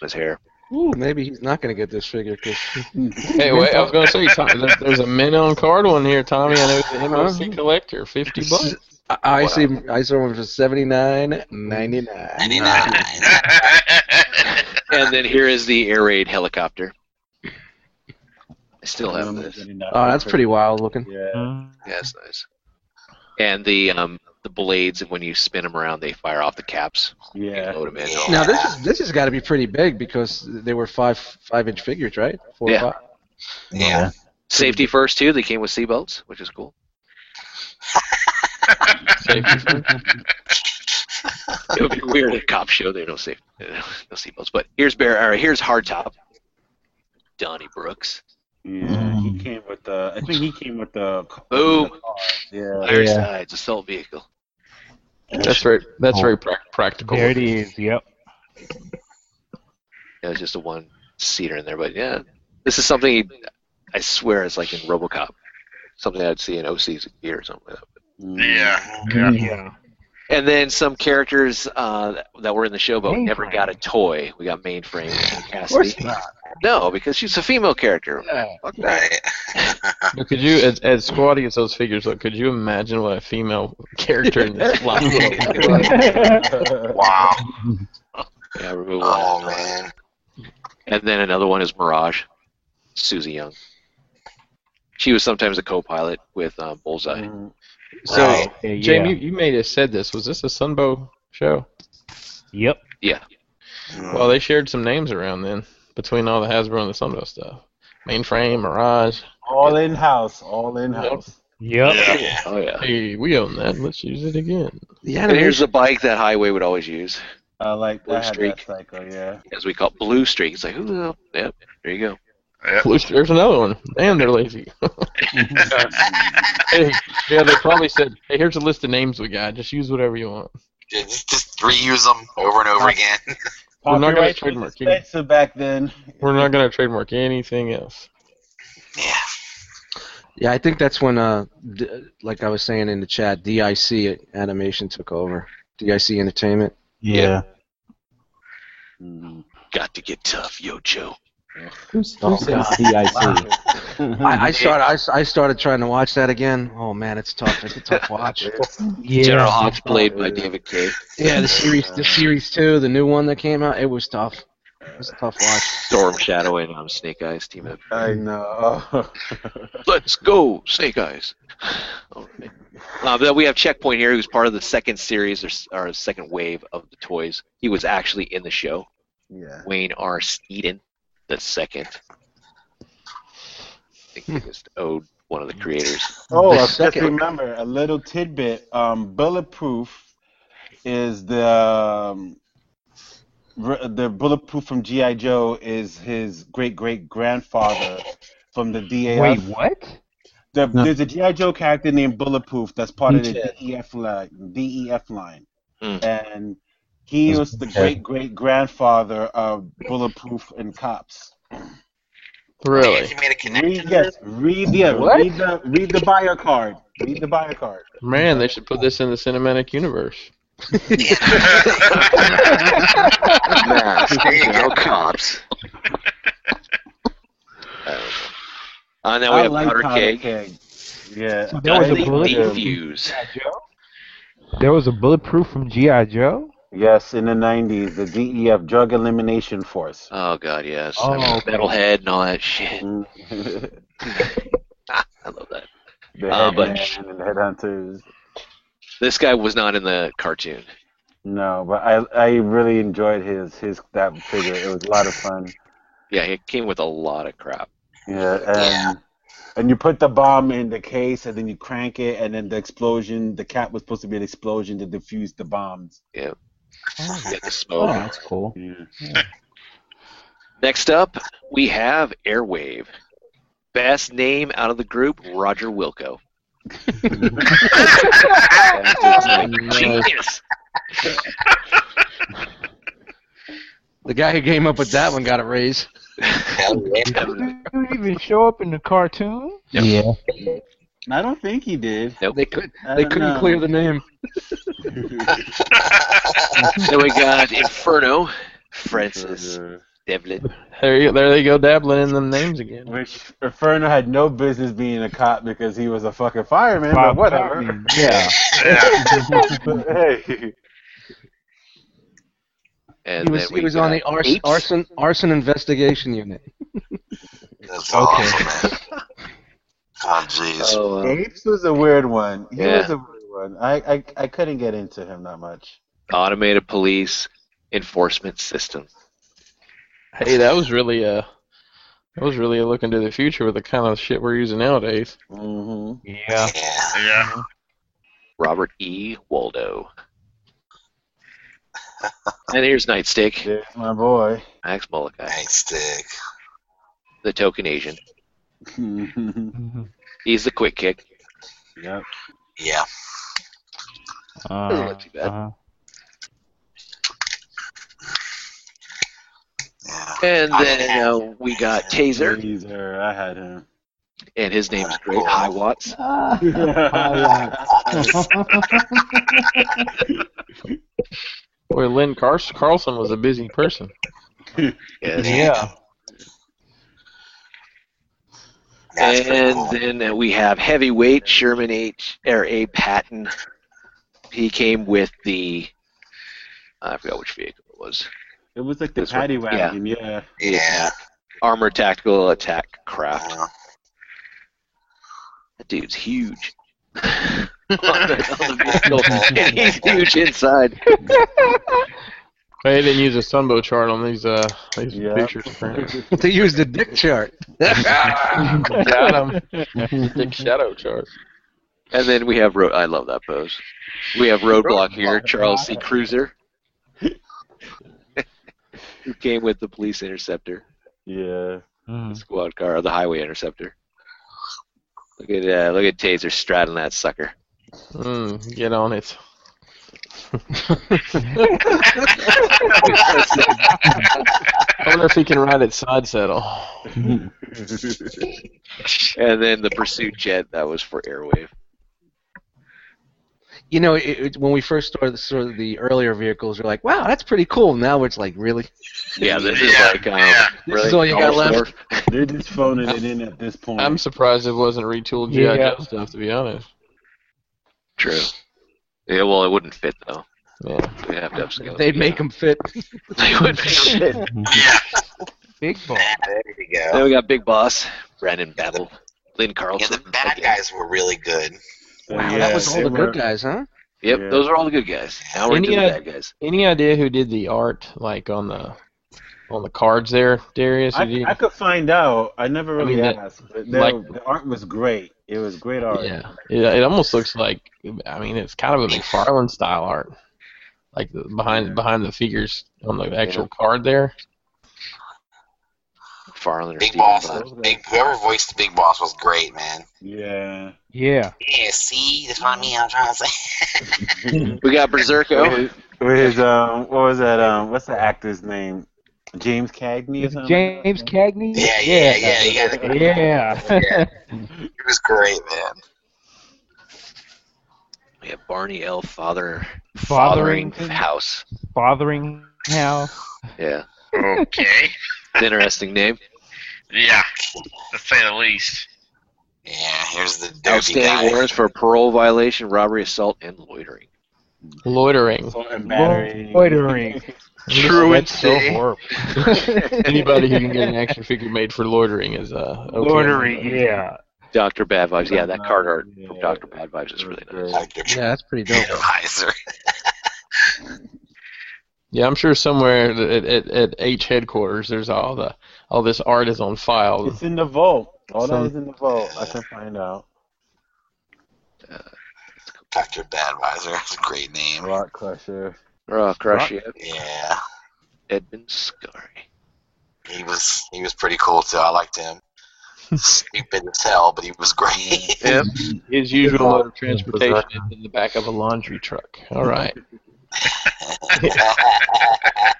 Speaker 2: his hair.
Speaker 1: Ooh, maybe he's not going to get this
Speaker 2: <laughs>
Speaker 1: figure because
Speaker 9: Hey, wait,
Speaker 2: oh,
Speaker 9: I was gonna say something. There- There's a mint on card one here, Tommy. I know it's the MOC collector, fifty bucks.
Speaker 1: I, I see. I saw him for seventy nine ninety nine.
Speaker 5: 99.
Speaker 2: And then here is the air raid helicopter. I still have this.
Speaker 1: Oh, that's pretty wild looking.
Speaker 4: Yeah.
Speaker 2: Yeah, it's nice. And the um, the blades, when you spin them around, they fire off the caps.
Speaker 4: Yeah.
Speaker 2: Load 'em in.
Speaker 1: Now this is, this has got to be pretty big because they were five five inch figures, right? Four
Speaker 2: Yeah.
Speaker 1: Five.
Speaker 5: Yeah.
Speaker 2: Safety first too. They came with seatbelts, which is cool. it would be weird at a cop show. They don't say <laughs> no seatbelts. But here's Bear. All right, here's Hardtop. Donnie Brooks.
Speaker 4: Yeah, he
Speaker 7: Mm.
Speaker 4: came with the. I think he came with the.
Speaker 2: Boom.
Speaker 4: Yeah.
Speaker 2: Ironsides assault vehicle.
Speaker 9: That's very that's very prac- practical.
Speaker 7: There it is. Yep.
Speaker 2: It was just a one seater in there, but yeah, this is something I swear it's like in RoboCop, something I'd see in OC's gear or something like that.
Speaker 4: Mm.
Speaker 3: Yeah. Yeah.
Speaker 2: And then some characters uh, that were in the show but never
Speaker 7: Mainframe.
Speaker 2: got a toy. We got
Speaker 4: <sighs>
Speaker 2: mainframe and Cassidy. No, because she's a female character. Fuck that.
Speaker 5: Right.
Speaker 9: But could you, as, as squatty as those figures look, could you imagine what a female <laughs> character in
Speaker 7: <laughs>
Speaker 9: this line would look
Speaker 1: <laughs>
Speaker 9: like?
Speaker 5: Wow.
Speaker 2: Yeah, remove one.
Speaker 5: Oh man.
Speaker 2: And then another one is Mirage, Susie Young. She was sometimes a co-pilot with um, Bullseye.
Speaker 4: Mm.
Speaker 9: So,
Speaker 5: Right.
Speaker 7: Uh, Yeah, yeah.
Speaker 9: Jamie, you, you may have said this. Was this a Sunbow show?
Speaker 7: Yep.
Speaker 2: Yeah,
Speaker 9: Well, they shared some names around then between all the Hasbro and the Sunbow stuff. Mainframe, Mirage.
Speaker 4: All in house. All in house.
Speaker 7: Yep.
Speaker 3: Yeah.
Speaker 2: oh yeah.
Speaker 9: Hey, we own that. Let's use it again.
Speaker 1: The
Speaker 2: And
Speaker 1: animation.
Speaker 2: here's the bike that Highway would always use,
Speaker 4: I like
Speaker 2: Blue
Speaker 4: that, I had
Speaker 2: streak.
Speaker 4: that cycle. Yeah.
Speaker 2: as we call it, Blue Streak. It's like, who the hell? Yep, there you go.
Speaker 3: Yeah.
Speaker 9: Blue- There's another one. Damn, they're lazy. <laughs> hey, yeah, they probably said, hey, here's a list of names we got. Just use whatever you want.
Speaker 5: Just, just reuse them over and over again.
Speaker 9: We're not gonna
Speaker 4: Copyright was
Speaker 9: trademark it.
Speaker 4: expensive back then.
Speaker 9: We're not going to trademark anything else.
Speaker 5: Yeah.
Speaker 1: Yeah, I think that's when, uh, d- like I was saying in the chat, DIC animation took over. DIC Entertainment.
Speaker 10: Yeah.
Speaker 2: Got to get tough, Yocho.
Speaker 8: Who's, who
Speaker 1: Oh,
Speaker 8: says
Speaker 1: <laughs>
Speaker 8: DIC?
Speaker 1: I, I started. I s- I, started trying to watch that again. Oh man, it's tough. It's a tough watch.
Speaker 7: Yeah.
Speaker 2: General Hawks played by David Cave.
Speaker 1: yeah, the series, the series two, the new one that came out. It was tough. It was a tough watch.
Speaker 2: Storm Shadow and um, Snake Eyes team up.
Speaker 4: I know.
Speaker 2: Let's go, Snake Eyes. <sighs> All right. Uh, but we have Checkpoint here, who's part of the second series or, s- or second wave of the toys. He was actually in the show.
Speaker 4: yeah.
Speaker 2: Wayne R. Steeden, the second. I
Speaker 4: Hmm.
Speaker 2: think he just owed one of the creators.
Speaker 4: Oh,
Speaker 1: The
Speaker 4: I just
Speaker 1: second-
Speaker 4: remember a little tidbit. Um, bulletproof is the um, r- the bulletproof from GI Joe is his great great grandfather from the DAF.
Speaker 7: Wait, what?
Speaker 4: The,
Speaker 10: No.
Speaker 4: There's a GI Joe character named Bulletproof that's part of the E
Speaker 10: Beachhead.
Speaker 4: DEF line. DEF E line,
Speaker 1: Hmm.
Speaker 2: Mm.
Speaker 4: and he
Speaker 10: That's
Speaker 4: was the
Speaker 10: Beachhead.
Speaker 4: great great grandfather of Bulletproof and Cops.
Speaker 9: <laughs> Really?
Speaker 5: You made a connection.
Speaker 4: Read, yes, read the
Speaker 7: What?
Speaker 4: read the read the bio card. Read the bio card.
Speaker 9: Man, they should put this in the cinematic universe.
Speaker 2: Mask and cops. I don't know. Uh, now we
Speaker 4: I
Speaker 2: have
Speaker 4: like
Speaker 2: Powder
Speaker 4: powder
Speaker 2: Keg.
Speaker 4: keg. Yeah.
Speaker 7: That was a
Speaker 2: Dudley
Speaker 7: bullet-
Speaker 2: Defuse.
Speaker 7: There was a bulletproof from GI Joe.
Speaker 4: Yes, in the '90s, the DEF Drug Elimination Force.
Speaker 2: Oh god, yes.
Speaker 7: Oh,
Speaker 2: I mean,
Speaker 7: okay.
Speaker 2: Metalhead and all that shit.
Speaker 4: Mm. <laughs> the
Speaker 2: I love that. Uh, but-
Speaker 4: Headman and the Headhunters.
Speaker 2: This guy was not in the cartoon.
Speaker 4: No, but I I really enjoyed his his that figure. It was a lot of fun.
Speaker 2: Yeah, he came with a lot of crap.
Speaker 4: Yeah, and and you put the bomb in the case, and then you crank it, and then the explosion. The cap was supposed to be an explosion to defuse the bombs.
Speaker 2: He had the
Speaker 8: Oh,
Speaker 2: smoke.
Speaker 8: that's cool.
Speaker 2: Next up, we have Airwave. Best name out of the group, Roger Wilco.
Speaker 4: <laughs>
Speaker 2: Genius.
Speaker 1: The guy who came up with that one got a raise.
Speaker 5: Hell yeah.
Speaker 7: Did you even show up in the cartoon?
Speaker 10: Yeah.
Speaker 4: I don't think he did.
Speaker 1: They could.
Speaker 4: I
Speaker 1: They
Speaker 4: don't
Speaker 1: couldn't
Speaker 4: know.
Speaker 1: clear the name.
Speaker 2: Then we got Inferno, Francis Devlin.
Speaker 9: There you there they go dabbling in them names again.
Speaker 4: Which Inferno had no business being a cop because he was a fucking fireman, but
Speaker 7: Bob
Speaker 4: whatever.
Speaker 7: Cotton, Yeah.
Speaker 4: But hey,
Speaker 2: And
Speaker 1: He
Speaker 2: then
Speaker 1: was, he
Speaker 2: we
Speaker 1: was on
Speaker 2: got
Speaker 1: the ars-
Speaker 2: eight.
Speaker 1: arson arson investigation unit.
Speaker 5: That's awesome, man. God, jeez.
Speaker 2: Oh, uh,
Speaker 4: Apes was a weird one. He
Speaker 2: Yeah.
Speaker 4: was a weird one. I, I I couldn't get into him that much.
Speaker 2: automated police enforcement system.
Speaker 9: Hey, that was really uh that was really a look into the future with the kind of shit we're using nowadays.
Speaker 4: hmm
Speaker 7: Yeah.
Speaker 5: Yeah.
Speaker 3: Yeah.
Speaker 2: Robert E. Waldo. and here's Nightstick,
Speaker 4: There's my boy.
Speaker 2: Max Molokai,
Speaker 5: Night stick.
Speaker 2: the token Asian.
Speaker 4: yep.
Speaker 2: He's the quick kick.
Speaker 5: Yeah.
Speaker 2: Doesn't look too bad.
Speaker 7: uh,
Speaker 5: Yeah.
Speaker 2: And then uh, we got Taser,
Speaker 4: Taser, I had him.
Speaker 2: and his name's Great
Speaker 5: <laughs>
Speaker 2: High Watts.
Speaker 9: Boy, Lynn Car- Carlson was a busy person.
Speaker 2: Yes.
Speaker 7: yeah.
Speaker 5: That's pretty
Speaker 2: and
Speaker 5: cool.
Speaker 2: then uh, we have heavyweight Sherman H. or A. Patton. He came with the I forgot which vehicle it was.
Speaker 4: It was like the
Speaker 2: This one,
Speaker 4: paddy wagon, yeah.
Speaker 5: yeah.
Speaker 2: Armored tactical attack craft.
Speaker 5: Uh,
Speaker 2: That dude's huge. On the-
Speaker 1: <laughs>
Speaker 2: on the vehicle. and he's huge inside.
Speaker 9: They didn't use a sunbow chart on these uh these
Speaker 4: Yeah.
Speaker 9: pictures. apparently.
Speaker 1: <laughs> They used the
Speaker 2: <laughs>
Speaker 1: dick chart.
Speaker 9: Got 'em. Dick shadow chart.
Speaker 2: And then we have road. I love that pose. We have roadblock here, Charles C. Cruiser, who came with the police interceptor.
Speaker 4: Yeah.
Speaker 2: the squad car or the highway interceptor. Look at uh, look at Taser straddling that sucker.
Speaker 9: Mm, get on it.
Speaker 1: <laughs>
Speaker 9: I wonder if he can ride it
Speaker 2: <laughs>
Speaker 9: side saddle.
Speaker 2: And then the pursuit jet that was for airwave.
Speaker 1: You know, it, it, when we first started sort of the earlier vehicles, you're like, "Wow, that's pretty cool." Now it's like, really?
Speaker 2: Yeah, this
Speaker 1: <laughs>
Speaker 2: is
Speaker 3: Yeah,
Speaker 2: like um,
Speaker 3: yeah.
Speaker 1: This is all you got left?
Speaker 4: They're just phoning it in at this point.
Speaker 9: I'm surprised it wasn't retooled GI
Speaker 7: Yeah.
Speaker 9: Joe stuff, to be honest.
Speaker 2: True. Yeah, well, it wouldn't fit though.
Speaker 9: Yeah.
Speaker 2: They have to upscale. it.
Speaker 1: They'd make them fit.
Speaker 2: <laughs> They would make 'em.
Speaker 3: Yeah.
Speaker 7: Big ball.
Speaker 5: there you
Speaker 2: then
Speaker 5: go.
Speaker 2: we got Big Boss, Brandon Battle, Lynn
Speaker 5: Yeah,
Speaker 2: Carlson.
Speaker 5: the bad
Speaker 2: again.
Speaker 5: guys were really good.
Speaker 1: Wow,
Speaker 9: uh,
Speaker 1: that was all the good guys, huh?
Speaker 2: Yep,
Speaker 4: Yeah.
Speaker 2: those are all the good guys. Now we're into the
Speaker 9: Any, uh,
Speaker 2: bad guys.
Speaker 9: Any idea who did the art, like on the on the cards there, Darius? Did
Speaker 4: I,
Speaker 9: you-
Speaker 4: I could find out. I never
Speaker 9: I mean,
Speaker 4: really
Speaker 9: that-
Speaker 4: asked. But the,
Speaker 9: like-
Speaker 4: the art was great. It was great art.
Speaker 9: yeah. yeah. It almost looks like I mean it's kind of a McFarlane style art, like the, behind
Speaker 4: Yeah.
Speaker 9: behind the figures on the actual card there.
Speaker 2: Farland or
Speaker 5: Big
Speaker 2: Steven
Speaker 5: Boss.
Speaker 2: Boss.
Speaker 5: Big, whoever voiced the Big Boss was great, man.
Speaker 4: Yeah.
Speaker 7: Yeah.
Speaker 5: Yeah, see? That's what I mean. I'm trying to say.
Speaker 2: We got Berserko.
Speaker 4: With, with his, um, what was that? Um, what's the actor's name? James Cagney or
Speaker 7: Is <laughs>
Speaker 4: something?
Speaker 7: it James Cagney?
Speaker 5: yeah, yeah, yeah. You got it.
Speaker 7: Yeah.
Speaker 5: He was great, man.
Speaker 2: We have Barney L. Father.
Speaker 7: <laughs> Fathering-
Speaker 2: Fathering House.
Speaker 7: Bothering how?
Speaker 2: Yeah.
Speaker 3: Okay.
Speaker 5: <laughs>
Speaker 2: Interesting name.
Speaker 3: Yeah. To say the least.
Speaker 5: Yeah, here's the dopey guy.
Speaker 2: Outstanding warrants for parole violation, robbery, assault, and
Speaker 1: Uh,
Speaker 2: loitering.
Speaker 9: Loitering.
Speaker 4: Salt and battery.
Speaker 7: Loitering.
Speaker 6: Truancy.
Speaker 7: That's so horrible.
Speaker 2: <laughs>
Speaker 9: Anybody who can get an action figure made for loitering is uh okay.
Speaker 7: Loitering, yeah.
Speaker 2: Dr. Bad Vibes. Yeah, that card art from
Speaker 4: Yeah.
Speaker 2: Dr. Bad Vibes is really nice.
Speaker 5: Like the
Speaker 1: Yeah, that's pretty dope.
Speaker 5: advisor.
Speaker 9: <laughs> Yeah, I'm sure somewhere at, at, at H headquarters there's all the all this art is on file.
Speaker 4: It's in the vault. All
Speaker 9: Some-
Speaker 4: that is in the vault. I can find out.
Speaker 5: Dr. Badvisor. That's a great name.
Speaker 4: Rock Crusher.
Speaker 2: Raw Crush, yeah.
Speaker 5: Yeah.
Speaker 2: Edmund Scarry.
Speaker 5: He was he was pretty cool too. I liked him. Stupid as hell, but he was great. <laughs>
Speaker 9: Yep. His usual
Speaker 7: Yeah.
Speaker 9: mode <laughs> of transportation is in the back of a laundry truck.
Speaker 2: <laughs>
Speaker 9: All right.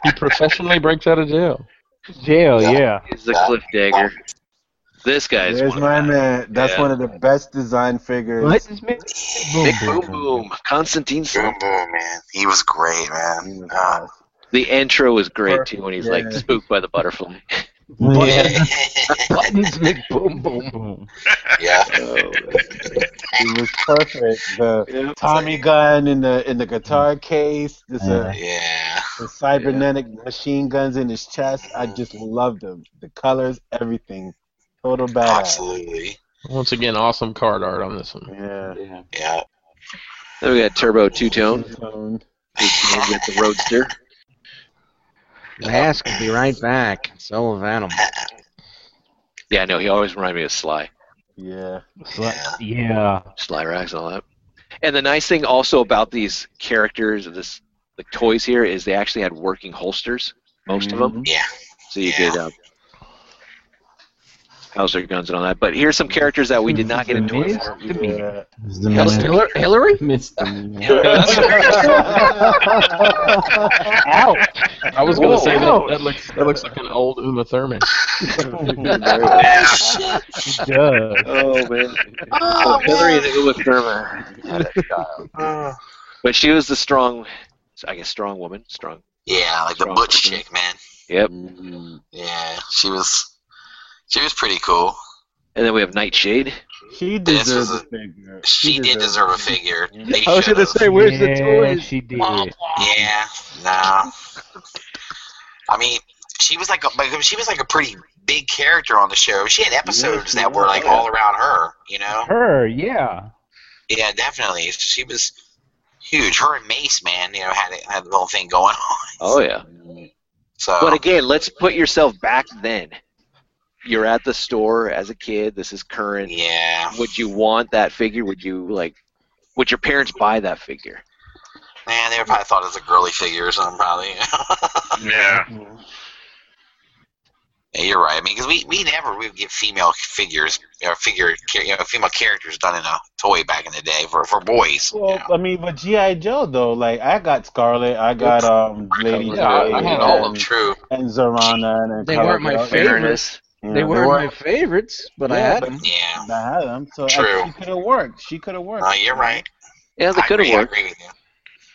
Speaker 9: He professionally breaks out of jail.
Speaker 7: Jail, yeah.
Speaker 2: He's the Cliff Dagger. This guy is
Speaker 4: There's
Speaker 2: one
Speaker 4: my
Speaker 2: of my
Speaker 4: man. That's
Speaker 2: Yeah.
Speaker 4: one of the best design figures.
Speaker 7: What is me?
Speaker 2: Big Boom Boom. Constantine
Speaker 5: boom
Speaker 2: Slump.
Speaker 5: boom man. He was great,
Speaker 4: He
Speaker 5: man.
Speaker 4: was
Speaker 5: Uh,
Speaker 4: awesome.
Speaker 2: The intro is great too when he's like spooked by
Speaker 5: <laughs>
Speaker 2: the butterfly.
Speaker 10: Yeah.
Speaker 7: Buttons make boom, boom, boom.
Speaker 5: yeah.
Speaker 4: It Oh, was perfect. The Tommy gun in the in the guitar case. This uh,
Speaker 5: Yeah. <laughs> Mm.
Speaker 4: the cybernetic machine guns in his chest. I just loved them. The colors, everything, total badass.
Speaker 5: Absolutely.
Speaker 9: Once again, awesome card art on this one.
Speaker 4: Yeah.
Speaker 8: Yeah.
Speaker 5: Yeah.
Speaker 2: Then we got Turbo Two Tone.
Speaker 4: Tone.
Speaker 2: With the Roadster.
Speaker 1: Mask will be right back. So will Venom.
Speaker 2: Yeah, I know. He always reminded me of Sly.
Speaker 4: Yeah.
Speaker 5: Yeah.
Speaker 7: Yeah.
Speaker 2: Sly Rags and all that. And the nice thing also about these characters, this the toys here, is they actually had working holsters, most of them.
Speaker 5: Yeah.
Speaker 2: So you
Speaker 5: Yeah.
Speaker 2: could uh, house their guns and all that. But here's some characters that we did not get a toy for.
Speaker 4: Yeah.
Speaker 10: It's the
Speaker 2: Hil-
Speaker 10: minute.
Speaker 2: Hiller- Hillary?
Speaker 8: <laughs> Missed
Speaker 4: <laughs>
Speaker 9: <laughs>
Speaker 7: Ouch.
Speaker 9: I was gonna
Speaker 2: Whoa.
Speaker 9: say that, that looks that looks like an old Uma Thurman.
Speaker 7: It does.
Speaker 2: Oh man. Hillary and Uma Thurman had a child. But she was the strong, I guess, strong woman. Strong.
Speaker 5: Yeah, like the
Speaker 2: Strong
Speaker 5: butch
Speaker 2: person.
Speaker 5: chick, man.
Speaker 2: Yep.
Speaker 5: Mm, Yeah, she was. She was pretty cool.
Speaker 2: And then we have Nightshade.
Speaker 4: She
Speaker 5: This was
Speaker 4: deserved a
Speaker 5: a-
Speaker 4: figure.
Speaker 5: She did deserve a
Speaker 1: <laughs>
Speaker 5: figure. They
Speaker 1: I was gonna
Speaker 5: should've.
Speaker 1: say, where's
Speaker 7: yeah,
Speaker 1: the toys?
Speaker 7: she did.
Speaker 5: Yeah, no. I mean, she was like a like, she was like a pretty big character on the show. She had episodes that were like all around her, you know.
Speaker 7: Her, yeah.
Speaker 5: Yeah, definitely. She was huge. Her and Mace, man, you know, had it- had the whole thing going on.
Speaker 2: Oh yeah.
Speaker 5: So
Speaker 2: But again, let's put yourself back then. You're at the store as a kid. This is current.
Speaker 5: yeah,
Speaker 2: Would you want that figure? Would you like? Would your parents buy that figure?
Speaker 5: man, they probably thought it was a girly figure or something, probably. <laughs>
Speaker 3: Yeah.
Speaker 5: Yeah, you're right. I mean, because we, we never we would get female figures, you know, figure, you know, female characters done in a toy back in the day for, for boys. you
Speaker 4: Well,
Speaker 5: know.
Speaker 4: I mean, but GI Joe though, like I got Scarlet, I got um Lady
Speaker 9: Yeah,
Speaker 4: J, uh,
Speaker 9: I- I had all of
Speaker 5: Um, True.
Speaker 4: and, and Zorana, and
Speaker 1: They
Speaker 4: Colour
Speaker 1: weren't my
Speaker 4: Girl.
Speaker 1: favorites.
Speaker 4: Yeah,
Speaker 1: They weren't my favorites, but I
Speaker 4: Yeah,
Speaker 1: had
Speaker 4: but-
Speaker 1: them.
Speaker 5: Yeah.
Speaker 4: I had them, so I-
Speaker 5: True.
Speaker 4: she could have worked. She could have worked.
Speaker 5: No, Uh, you're right.
Speaker 2: Yeah, they
Speaker 5: I
Speaker 2: could
Speaker 5: agree,
Speaker 2: have
Speaker 5: I
Speaker 2: worked.
Speaker 5: agree with you.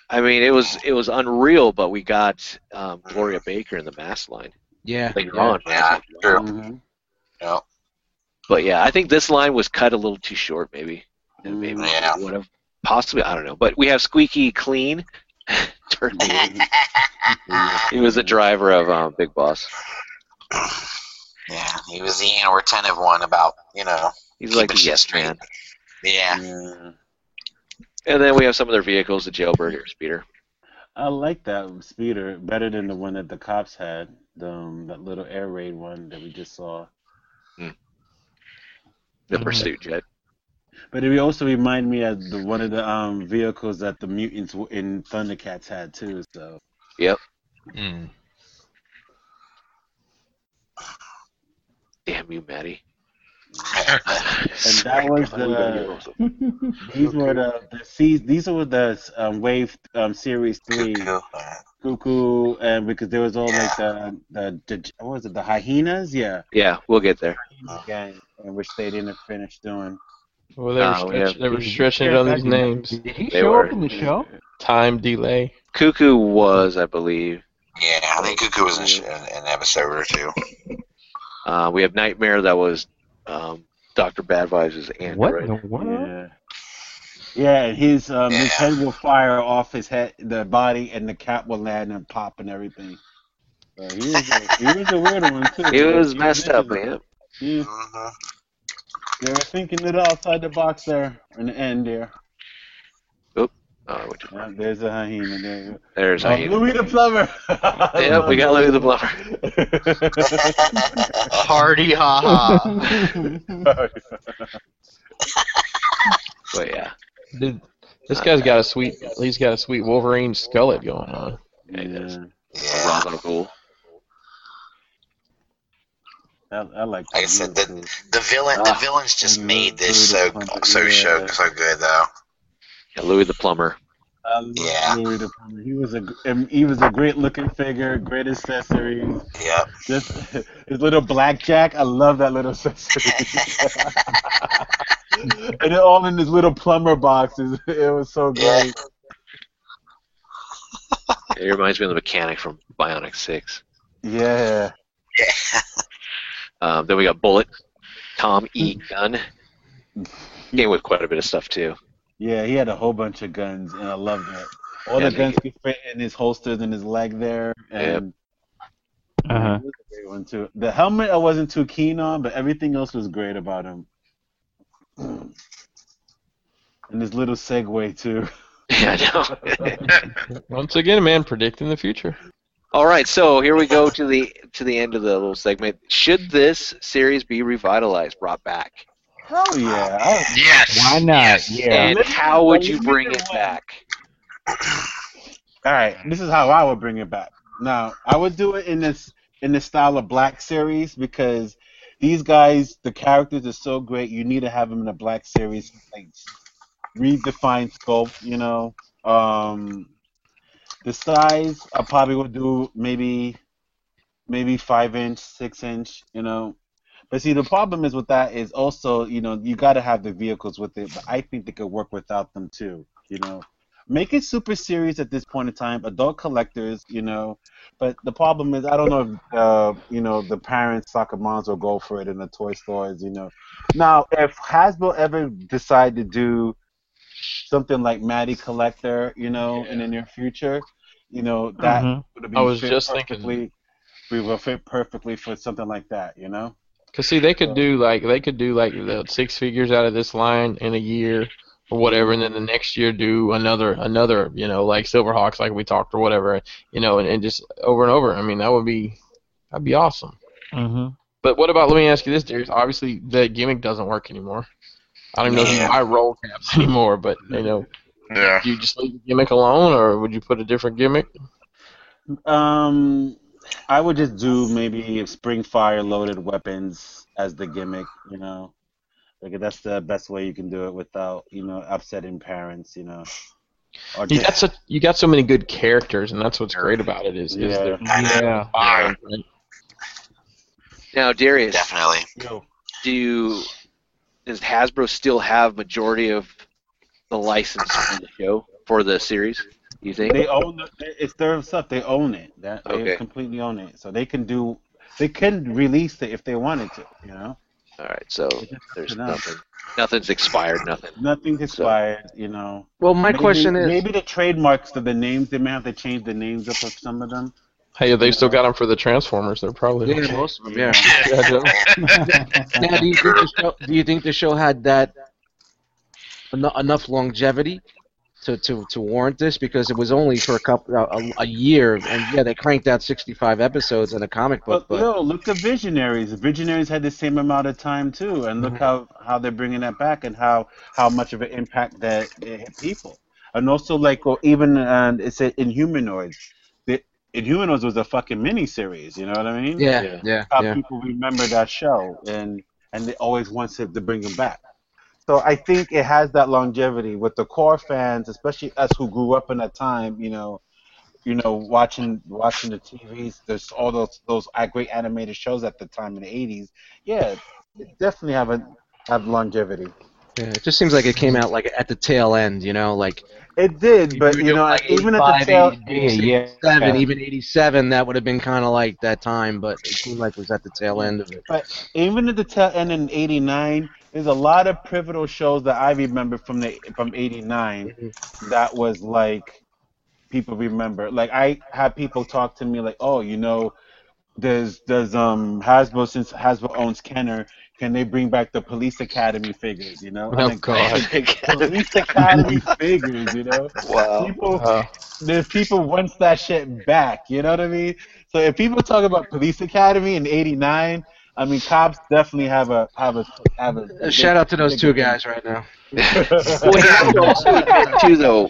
Speaker 2: I mean, it was it was unreal, but we got um, Gloria
Speaker 5: Mm.
Speaker 2: Baker in the mask line
Speaker 1: Yeah.
Speaker 2: later
Speaker 1: <laughs>
Speaker 2: on.
Speaker 5: Yeah, true.
Speaker 4: Mhm.
Speaker 5: Yeah.
Speaker 2: But yeah, I think this line was cut a little too short, maybe. And maybe
Speaker 5: Mm, Yeah.
Speaker 2: would have possibly I don't know. But we have Squeaky Clean. <laughs>
Speaker 5: <laughs>
Speaker 2: Turtle. he was the driver of um, Big Boss.
Speaker 5: yeah, he was the anal retentive one about, you know,
Speaker 2: He's like
Speaker 5: Keep
Speaker 2: the
Speaker 5: it
Speaker 2: yes
Speaker 5: straight.
Speaker 2: man. Mm.
Speaker 5: yeah.
Speaker 2: And then we have some of their vehicles, the jailbird Peter.
Speaker 4: I like that speeder better than the one that the cops had, the, um, that little air raid one that we just saw.
Speaker 2: Hmm. the
Speaker 4: Mm.
Speaker 2: pursuit jet.
Speaker 4: But it also reminded me of the one of the um vehicles that the mutants w- in Thundercats had too. So
Speaker 2: Damn you, Maddie.
Speaker 4: and that was the these were the, the se- these were the um, wave um, series three
Speaker 5: Cuckoo.
Speaker 4: cuckoo and because there was all like the the, the what was it the hyenas yeah
Speaker 2: yeah, we'll get there.
Speaker 4: hyena gang in which they didn't finish doing
Speaker 9: Well, they were,
Speaker 2: Oh,
Speaker 9: stretch,
Speaker 2: yeah.
Speaker 9: they were stretching it on these names.
Speaker 7: Did he
Speaker 2: They
Speaker 7: show
Speaker 2: were.
Speaker 7: up in the show?
Speaker 9: Time delay.
Speaker 2: Cuckoo was, I believe.
Speaker 5: Yeah, I think Cuckoo was in, sh- in an episode or two.
Speaker 2: Uh, we have Nightmare that was um, Dr. Bad Vibes'
Speaker 7: What
Speaker 2: android.
Speaker 7: in the world?
Speaker 4: yeah yeah and his um his
Speaker 5: Yeah.
Speaker 4: head will fire off his head the body and the cap will land and pop and everything. So he was a, he was a weird one too.
Speaker 2: It was messed up, man.
Speaker 4: He was
Speaker 5: Mhm.
Speaker 4: They were thinking it outside the box there in the end there.
Speaker 2: Oh, which-
Speaker 4: Yeah, there's a hyena there.
Speaker 2: there's
Speaker 4: Oh,
Speaker 7: Uh,
Speaker 2: how you.
Speaker 4: Louis the plumber.
Speaker 2: Yep, we got Louie the Plumber. <laughs>
Speaker 6: Hardy, haha.
Speaker 1: <laughs>
Speaker 2: But yeah,
Speaker 9: Dude, this guy's got a sweet. He's got a sweet Wolverine skullet going on.
Speaker 2: Yeah, he does.
Speaker 5: Yeah.
Speaker 2: Robin of Ghoul.
Speaker 4: <laughs> I, I like.
Speaker 5: Like I said, the, the villain, the
Speaker 2: Ah.
Speaker 5: villains just
Speaker 4: Mm,
Speaker 5: made this so
Speaker 4: Louis the
Speaker 5: so
Speaker 4: Plumber,
Speaker 5: show
Speaker 4: yeah.
Speaker 5: so good though.
Speaker 2: Yeah, Louie the Plumber.
Speaker 4: I love
Speaker 5: yeah.
Speaker 4: Louis the plumber. He was a gr- um, he was a great looking figure, great accessories.
Speaker 5: Yep.
Speaker 4: Just <laughs> his little blackjack. I love that little
Speaker 5: <laughs>
Speaker 4: accessory. and it all <laughs> in his little plumber boxes. It was so
Speaker 5: Yeah.
Speaker 4: great.
Speaker 2: It reminds me of the mechanic from Bionic Six.
Speaker 4: <laughs> Yeah.
Speaker 2: Um, then we got Bullet, Tom
Speaker 7: <laughs>
Speaker 2: E. Gunn. Game with quite a bit of stuff too. <laughs>
Speaker 4: Yeah, he had a whole bunch of guns, and I loved it. All
Speaker 2: Yeah,
Speaker 4: the
Speaker 2: they-
Speaker 4: guns could fit in his holsters and his leg there, and
Speaker 7: Uh-huh.
Speaker 4: He was a great one too. The helmet I wasn't too keen on, but everything else was great about him. <clears throat> And his little segue too. <laughs>
Speaker 2: Yeah, I know.
Speaker 9: <laughs> Once again, man, predicting the future.
Speaker 2: All right, so here we go to the to the end of the little segment. Should this series be revitalized, brought back,
Speaker 4: Hell Oh, yeah! I-
Speaker 3: Yes.
Speaker 7: Why not? Yeah.
Speaker 2: and how would you bring it back?
Speaker 4: all right, this is how I would bring it back. Now I would do it in this in the style of Black series because these guys, the characters are so great. You need to have them in a Black series, like redefine scope. You know, um, the size I probably would do maybe maybe five inch, six inch. You know. But see, the problem is with that is also, you know, you got to have the vehicles with it. But I think they could work without them too. You know, make it super serious at this point in time adult collectors you know but the problem is i don't know if uh, you know the parents soccer moms will go for it in the toy stores you know now if hasbro ever decide to do something like maddie collector you know in the near future you know that
Speaker 7: Mhm.
Speaker 4: would have been
Speaker 9: I was
Speaker 4: fit
Speaker 9: just thinking-
Speaker 4: perfectly we will fit perfectly for something like that you know
Speaker 9: Cause see, they could do like they could do like the six figures out of this line in a year or whatever, and then the next year do another another, you know, like Silverhawks, like we talked or whatever, you know, and, and just over and over. I mean, that would be that'd be awesome.
Speaker 7: Mm-hmm.
Speaker 9: But what about? Let me ask you this, Darius. Obviously, the gimmick doesn't work anymore. I don't even know if you
Speaker 3: Yeah.
Speaker 9: buy roll caps <laughs> anymore, but you know,
Speaker 3: Yeah.
Speaker 9: do you just leave the gimmick alone, or would you put a different gimmick?
Speaker 4: Um, I would just do maybe spring fire loaded weapons as the gimmick, you know. Like that's the best way you can do it without, you know, upsetting parents, you know. Or
Speaker 9: You
Speaker 4: just,
Speaker 9: got so you got so many good characters, and that's what's great about it is is they're
Speaker 7: Yeah.
Speaker 9: fine, right?
Speaker 2: Now, Darius,
Speaker 5: Definitely.
Speaker 2: do does Hasbro still have majority of the license for the show for the series? You think?
Speaker 4: they own the, it's their stuff. They own it. That they
Speaker 2: Okay.
Speaker 4: completely own it. So they can do they can release it if they wanted to, you know.
Speaker 2: All right, so there's
Speaker 4: Enough.
Speaker 2: nothing. Nothing's expired. Nothing.
Speaker 4: Nothing's expired, you know.
Speaker 1: Well, my
Speaker 4: Maybe-
Speaker 1: question is.
Speaker 4: maybe the trademarks of the names they may have to change the names up of some of them.
Speaker 9: Hey, they still got them for the Transformers. They're probably
Speaker 1: Yeah, most of them. Yeah. <laughs>
Speaker 9: Yeah, I know.
Speaker 1: now, do you think the show, do you think the show had that en- enough longevity to, to, to warrant this? Because it was only for a couple a, a year, and yeah, they cranked out 65 episodes in a comic book,
Speaker 4: But,
Speaker 1: but
Speaker 4: no, look at Visionaries. The Visionaries had the same amount of time too, and look
Speaker 1: Mm-hmm.
Speaker 4: how, how they're bringing that back, and how, how much of an impact that it hit people. And also, like, or even uh, it's a, Inhumanoids. The, Inhumanoids was a fucking miniseries. You know what I mean?
Speaker 1: yeah, yeah,
Speaker 4: How
Speaker 1: yeah.
Speaker 4: people remember that show, and and they always wanted to bring them back. So I think it has that longevity with the core fans, especially us who grew up in that time. You know, you know, watching watching the TVs. There's all those those great animated shows at the time in the '80s. Yeah, it definitely have a have longevity.
Speaker 1: Yeah, It just seems like it came out like at the tail end, you know, like
Speaker 4: It did, but you know, even at the tail,
Speaker 7: Yeah, yeah.
Speaker 1: seven, even 87. That would have been kind of like that time, but it seemed like it was at the tail end of it.
Speaker 4: even at the tail end in '89, there's a lot of pivotal shows that I remember from the from '89 that was like people remember. Like I had people talk to me like, "Oh, you know, does does um Hasbro since Hasbro owns Kenner, can they bring back the Police Academy figures?" You know,
Speaker 9: Oh,
Speaker 4: I'm like,
Speaker 9: God.
Speaker 4: <laughs> Police Academy figures, you know.
Speaker 2: Wow.
Speaker 4: People,
Speaker 9: Uh,
Speaker 4: there's people wants that shit back. You know what I mean? So if people talk about Police Academy in '89, I mean cops definitely have a have a have a.
Speaker 1: Uh, Shout out to those two
Speaker 4: <laughs>
Speaker 1: guys right now.
Speaker 2: Well, you have to also admit too, though,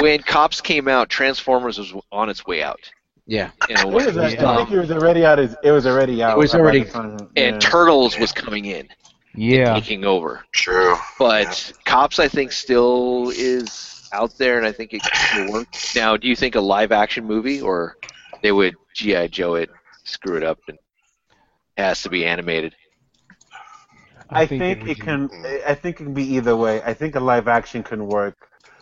Speaker 2: when Cops came out, Transformers was on its way out.
Speaker 1: Yeah,
Speaker 2: In a
Speaker 4: It
Speaker 2: way.
Speaker 4: was, I think it was already out. as- It was already out.
Speaker 1: It was
Speaker 4: about
Speaker 1: already-
Speaker 4: the time,
Speaker 2: And
Speaker 4: yeah.
Speaker 2: Turtles was coming in,
Speaker 7: Yeah.
Speaker 2: taking over.
Speaker 5: True.
Speaker 2: But Cops, I think, still is out there, and I think it will work. Now, do you think a live-action movie, or they would GI Joe it, screw it up, and it has to be animated?
Speaker 4: I think it
Speaker 7: would-
Speaker 4: can. I think it can be either way. I think a live action can work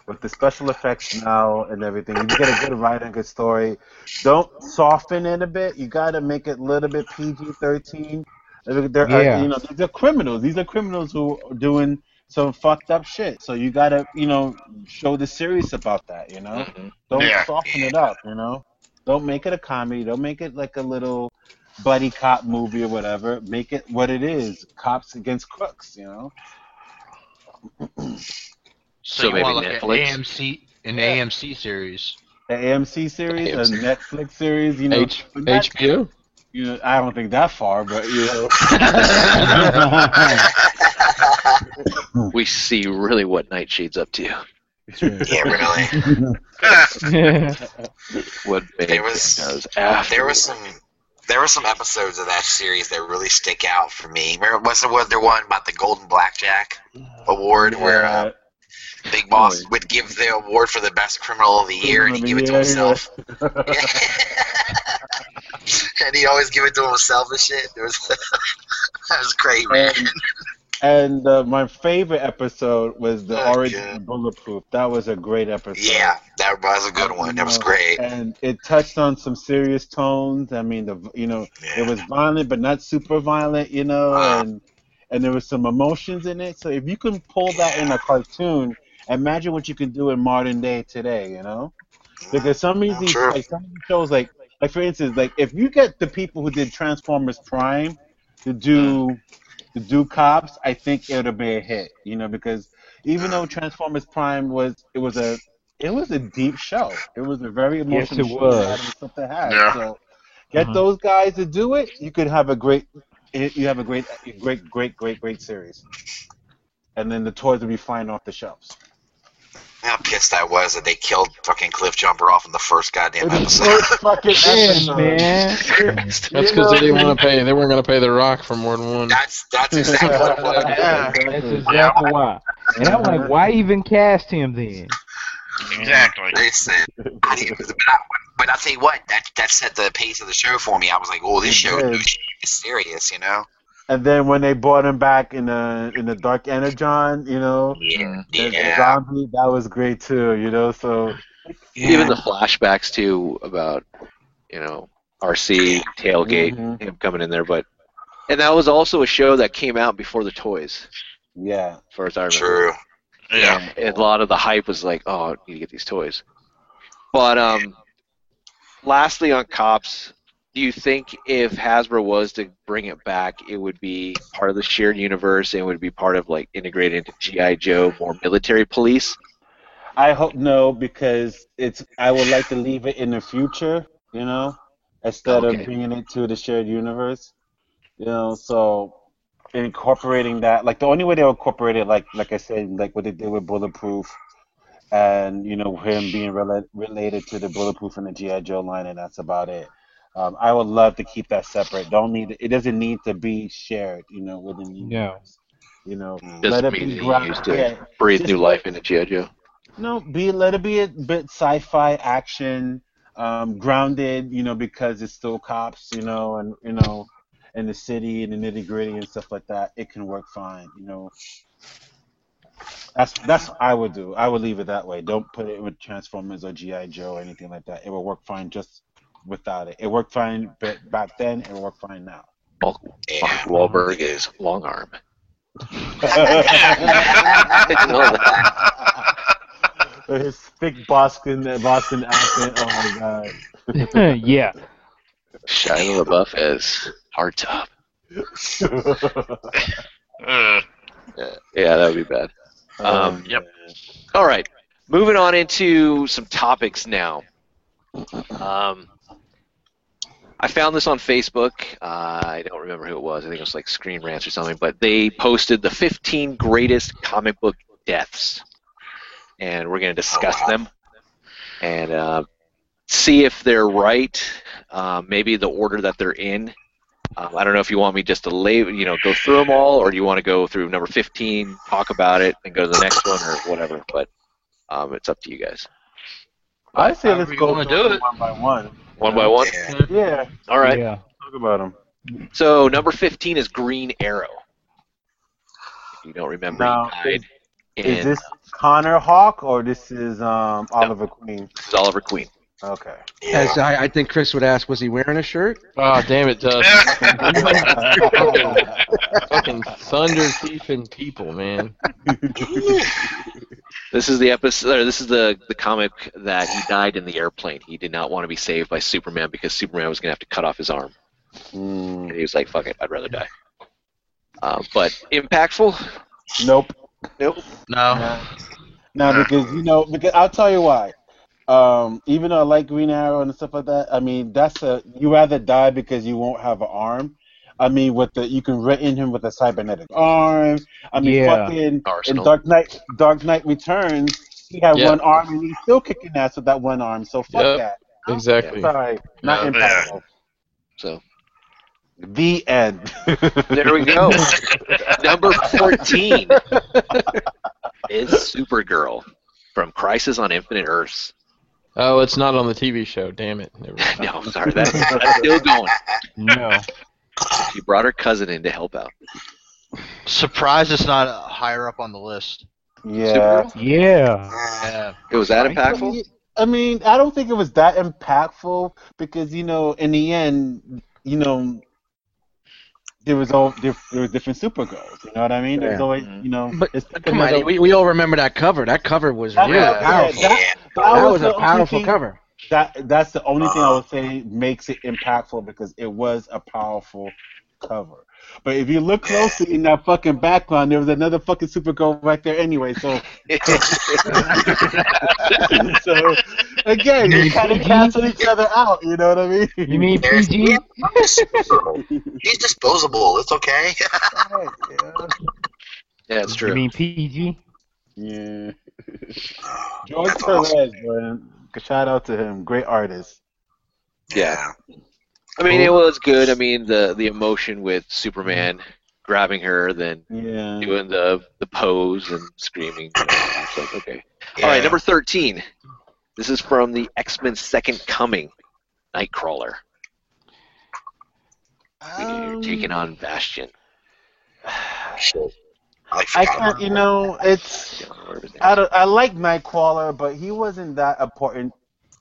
Speaker 4: with the special effects now and everything. If you get a good writer, good story, don't soften it a bit. You got to make it a little bit PG thirteen. There are,
Speaker 7: Yeah.
Speaker 4: you know, these are criminals. These are criminals who are doing some fucked up shit. So you got to, you know, show the serious about that.
Speaker 2: <laughs>
Speaker 4: You know, don't
Speaker 3: Yeah.
Speaker 4: soften it up. You know, don't make it a comedy. Don't make it like a little buddy cop movie or whatever. Make it what it is: cops against crooks. You know.
Speaker 6: So,
Speaker 2: So
Speaker 6: you
Speaker 2: maybe
Speaker 6: want like
Speaker 2: Netflix?
Speaker 6: an AMC, an AMC series.
Speaker 4: The AMC series, a
Speaker 9: AMC.
Speaker 4: Netflix series, you know,
Speaker 9: H-
Speaker 4: but not-
Speaker 9: HBO.
Speaker 4: you know, I don't think that far, but you know,
Speaker 5: Hmm.
Speaker 2: We see really what Nightshade's up to.
Speaker 5: yeah, really.
Speaker 2: <laughs> What
Speaker 5: There was-
Speaker 2: does
Speaker 4: Ah,
Speaker 5: There were some there were some episodes of that series that really stick out for me. Remember, was there was there one about the Golden Blackjack Award where uh, Big Boss would give the award for the best criminal of the year and he'd give it to
Speaker 4: Yeah, <laughs>
Speaker 5: himself. <laughs>
Speaker 4: Mm-hmm.
Speaker 5: and he'd always give it to himself and shit. There was <laughs> that was great, man.
Speaker 4: and, and uh, my favorite episode was the
Speaker 5: Oh,
Speaker 4: origin
Speaker 5: God.
Speaker 4: of bulletproof. That was a great episode.
Speaker 5: Yeah, that was a good one. That was great.
Speaker 4: Uh, And it touched on some serious tones. I mean, the you know, it was violent but not super violent, you know,
Speaker 5: Uh-huh.
Speaker 4: and and there was some emotions in it. So if you can pull that in a cartoon, imagine what you can do in modern day today, you know. Because some of these
Speaker 5: True.
Speaker 4: like some of these shows like like for instance, like if you get the people who did Transformers Prime to do to do cops, I think it would be a hit, you know, because even though Transformers Prime was it was a it was a deep show. It was a very emotional
Speaker 7: it
Speaker 4: show.
Speaker 7: was.
Speaker 4: Adam Stuff to have.
Speaker 3: Yeah.
Speaker 4: So get
Speaker 7: Mhm.
Speaker 4: those guys to do it, you could have a great you have a great great great great great series. And then the toys will be flying off the shelves.
Speaker 5: How pissed I was that they killed fucking Cliff Jumper off in the first goddamn
Speaker 4: It is
Speaker 5: episode.
Speaker 4: first <laughs> fucking
Speaker 5: <laughs>
Speaker 4: episode.
Speaker 7: man.
Speaker 9: That's because they didn't want to pay. They weren't going to pay The Rock for more than one.
Speaker 5: That's
Speaker 9: <laughs>
Speaker 5: that's exactly what it was.
Speaker 4: Yeah.
Speaker 7: That's exactly why. And I'm like, why even cast him then?
Speaker 3: Exactly.
Speaker 5: Listen, I didn't, but, I, but I'll tell you what, that that set the pace of the show for me. I was like, oh, this show
Speaker 4: Yeah.
Speaker 5: is serious, you
Speaker 4: <laughs>
Speaker 5: know?
Speaker 4: And then when they brought him back in the in the Dark Energon, you know,
Speaker 5: Yeah.
Speaker 4: as a
Speaker 5: Yeah.
Speaker 4: zombie, that was great too, you know. So
Speaker 2: Even the flashbacks too about you know RC tailgate
Speaker 4: Mhm.
Speaker 2: him coming in there, but and that was also a show that came out before the toys,
Speaker 4: yeah,
Speaker 2: as far as I remember.
Speaker 5: True.
Speaker 3: Yeah.
Speaker 2: And a lot of the hype was like, oh, I need to get these toys. But um, lastly, on cops, do you think if Hasbro was to bring it back, it would be part of the shared universe and would be part of like integrated into GI Joe, more military police?
Speaker 4: I hope no because it's I would like to leave it in the future, you know, instead
Speaker 2: Okay.
Speaker 4: of bringing it to the shared universe, you know. So incorporating that, like the only way they incorporate it, like like I said, like what they did with Bulletproof, and you know him being rela- related to the Bulletproof and the GI Joe line, and that's about it. Um, I would love to keep that separate. Don't need it doesn't need to be shared, you know, within the
Speaker 7: Yeah.
Speaker 4: universe. You know,
Speaker 2: Doesn't
Speaker 4: let it
Speaker 2: mean
Speaker 4: be
Speaker 2: that
Speaker 4: gra-
Speaker 2: you used to
Speaker 4: yeah,
Speaker 2: breathe
Speaker 4: Just-
Speaker 2: new life into GI Joe.
Speaker 4: no, be let it be a bit sci-fi action, um, grounded, you know, because it's still cops, you know, and you know, in the city and the nitty gritty and stuff like that. It can work fine, you know. That's that's what I would do. I would leave it that way. Don't put it with Transformers or GI Joe or anything like that. It will work fine just without it. It worked fine ba- back then. It will work fine now.
Speaker 2: Mark
Speaker 5: Yeah.
Speaker 2: Wahlberg is long arm.
Speaker 4: His thick Boston Boston accent. Oh my god.
Speaker 7: yeah.
Speaker 2: Shia LaBeouf is hard top.
Speaker 3: Uh,
Speaker 2: Yeah, that would be bad. Um,
Speaker 3: yep.
Speaker 2: All right, moving on into some topics now. Um, I found this on Facebook. Uh, I don't remember who it was. I think it was like Screen Rants or something. But they posted the 15 greatest comic book deaths, and we're going to discuss them and uh, see if they're right. Uh, maybe the order that they're in. Um, I don't know if you want me just to label, you know, go through them all, or do you want to go through number 15, talk about it, and go to the next one or whatever. But um, it's up to you guys.
Speaker 4: I say
Speaker 6: However
Speaker 4: let's
Speaker 6: you
Speaker 4: go
Speaker 6: wanna
Speaker 4: through
Speaker 6: do it. Mm-hmm.
Speaker 4: one by one.
Speaker 2: One by one.
Speaker 5: Yeah.
Speaker 4: Yeah,
Speaker 2: All right.
Speaker 7: Yeah.
Speaker 4: talk about them.
Speaker 2: So number 15 is Green Arrow. If you don't remember,
Speaker 4: Now,
Speaker 2: he died. And
Speaker 4: Is this Connor Hawk or this is um, Oliver Queen?
Speaker 2: this is Oliver Queen.
Speaker 4: Okay.
Speaker 1: As I, I think Chris would ask, was he wearing a shirt?
Speaker 9: Oh, damn it, Dust. <laughs> fucking, fucking thunder thiefing
Speaker 2: <laughs>
Speaker 9: people, man.
Speaker 2: This is the episode. Or this is the the comic that he died in the airplane. He did not want to be saved by Superman because Superman was gonna have to cut off his arm,
Speaker 4: Mm,
Speaker 2: and he was like, "Fuck it, I'd rather die." Uh, but impactful.
Speaker 4: nope.
Speaker 6: No.
Speaker 4: No, because you know, because I'll tell you why. Um, even though I like Green Arrow and stuff like that, I mean, that's a you rather die because you won't have an arm. I mean, with the you can threaten him with a cybernetic arm. I mean,
Speaker 7: Yeah.
Speaker 4: fucking in
Speaker 2: Arsenal.
Speaker 4: Dark Knight, Dark Knight Returns, he had
Speaker 9: Yeah.
Speaker 4: one arm and he's still kicking ass with that one arm. So fuck
Speaker 9: Yep.
Speaker 4: that.
Speaker 9: Exactly.
Speaker 4: Sorry, not
Speaker 3: Yeah.
Speaker 4: impactful.
Speaker 2: So
Speaker 4: The end.
Speaker 2: there we
Speaker 4: <laughs>
Speaker 2: go. Number fourteen is Supergirl from Crisis on Infinite Earths.
Speaker 9: Oh, it's not on the TV show. Damn it. Never mind.
Speaker 2: <laughs> No, I'm sorry, that, that's still going.
Speaker 7: No.
Speaker 2: She brought her cousin in to help out.
Speaker 6: Surprised it's not uh, higher up on the list.
Speaker 4: Yeah.
Speaker 7: Yeah.
Speaker 6: Yeah.
Speaker 2: It was that
Speaker 4: I
Speaker 2: impactful?
Speaker 4: mean, I mean, I don't think it was that impactful because you know, in the end, you know, there was all there, there was different Supergirls. You know what I mean? There's
Speaker 1: Yeah.
Speaker 4: always,
Speaker 5: Mm-hmm.
Speaker 4: you know,
Speaker 1: But-
Speaker 4: it's
Speaker 1: Come on, we, we all remember that cover. That cover was
Speaker 4: That
Speaker 1: really
Speaker 4: was- yeah,
Speaker 1: powerful.
Speaker 4: that- but I
Speaker 1: that was
Speaker 4: the
Speaker 1: a
Speaker 4: only
Speaker 1: powerful
Speaker 4: thing-
Speaker 1: cover.
Speaker 4: That that's the only thing I
Speaker 2: Uh.
Speaker 4: would say makes it impactful because it was a powerful cover. But if you look closely in that fucking background, there was another fucking Supergirl right there
Speaker 2: <laughs>
Speaker 4: anyway. So, <laughs> so again, you kind of cancel each other out. You know what I mean?
Speaker 7: You mean
Speaker 5: There's-
Speaker 7: PG?
Speaker 5: He's disposable. It's okay.
Speaker 2: yeah, it's
Speaker 7: You
Speaker 2: true.
Speaker 7: mean PG?
Speaker 5: <sighs>
Speaker 4: Yeah. George
Speaker 5: That's
Speaker 4: Perez,
Speaker 5: awesome.
Speaker 4: man. Shout out to him. Great artist.
Speaker 2: Yeah. I mean, it was good. I mean, the the emotion with Superman grabbing her, then
Speaker 4: Yeah.
Speaker 2: doing the the pose and screaming. you know, it's like, okay. All right, number thirteen. This is from the X Men Second Coming, Nightcrawler. You're taking
Speaker 4: Um,
Speaker 2: on Bastion.
Speaker 5: Shit. I, like
Speaker 4: I
Speaker 5: forgot
Speaker 4: can't,
Speaker 5: about
Speaker 4: you
Speaker 5: that.
Speaker 4: know, it's. I, don't, I like Nightcrawler, but he wasn't that important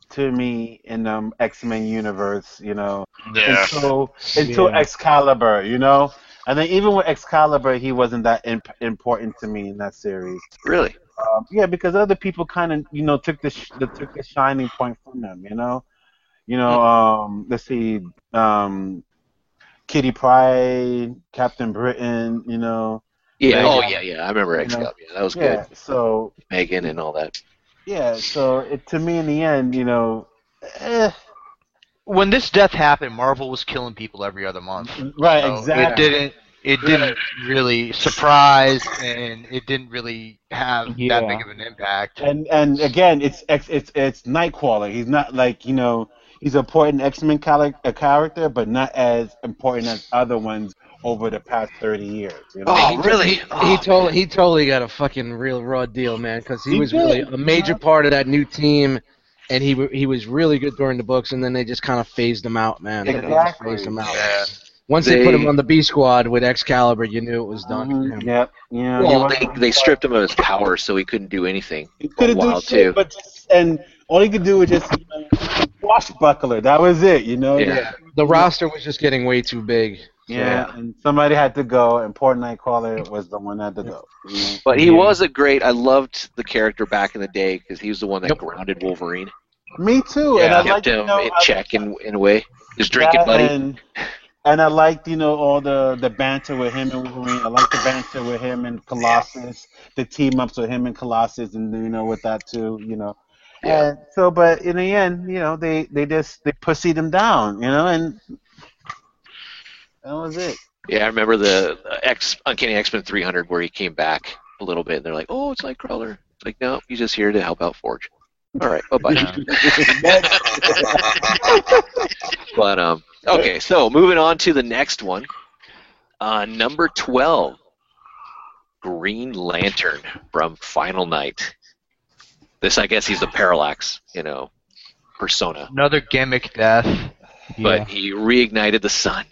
Speaker 4: to me in um, X Men universe, you know,
Speaker 3: Yeah.
Speaker 4: until until
Speaker 7: Yeah.
Speaker 4: Excalibur, you know. And then even with Excalibur, he wasn't that imp- important to me in that series.
Speaker 2: Really?
Speaker 4: Um, yeah, because other people kind of you know took the, sh- the took the shining point from them. You know, you know. Um, let's see, um, Kitty Pryde, Captain Britain. You know.
Speaker 2: Yeah.
Speaker 4: Megan.
Speaker 2: Oh yeah, yeah. I remember
Speaker 4: You
Speaker 2: X
Speaker 4: know?
Speaker 2: Cup. Yeah, that was
Speaker 4: Yeah.
Speaker 2: good.
Speaker 4: So
Speaker 2: Megan and all that.
Speaker 4: <laughs> yeah. So it, to me, in the end, you know, eh,
Speaker 6: When this death happened, Marvel was killing people every other month.
Speaker 4: right?
Speaker 6: So It
Speaker 4: exactly.
Speaker 6: didn't. It didn't really surprise, and it didn't really have that
Speaker 7: Yeah.
Speaker 6: big of an impact.
Speaker 4: And and again, it's it's it's, it's Nightcrawler. He's not like you know he's an important X Men a character, but not as important as other ones over the past thirty years. You know?
Speaker 2: Oh really?
Speaker 1: He totally, he totally got a fucking real raw deal, man, because he,
Speaker 4: He
Speaker 1: was
Speaker 4: did,
Speaker 1: really a major
Speaker 4: yeah.
Speaker 1: part of that new team, and he w- he was really good during the books, and then they just kind of phased him out, man. They kinda just
Speaker 4: Exactly.
Speaker 1: phased him out.
Speaker 6: Yeah.
Speaker 1: Once they, put him
Speaker 2: They-
Speaker 1: on the B squad with Excalibur, you knew it was done.
Speaker 4: Mhm, Yep. Yeah. he
Speaker 2: Well,
Speaker 4: was-
Speaker 2: they, they stripped him of his power, so he couldn't do anything.
Speaker 4: He
Speaker 2: for a
Speaker 4: couldn't do
Speaker 2: while
Speaker 4: shit,
Speaker 2: too.
Speaker 4: but just, and all he could do was just you know, washbuckler. That was it, you know.
Speaker 2: Yeah.
Speaker 1: The roster was just getting way too big.
Speaker 4: Yeah, and somebody had to go, and poor Nightcrawler was the one that had to go. you know?
Speaker 2: But he
Speaker 7: Yeah.
Speaker 2: was a great. I loved the character back in the day because he was the one that
Speaker 1: Yep.
Speaker 2: grounded Wolverine,
Speaker 4: Me too, and
Speaker 6: Yeah.
Speaker 4: I
Speaker 2: kept
Speaker 4: like you
Speaker 2: him
Speaker 4: know
Speaker 2: in
Speaker 4: I-
Speaker 2: check in, in a way. His drinking
Speaker 4: that
Speaker 2: buddy.
Speaker 4: And, and I liked you know all the the banter with him and Wolverine. I liked the banter with him and Colossus, the team ups with him and Colossus, and you know with that too, you know.
Speaker 2: Yeah.
Speaker 4: And so, but in the end, you know, they they just they pussied him down, you know, and that was it.
Speaker 2: Yeah, I remember the uh, X Uncanny X Men 300 where he came back a little bit, and they're like, "Oh, it's Nightcrawler." It's like, no, he's just here to help out Forge. All right, bye bye. <laughs> but um, okay, so moving on to the next one, uh, number 12, Green Lantern from Final Night. This, I guess, he's the Parallax, you know, persona,
Speaker 6: Another gimmick death.
Speaker 7: Yeah.
Speaker 2: but he reignited the sun.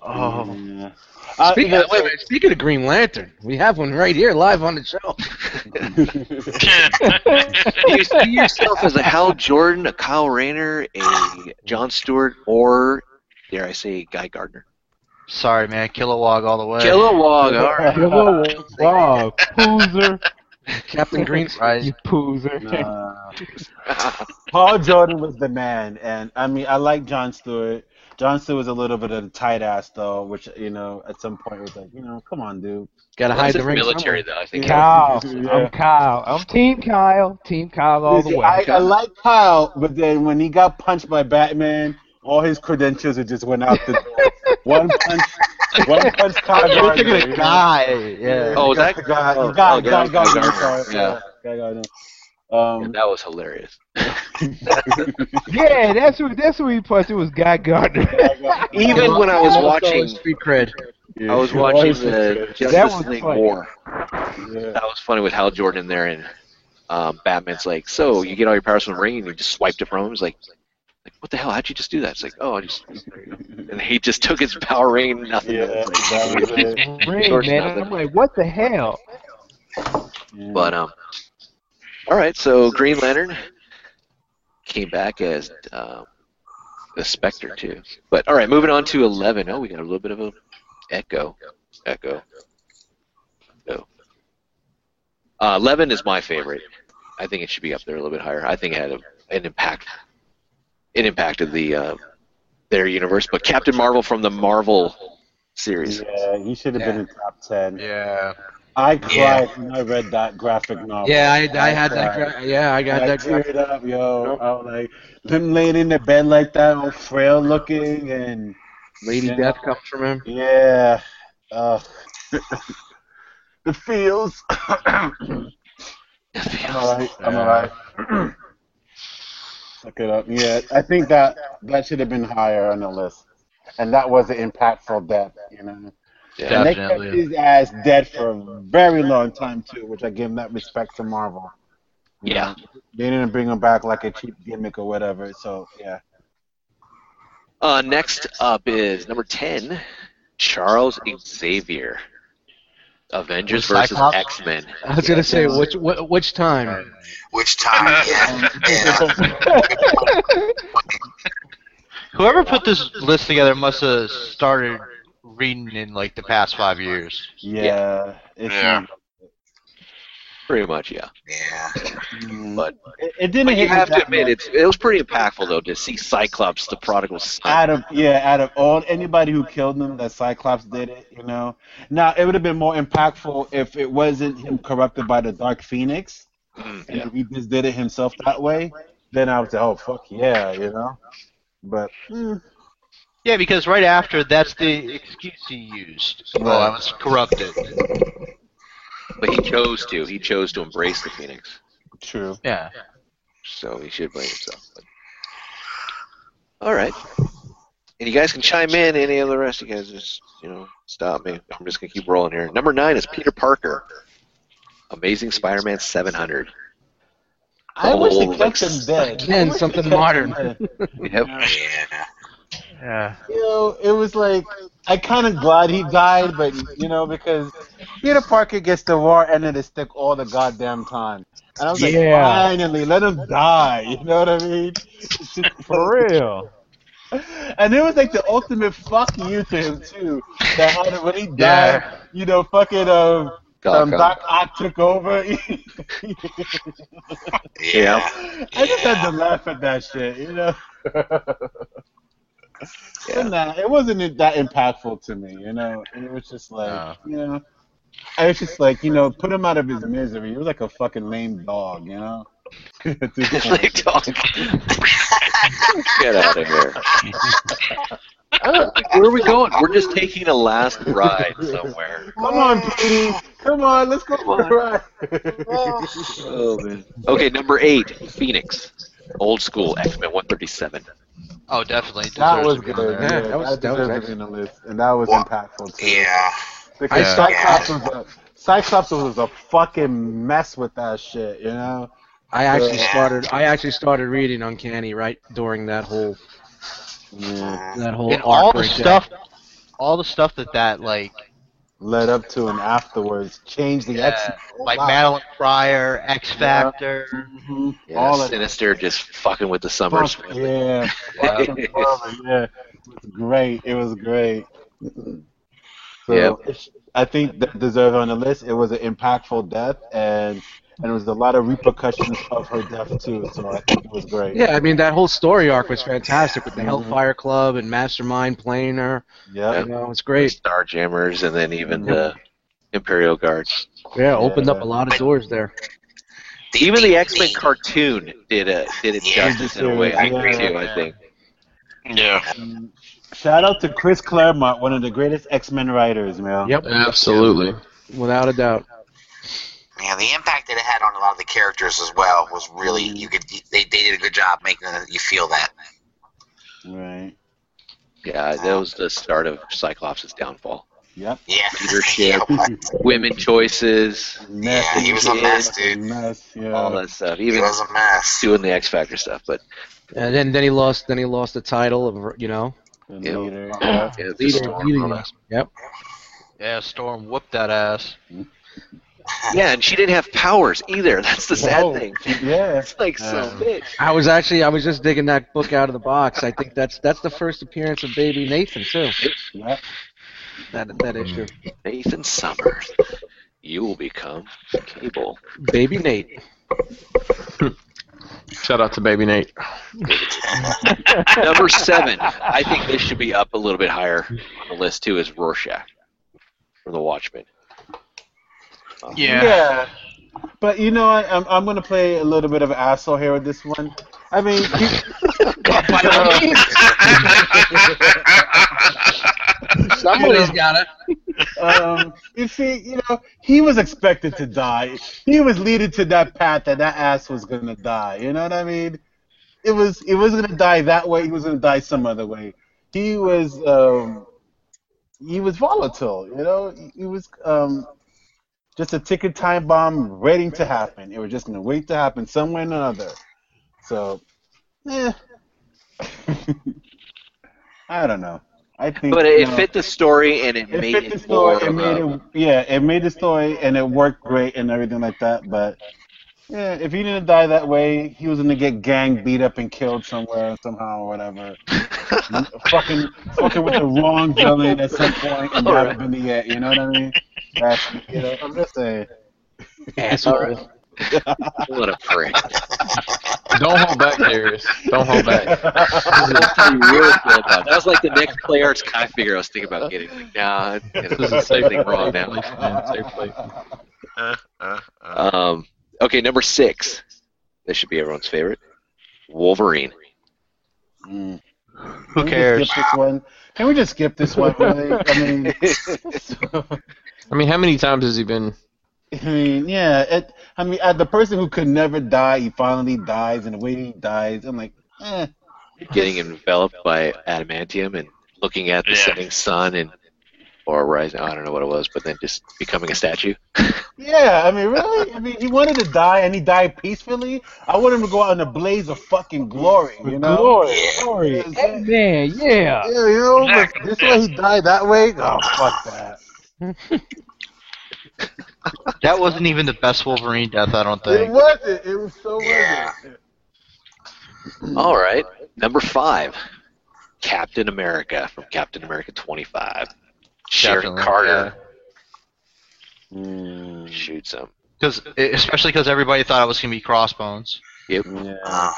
Speaker 2: Uh,
Speaker 4: Oh.
Speaker 1: Speaking, of, wait, wait, speaking of Green Lantern, we have one right here live on the show.
Speaker 2: Do you see yourself as a Hal Jordan, a Kyle Rayner, a John Stewart, or dare I say Guy Gardner?
Speaker 6: Sorry, man. Kilowog all the way.
Speaker 2: Kilowog, all
Speaker 4: <laughs>
Speaker 2: right.
Speaker 1: <laughs>
Speaker 7: Wow, wow, poozer.
Speaker 1: Captain Green.
Speaker 6: Right.
Speaker 7: You poozer. <laughs>
Speaker 4: Nah. Paul Jordan was the man, and I mean, I like John Stewart. John Stewart was a little bit of a tight ass though, which you know, at some point was like, you know, come on, dude.
Speaker 1: Gotta hide the ring.
Speaker 2: military, though. I think
Speaker 7: Kyle.
Speaker 4: Yeah.
Speaker 7: I'm Kyle. I'm Team Kyle. Team Kyle all the
Speaker 4: See,
Speaker 7: way.
Speaker 4: I,
Speaker 2: <laughs>
Speaker 4: I like Kyle, but then when he got punched by Batman, all his credentials it just went out the door. one punch, one punch. Kyle
Speaker 6: You're thinking
Speaker 4: Gardner,
Speaker 6: of
Speaker 4: you know?
Speaker 6: Guy. Yeah.
Speaker 2: Oh, that-
Speaker 4: the guy,
Speaker 2: oh,
Speaker 4: the guy,
Speaker 2: oh,
Speaker 4: guy,
Speaker 2: yeah,
Speaker 4: guy,
Speaker 2: Gardner, yeah.
Speaker 4: guy, guy, guy,
Speaker 2: somewhere.
Speaker 4: Gardner. Um,
Speaker 2: that was hilarious.
Speaker 7: yeah, that's who that's who he punched. It was Guy Gardner.
Speaker 2: Even when I was
Speaker 1: Also,
Speaker 2: watching,
Speaker 1: it's Street cred.
Speaker 2: I was watching the Justice
Speaker 7: was
Speaker 2: League
Speaker 7: funny.
Speaker 2: War.
Speaker 4: Yeah.
Speaker 2: That was funny with Hal Jordan there, and um, Batman's like, "So you get all your powers from the ring, and you just swiped it from him." He's like, like, "What the hell? How'd you just do that?" It's like, "Oh, I just," and he just took his power ring, nothing.
Speaker 4: Yeah,
Speaker 2: It's like-
Speaker 4: that was it.
Speaker 7: Ring,
Speaker 2: Jordan
Speaker 7: man.
Speaker 2: nothing.
Speaker 7: I'm like, what the hell?
Speaker 4: Yeah.
Speaker 2: But um, all right. So Green Lantern came back as um, the Spectre too. But all right, moving on to eleven. Oh, we got a little bit of a echo. Echo. So, uh, eleven is my favorite. I think it should be up there a little bit higher. I think it had a, an impact. It impacted the uh, their universe, but Captain Marvel from the Marvel series.
Speaker 4: yeah, he should have been in top ten.
Speaker 6: Yeah.
Speaker 4: I cried when I read that graphic novel.
Speaker 1: Yeah, I, I had that.
Speaker 4: cried.
Speaker 1: Gra- yeah, I got
Speaker 4: I
Speaker 1: that. Gra-
Speaker 4: teared up, yo. I was like, them laying in the bed like that, all frail looking, and
Speaker 1: Lady
Speaker 4: Yeah.
Speaker 1: Death comes from him.
Speaker 4: yeah, uh, <laughs> the feels. <clears throat> I'm alright. I'm alright.
Speaker 2: uh,
Speaker 4: <clears throat> Look it up. Yeah, I think that that should have been higher on the list, and that was an impactful death, you know. And they kept
Speaker 6: Definitely.
Speaker 4: his ass dead for a very long time too, which I give that respect to Marvel. You
Speaker 2: Yeah.
Speaker 4: know, they didn't bring him back like a cheap gimmick or whatever. So yeah,
Speaker 2: Uh, next up is number 10, Charles Xavier. Avengers versus
Speaker 6: Cyclops?
Speaker 2: X Men.
Speaker 1: I was gonna say which wh- which time?
Speaker 5: Which
Speaker 2: <laughs>
Speaker 5: time? Yeah. yeah. <laughs>
Speaker 6: Whoever put this list together must have started reading in like the past five years.
Speaker 4: yeah, It's,
Speaker 3: Yeah.
Speaker 2: Pretty much, yeah.
Speaker 5: yeah.
Speaker 4: mm,
Speaker 2: But-
Speaker 4: it, it didn't
Speaker 2: But
Speaker 4: hit
Speaker 2: you
Speaker 4: me
Speaker 2: have to
Speaker 4: that
Speaker 2: admit,
Speaker 4: much.
Speaker 2: it's, it was pretty impactful, though, to see Cyclops, the prodigal son.
Speaker 4: Out of yeah, out of all anybody who killed him, that Cyclops did it. You know, now it would have been more impactful if it wasn't him corrupted by the Dark Phoenix,
Speaker 2: Mm,
Speaker 4: and
Speaker 2: yeah.
Speaker 4: if he just did it himself that way. Then I would say, oh fuck yeah, you know. But mm,
Speaker 6: Yeah, because right after that's the excuse he used. Well, I was corrupted.
Speaker 2: But he chose to. He chose to embrace the Phoenix.
Speaker 4: true.
Speaker 6: Yeah.
Speaker 2: So he should blame himself. But- All right. And you guys can chime in. Any of the rest of you guys just, you know, stop me. I'm just going to keep rolling here. Number 9 is Peter Parker. Amazing Spider Man 700.
Speaker 4: I wish they kept
Speaker 2: Rolex.
Speaker 4: him dead.
Speaker 1: Oh, Again,
Speaker 4: I wish
Speaker 1: something
Speaker 4: they kept him
Speaker 1: modern.
Speaker 4: dead.
Speaker 2: Yep.
Speaker 5: Yeah.
Speaker 6: Yeah.
Speaker 4: You know, it was like I kind of glad he died, but you know because Peter Parker gets the raw end of the stick all the goddamn time, and I was like,
Speaker 7: Yeah.
Speaker 4: finally, let him die. You know what I mean? It's just-
Speaker 7: <laughs> For real.
Speaker 4: And it was like the ultimate fuck you to him too. That how the- when he died, you know, fucking um, um Doc Ock
Speaker 7: <laughs>
Speaker 4: took over. <laughs>
Speaker 5: Yeah.
Speaker 4: I just had to laugh at that shit,
Speaker 1: <laughs>
Speaker 4: you know. But nah, it wasn't that impactful to me, you know. It was just like,
Speaker 6: No.
Speaker 4: you know, I was just like, you know, put him out of his misery. He was like a fucking lame dog, you know. <laughs> At this point.
Speaker 2: Like, dog. Get out of
Speaker 4: <laughs>
Speaker 2: here. Uh, Where are we going? We're just taking a last ride somewhere.
Speaker 1: <laughs>
Speaker 4: Come on, Petey. Come on, let's go for a ride. Oh,
Speaker 2: Okay, number eight, Phoenix. Old school X Men 137.
Speaker 6: Oh, definitely.
Speaker 4: That
Speaker 6: deserves
Speaker 4: was
Speaker 6: to be
Speaker 4: good.
Speaker 6: on there.
Speaker 1: Yeah,
Speaker 4: Yeah,
Speaker 1: that was-
Speaker 4: that
Speaker 1: that was
Speaker 4: deserved to be in the list, and that was
Speaker 5: Well,
Speaker 4: impactful too.
Speaker 5: Yeah.
Speaker 4: Because
Speaker 6: Yeah.
Speaker 4: Cyclops was a Cyclops was a fucking mess with that shit, you know.
Speaker 1: I actually
Speaker 5: Yeah.
Speaker 1: started. I actually started reading Uncanny right during that whole
Speaker 4: Yeah.
Speaker 1: that whole
Speaker 6: And
Speaker 1: arc
Speaker 6: all the
Speaker 1: right there.
Speaker 6: stuff all the stuff that that like
Speaker 4: Led up to and afterwards, change the
Speaker 6: yeah,
Speaker 4: X.
Speaker 6: like Madeline Pryor, X Factor.
Speaker 2: Yeah,
Speaker 4: Mm-hmm. All of
Speaker 2: Sinister just fucking with the Summers.
Speaker 4: Fuck, yeah.
Speaker 1: <laughs>
Speaker 4: Fucking brother, yeah. It was great. It was great. So
Speaker 2: Yep.
Speaker 4: it's- I think that deserves on the list. It was an impactful death, and and it was a lot of repercussions of her death too. So I think it was great.
Speaker 1: Yeah, I mean that whole story arc was fantastic with the Hellfire Club and Mastermind playing her.
Speaker 4: Yeah.
Speaker 1: You know, it's great.
Speaker 2: Star Jammers, and then even the Imperial Guard.
Speaker 1: Yeah, opened up a lot of doors there.
Speaker 2: Even the X Men cartoon did a did it
Speaker 5: Yeah.
Speaker 2: justice in a way. I agree
Speaker 4: Yeah.
Speaker 2: too. I think.
Speaker 3: Yeah.
Speaker 4: Shout out to Chris Claremont, one of the greatest X Men writers, man.
Speaker 1: Yep,
Speaker 9: Absolutely.
Speaker 1: without a doubt.
Speaker 5: Yeah, the impact that it had on a lot of the characters as well was really
Speaker 4: Mm.
Speaker 5: you could they, they did a good job making it- you feel that.
Speaker 4: Right.
Speaker 2: Yeah, that was the start of Cyclops' downfall.
Speaker 4: Yep.
Speaker 5: Yeah.
Speaker 2: Leadership.
Speaker 5: <laughs> yeah,
Speaker 2: Women choices,
Speaker 5: yeah, he was a mess, dude.
Speaker 4: Mess, yeah.
Speaker 2: all that stuff.
Speaker 5: He
Speaker 2: Even
Speaker 5: was a mess.
Speaker 2: doing the X Factor stuff, but
Speaker 1: And then, then he lost. Then he lost the title of you know
Speaker 4: The
Speaker 2: Yeah.
Speaker 4: leader, yeah.
Speaker 2: yeah, it's
Speaker 1: leader.
Speaker 2: just-
Speaker 1: leading us. Yep.
Speaker 6: Yeah, Storm whooped that
Speaker 5: <laughs>
Speaker 6: ass.
Speaker 2: yeah, and she didn't have powers either. <laughs> That's the sad
Speaker 4: Whoa.
Speaker 2: thing.
Speaker 4: Yeah.
Speaker 2: It's like so
Speaker 4: Yeah.
Speaker 2: big.
Speaker 1: I was actually I was just digging that book out of the box. I think that's that's the first appearance of Baby Nathan too.
Speaker 4: Yep.
Speaker 1: That that issue.
Speaker 2: Nathan Summers, you will become Cable.
Speaker 1: Baby Nate.
Speaker 9: Shout out to Baby Nate.
Speaker 2: <laughs> <laughs> Number seven. I think this should be up a little bit higher on the list too. Is Rorschach from The Watchmen. Um,
Speaker 6: Yeah.
Speaker 4: But you know what? I'm, I'm going to play a little bit of an asshole here with this one. I mean,
Speaker 1: Somebody's got it.
Speaker 4: um, you see, you know, he was expected to die. He was leading to that path that that ass was gonna die. You know what I mean? It was it was gonna die that way. He was gonna die some other way. He was um, he was volatile. You know, He- he was um, just a ticket time bomb waiting to happen. It was just gonna wait to happen some way or another. So, eh. <laughs> I don't know. I think,
Speaker 2: But it,
Speaker 4: you
Speaker 2: it
Speaker 4: know,
Speaker 2: fit the story and it
Speaker 4: it
Speaker 2: made
Speaker 4: fit the
Speaker 2: it more.
Speaker 4: story. It made
Speaker 2: of a-
Speaker 4: it, yeah, it made the story, and it worked great and everything like that. But yeah, if he didn't die that way, he was gonna get gang beat up and killed somewhere somehow
Speaker 2: <laughs>
Speaker 4: or whatever. fucking, fucking with the wrong villain at some point and not been it yet. You know what I mean? That's, you know, I'm just saying. <laughs>
Speaker 1: Asshole.
Speaker 2: <laughs> what a prick.
Speaker 9: Don't hold back, Darius. Don't hold back.
Speaker 2: <laughs> How you really feel about it. That was like the next play arts guy figure I was thinking about getting. Like, nah, you know,
Speaker 9: This is a safe
Speaker 2: something wrong now.
Speaker 9: safe place, man, safe place.
Speaker 3: Uh, uh, uh.
Speaker 2: Um, okay, number six. This should be everyone's favorite. Wolverine.
Speaker 4: Mm.
Speaker 6: Who
Speaker 4: Can we just
Speaker 6: cares?
Speaker 4: skip this one? Can we just skip this one? Really? I mean,
Speaker 6: <laughs>
Speaker 9: I mean, how many times has he been?
Speaker 4: I mean, yeah. It, I mean, as the person who could never die, he finally dies, and the way he dies, I'm like, eh.
Speaker 2: getting enveloped by adamantium and looking at the
Speaker 3: Yeah.
Speaker 2: setting sun and or rising. I don't know what it was, but then just becoming a statue.
Speaker 4: Yeah, I mean, really? I mean, he wanted to die, and he died peacefully. I want him to go out in a blaze of fucking glory, you know? Glory, glory. Yeah,
Speaker 7: Man, yeah.
Speaker 4: you know, but this way he died that way? Oh, fuck that.
Speaker 6: That wasn't even the best Wolverine death, I don't
Speaker 4: It
Speaker 6: think.
Speaker 4: wasn't. It was so
Speaker 5: Yeah.
Speaker 4: wasn't.
Speaker 2: All right, number five, Captain America from Captain America 25. Sharon
Speaker 6: Definitely,
Speaker 2: Carter shoots him.
Speaker 6: Because especially because everybody thought it was gonna be Crossbones.
Speaker 5: Uh,
Speaker 2: Ah.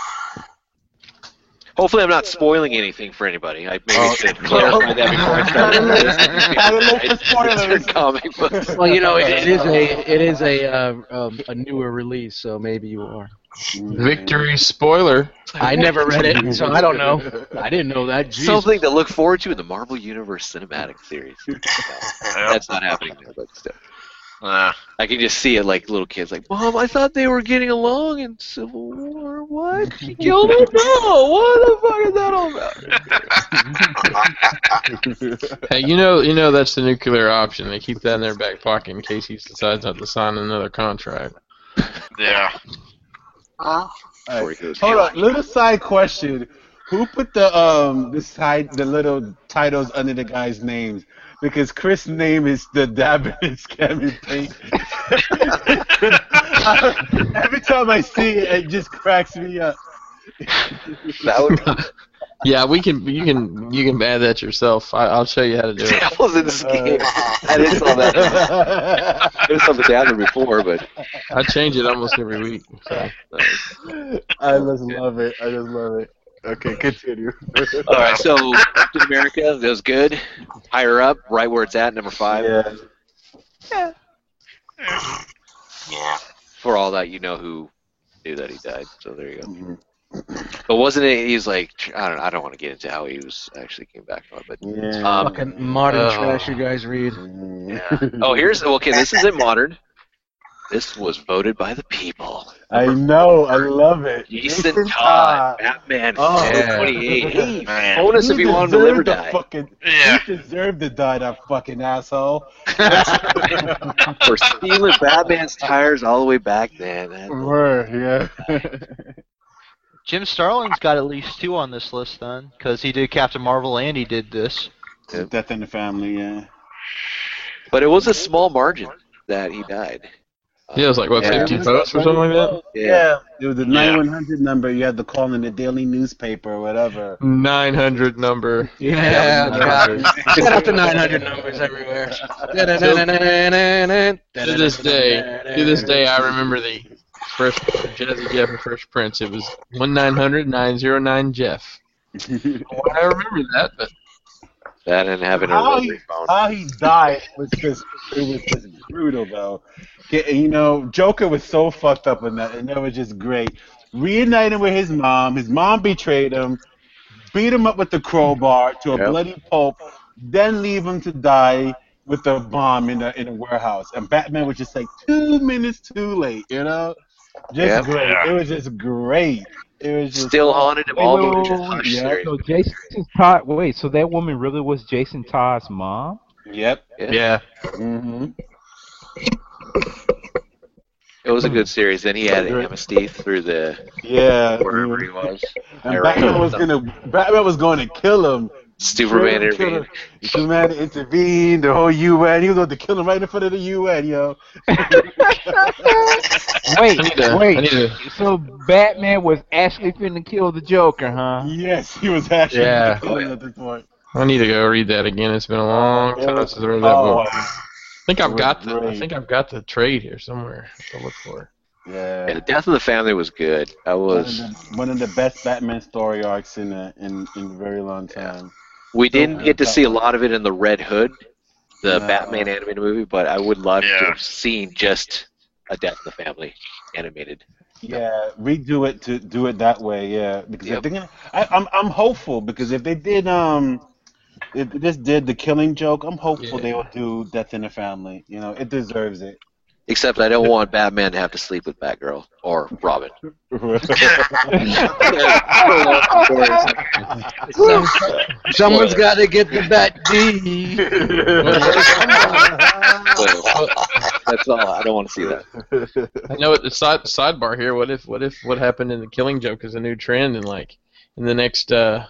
Speaker 2: Hopefully, I'm not spoiling anything for anybody. I maybe should clarify that before I start.
Speaker 4: Gotta look for spoilers.
Speaker 2: <laughs> It's in comic books.
Speaker 1: Well, you know, it, it is a it is a uh, um, a newer release, so maybe you are.
Speaker 9: Victory spoiler.
Speaker 1: I never read it, so I don't know. I didn't know that.
Speaker 2: <laughs>
Speaker 1: Jeez.
Speaker 2: Something to look forward to in the Marvel Universe cinematic series. No, that's not happening there, but still.
Speaker 3: Uh,
Speaker 2: I can just see it like little kids, like, <laughs> Mom, I thought they were getting along in Civil War. What? She killed him? No! What the fuck is that all about?
Speaker 9: Hey, you know, you know that's the nuclear option. They keep that in their back pocket in case he decides not to sign another contract.
Speaker 3: yeah.
Speaker 4: All right. Hold on, little side question. Who put the um the side the little titles under the guys' names? Because Chris' name is the Dabbins Kevin Pink. <laughs> Every time I see it, it just cracks me up.
Speaker 2: That was,
Speaker 9: <laughs> Yeah, we can. You can. You can add that yourself. I, I'll show you how to
Speaker 2: <laughs>
Speaker 9: do it.
Speaker 2: that was insane. I didn't saw that. <laughs> I didn't saw the dad before, but
Speaker 9: I change it almost every week. So.
Speaker 4: <laughs> I just love it. I just love it. Okay, continue.
Speaker 2: all right. So Captain America, that was good. Higher up, right where it's at, number five.
Speaker 4: Yeah.
Speaker 5: Yeah.
Speaker 2: For all that, you know who knew that he died. So there you go. But wasn't it? He was like, tr- I don't. know, I don't want to get into how he was actually came back from it, but
Speaker 4: Yeah.
Speaker 2: Um,
Speaker 1: Fucking modern
Speaker 2: Oh.
Speaker 1: trash you guys read.
Speaker 2: Oh, here's okay. This isn't modern. This was voted by the people.
Speaker 4: <laughs> I know. Oh, I love it.
Speaker 2: Jason Todd, Batman,
Speaker 4: Oh.
Speaker 2: February 28. <laughs> Hey,
Speaker 3: Man.
Speaker 2: bonus if you want to live or
Speaker 4: deserve the
Speaker 2: die.
Speaker 4: Fucking,
Speaker 3: Yeah.
Speaker 4: You deserve to die, that
Speaker 3: <laughs>
Speaker 4: fucking asshole.
Speaker 2: <laughs> For stealing Batman's tires all the way back then. That-
Speaker 4: Word, yeah.
Speaker 11: Jim Starlin's got at least two on this list then, because he did Captain Marvel and he did this.
Speaker 4: Death in the family, yeah.
Speaker 2: But it was a small margin that he
Speaker 4: <laughs>
Speaker 2: died.
Speaker 9: Yeah, it was like what
Speaker 2: Yeah.
Speaker 9: fifty votes or something like that.
Speaker 2: Yeah.
Speaker 4: It was the 9100 number. You had to call in the daily newspaper or whatever.
Speaker 9: Mm, Nine hundred number.
Speaker 1: Yeah,
Speaker 9: God.
Speaker 1: Set up the 900 numbers everywhere.
Speaker 9: To this day, to this day, I remember the first Jazzy Jeff and First Prince. It was one 909 Jeff. I remember that, but
Speaker 2: That and having a
Speaker 4: How
Speaker 2: rotary
Speaker 4: he-
Speaker 2: phone.
Speaker 4: How he died was just it was just brutal though. Yeah, You know, Joker was so fucked up in that, and that was just great. Reuniting with his mom, his mom betrayed him, beat him up with the crowbar to a
Speaker 2: Yep.
Speaker 4: bloody pulp, then leave him to die with a bomb in a in a warehouse. And Batman was just like two minutes too late, you know? Just
Speaker 2: Yep.
Speaker 4: great. It was just great. It was just
Speaker 2: Still haunted him
Speaker 7: Wait,
Speaker 2: all
Speaker 7: wait,
Speaker 2: the way
Speaker 7: wait,
Speaker 2: to
Speaker 7: wait,
Speaker 2: Hush
Speaker 4: yeah,
Speaker 2: series.
Speaker 7: So Jason Todd. Wait, so that woman really was Jason Todd's mom?
Speaker 4: Yep.
Speaker 6: Yeah.
Speaker 4: Mm-hmm.
Speaker 2: It was a good series. Then he had Emma Steve through the
Speaker 4: Yeah.
Speaker 2: wherever he was.
Speaker 4: And Batman was gonna Batman was gonna kill him.
Speaker 2: Superman
Speaker 4: Kill him,
Speaker 2: intervened.
Speaker 4: kill him. Superman intervened, the whole UN. He was going to kill him right in front of the UN, yo.
Speaker 7: Wait,
Speaker 9: I need to.
Speaker 7: wait.
Speaker 9: I need to.
Speaker 7: So Batman was actually finna kill the Joker, huh?
Speaker 4: Yes, he was actually
Speaker 9: Yeah.
Speaker 4: killing him at this point.
Speaker 9: I need to go read that again. It's been a long time since I read that
Speaker 4: Oh,
Speaker 9: book. I think I've got the. I
Speaker 4: great.
Speaker 9: think I've got the trade here somewhere. I have to look for. it.
Speaker 4: <laughs>
Speaker 2: Yeah,
Speaker 4: yeah.
Speaker 2: the Death of the Family was good. I
Speaker 4: One of,
Speaker 2: was.
Speaker 4: the, one of the best Batman story arcs in a, in, in a very long time.
Speaker 2: We didn't get to see a lot of it in the Red Hood, the
Speaker 4: No.
Speaker 2: Batman animated movie, but I would love to
Speaker 3: Yeah.
Speaker 2: have seen just a Death in the Family animated.
Speaker 4: Yeah, redo it to do it that way. Yeah, because
Speaker 2: Yep.
Speaker 4: I think I, I'm I'm hopeful because if they did um, if they just did the Killing Joke, I'm hopeful
Speaker 9: Yeah.
Speaker 4: they will do Death in the Family. You know, it
Speaker 2: <laughs>
Speaker 4: deserves it. <laughs>
Speaker 2: Except I don't want Batman to have to sleep with Batgirl or Robin.
Speaker 1: Some- Someone's got to get the bat D.
Speaker 2: So, that's all. I don't want to see that.
Speaker 9: I know at the side sidebar here. What if what if what happened in the Killing Joke is a new trend and like in the next uh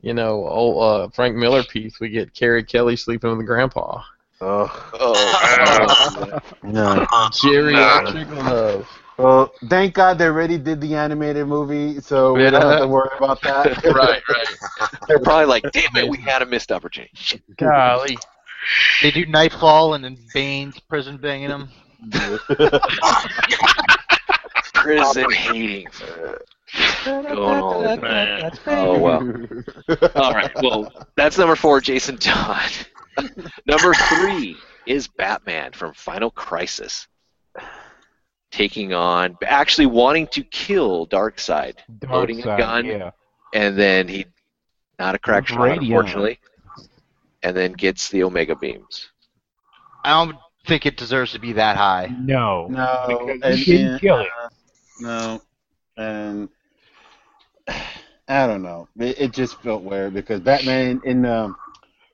Speaker 9: you know old uh, Frank Miller piece we get Carrie Kelly sleeping with Grandpa.
Speaker 4: oh.
Speaker 9: Oh, <laughs>
Speaker 10: No.
Speaker 4: Uh,
Speaker 9: Geriatric love.
Speaker 4: Well, thank God they already did the animated movie, so we don't have to worry about that.
Speaker 9: <laughs> Right, right.
Speaker 2: They're probably like, damn it, we had a missed opportunity. Shit.
Speaker 11: Golly. They do Nightfall and then Bane's prison banging
Speaker 2: <laughs>
Speaker 11: him.
Speaker 2: Prison hating. Going all over.
Speaker 3: Man.
Speaker 2: Oh well. All right. Well, that's number four, Jason Todd. <laughs> number three is Batman from Final Crisis, taking on actually wanting to kill Darkseid, Loading a
Speaker 7: Darkseid,
Speaker 2: gun.
Speaker 7: Yeah.
Speaker 2: and then he not a crack shot,
Speaker 7: Radiant.
Speaker 2: unfortunately, and then gets the Omega beams.
Speaker 11: I don't think it deserves to be that high.
Speaker 7: No.
Speaker 4: no,
Speaker 7: Because
Speaker 4: and,
Speaker 7: he didn't
Speaker 4: and-
Speaker 7: kill it.
Speaker 4: no, and <sighs> I don't know. It, it just felt weird because Batman in um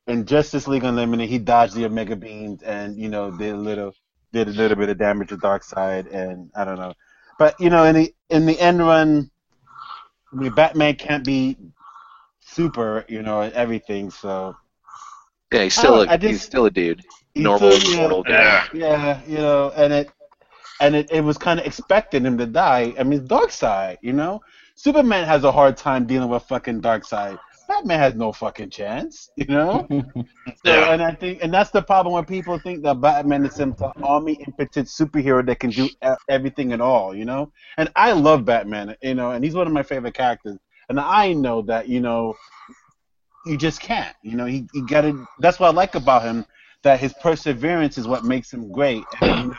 Speaker 4: in Justice League Unlimited, he dodged the Omega Beams and you know did a little did a little bit of damage to Darkseid, and I don't know. But you know, in the in the end run, I mean, Batman can't be super, you know, at everything. So
Speaker 2: Yeah, he's
Speaker 4: I
Speaker 2: still a,
Speaker 4: don't- I just-
Speaker 2: he's still a dude.
Speaker 4: He's
Speaker 2: Normal,
Speaker 4: still, yeah,
Speaker 2: normal guy.
Speaker 4: yeah, you know, and it and it, it was kind of expecting him to die. I mean, Dark Side, you know, Superman has a hard time dealing with fucking Dark Side. Batman has no fucking chance, you know. So, and I think, and that's the problem when people think that Batman is some army impotent superhero that can do e- everything and all, you know. And I love Batman, you know, and he's one of my favorite characters. And I know that, you know, you just can't, you know. He, he got to. That's what I like about him, that his perseverance is what makes him great. And, you know,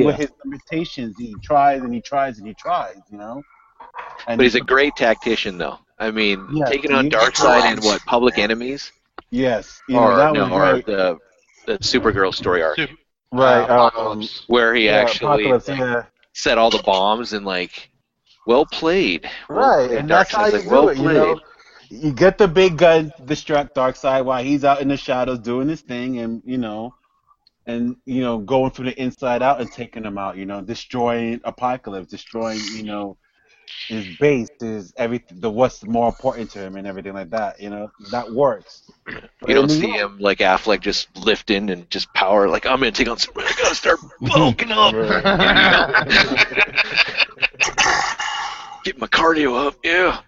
Speaker 4: even with
Speaker 2: Yeah.
Speaker 4: his limitations, he tries and he tries and he tries, you know.
Speaker 2: But he's a great tactician, though. I mean,
Speaker 4: Yeah,
Speaker 2: taking on
Speaker 4: he's
Speaker 2: Darkseid and
Speaker 4: correct.
Speaker 2: what Public Enemies,
Speaker 4: Yes, you know,
Speaker 2: or
Speaker 4: that
Speaker 2: no,
Speaker 4: was
Speaker 2: or uh,
Speaker 4: great.
Speaker 2: the the Supergirl story arc,
Speaker 4: Right, um,
Speaker 2: where he
Speaker 4: yeah,
Speaker 2: actually
Speaker 4: Apocalypse, yeah.
Speaker 2: set all the bombs and like, well played. Well
Speaker 4: Right,
Speaker 2: played.
Speaker 4: and that's how
Speaker 2: Darkseid's like,
Speaker 4: you do
Speaker 2: well
Speaker 4: it. You
Speaker 2: played.
Speaker 4: know, you get the big gun, distract Darkseid while he's out in the shadows doing his thing, and you know, and you know, going from the inside out and taking him out. You know, destroying Apocalypse, destroying you know, his base, his everything, the what's more important to him, and everything like that. You know, that works.
Speaker 2: You don't see him like Affleck just lifting and just power. Like I'm gonna take on Superman. I gotta start bulking up. <laughs> Get my cardio up. Yeah.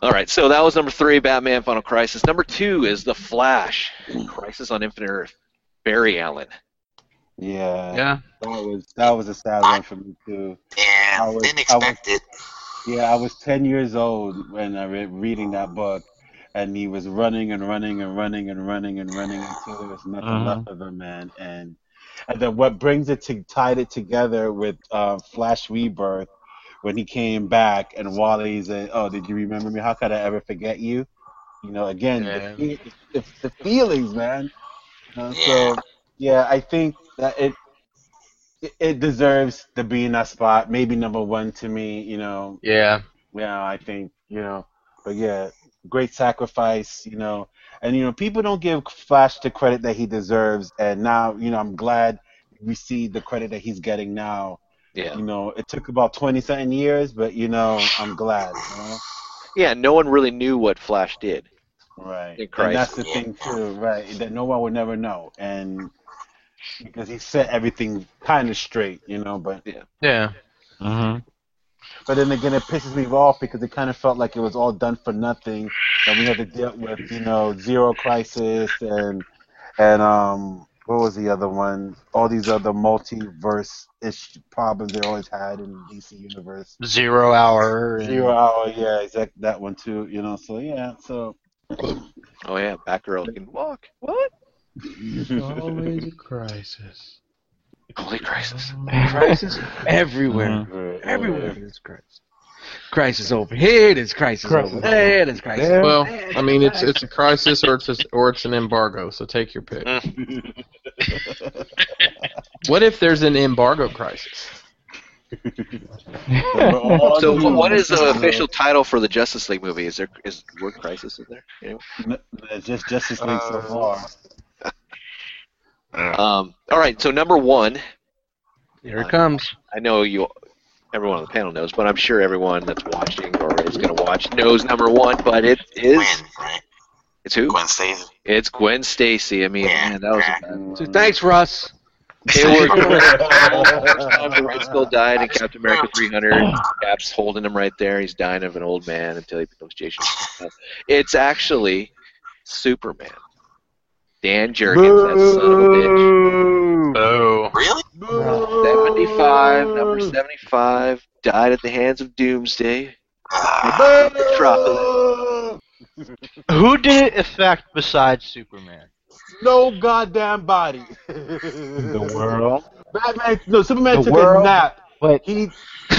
Speaker 2: All right. So that was number three, Batman: Final Crisis. Number two is The Flash: Crisis on Infinite Earth. Barry Allen.
Speaker 4: Yeah.
Speaker 2: Yeah.
Speaker 4: That was that was a sad one for me too.
Speaker 5: Yeah,
Speaker 4: I was,
Speaker 5: didn't
Speaker 4: expect
Speaker 5: it.
Speaker 4: Yeah, I was ten years old when I read reading that book, and he was running and running and running and running and running until there was nothing
Speaker 10: Mhm.
Speaker 4: left of him, man. And and then what brings it to tied it together with uh, Flash Rebirth when he came back and Wally's a oh did you remember me? How could I ever forget you? You know, again, the, fe- the, the feelings, man. You know, So yeah, I think that it it- it deserves to be in that spot. Maybe number one to me, you know.
Speaker 6: Yeah.
Speaker 4: Yeah, I think you know, but yeah, great sacrifice, you know, and you know people don't give Flash the credit that he deserves, and now you know I'm glad we see the credit that he's getting now.
Speaker 2: Yeah.
Speaker 4: You know, it took about twenty something years, but you know I'm glad. You know?
Speaker 2: Yeah. No one really knew what Flash did.
Speaker 4: Right.
Speaker 2: In
Speaker 4: And
Speaker 2: Crisis.
Speaker 4: that's the thing too, right? That no one would never know, and because he set everything kind of straight, you know. But
Speaker 9: Yeah.
Speaker 4: But then again, it pisses me off because it kind of felt like it was all done for nothing. That we had to deal with, you know, Zero Crisis and and um, what was the other one? All these other multiverse ish problems they always had in the DC universe.
Speaker 6: Zero hour. and-
Speaker 4: Zero Hour, yeah, exact that one too. You know, so yeah, so
Speaker 2: Oh yeah, Batgirl can walk. What?
Speaker 9: Always a crisis.
Speaker 2: Holy crisis!
Speaker 1: Crisis everywhere. Everywhere there's crisis. Crisis over here. It is crisis,
Speaker 9: Crisis
Speaker 1: over there. It is crisis. over
Speaker 9: Well,
Speaker 1: there.
Speaker 9: I mean, it's it's a crisis or it's a, or it's an embargo. So take your pick.
Speaker 2: Mm.
Speaker 9: what if there's an embargo crisis?
Speaker 2: <laughs> So wh- what is <laughs> the official title for the Justice League movie? Is there is the word crisis in there? Anyone?
Speaker 4: just Justice League
Speaker 2: Uh,
Speaker 4: so far.
Speaker 2: Um, all right, so number one.
Speaker 1: Here it comes.
Speaker 2: I know you, everyone on the panel knows, but I'm sure everyone that's watching or is going to watch knows number one. But it is. It's who? Gwen
Speaker 5: Stacy.
Speaker 2: It's Gwen Stacy. I mean, man, that was. A bad...
Speaker 1: Thanks, Russ.
Speaker 2: They were after Red Skull died in Captain America 300. Cap's holding him right there. He's dying of an old man until he becomes Jason. It's actually Superman. Dan Jurgens, that son of a bitch.
Speaker 6: Oh.
Speaker 5: Really?
Speaker 2: 75, number 75, died at the hands of Doomsday. Metropolis.
Speaker 11: Who did it affect besides Superman?
Speaker 4: No goddamn body. the
Speaker 10: world.
Speaker 4: Batman, no, Superman
Speaker 10: The
Speaker 4: took a
Speaker 10: world,
Speaker 4: nap.
Speaker 10: but-
Speaker 4: he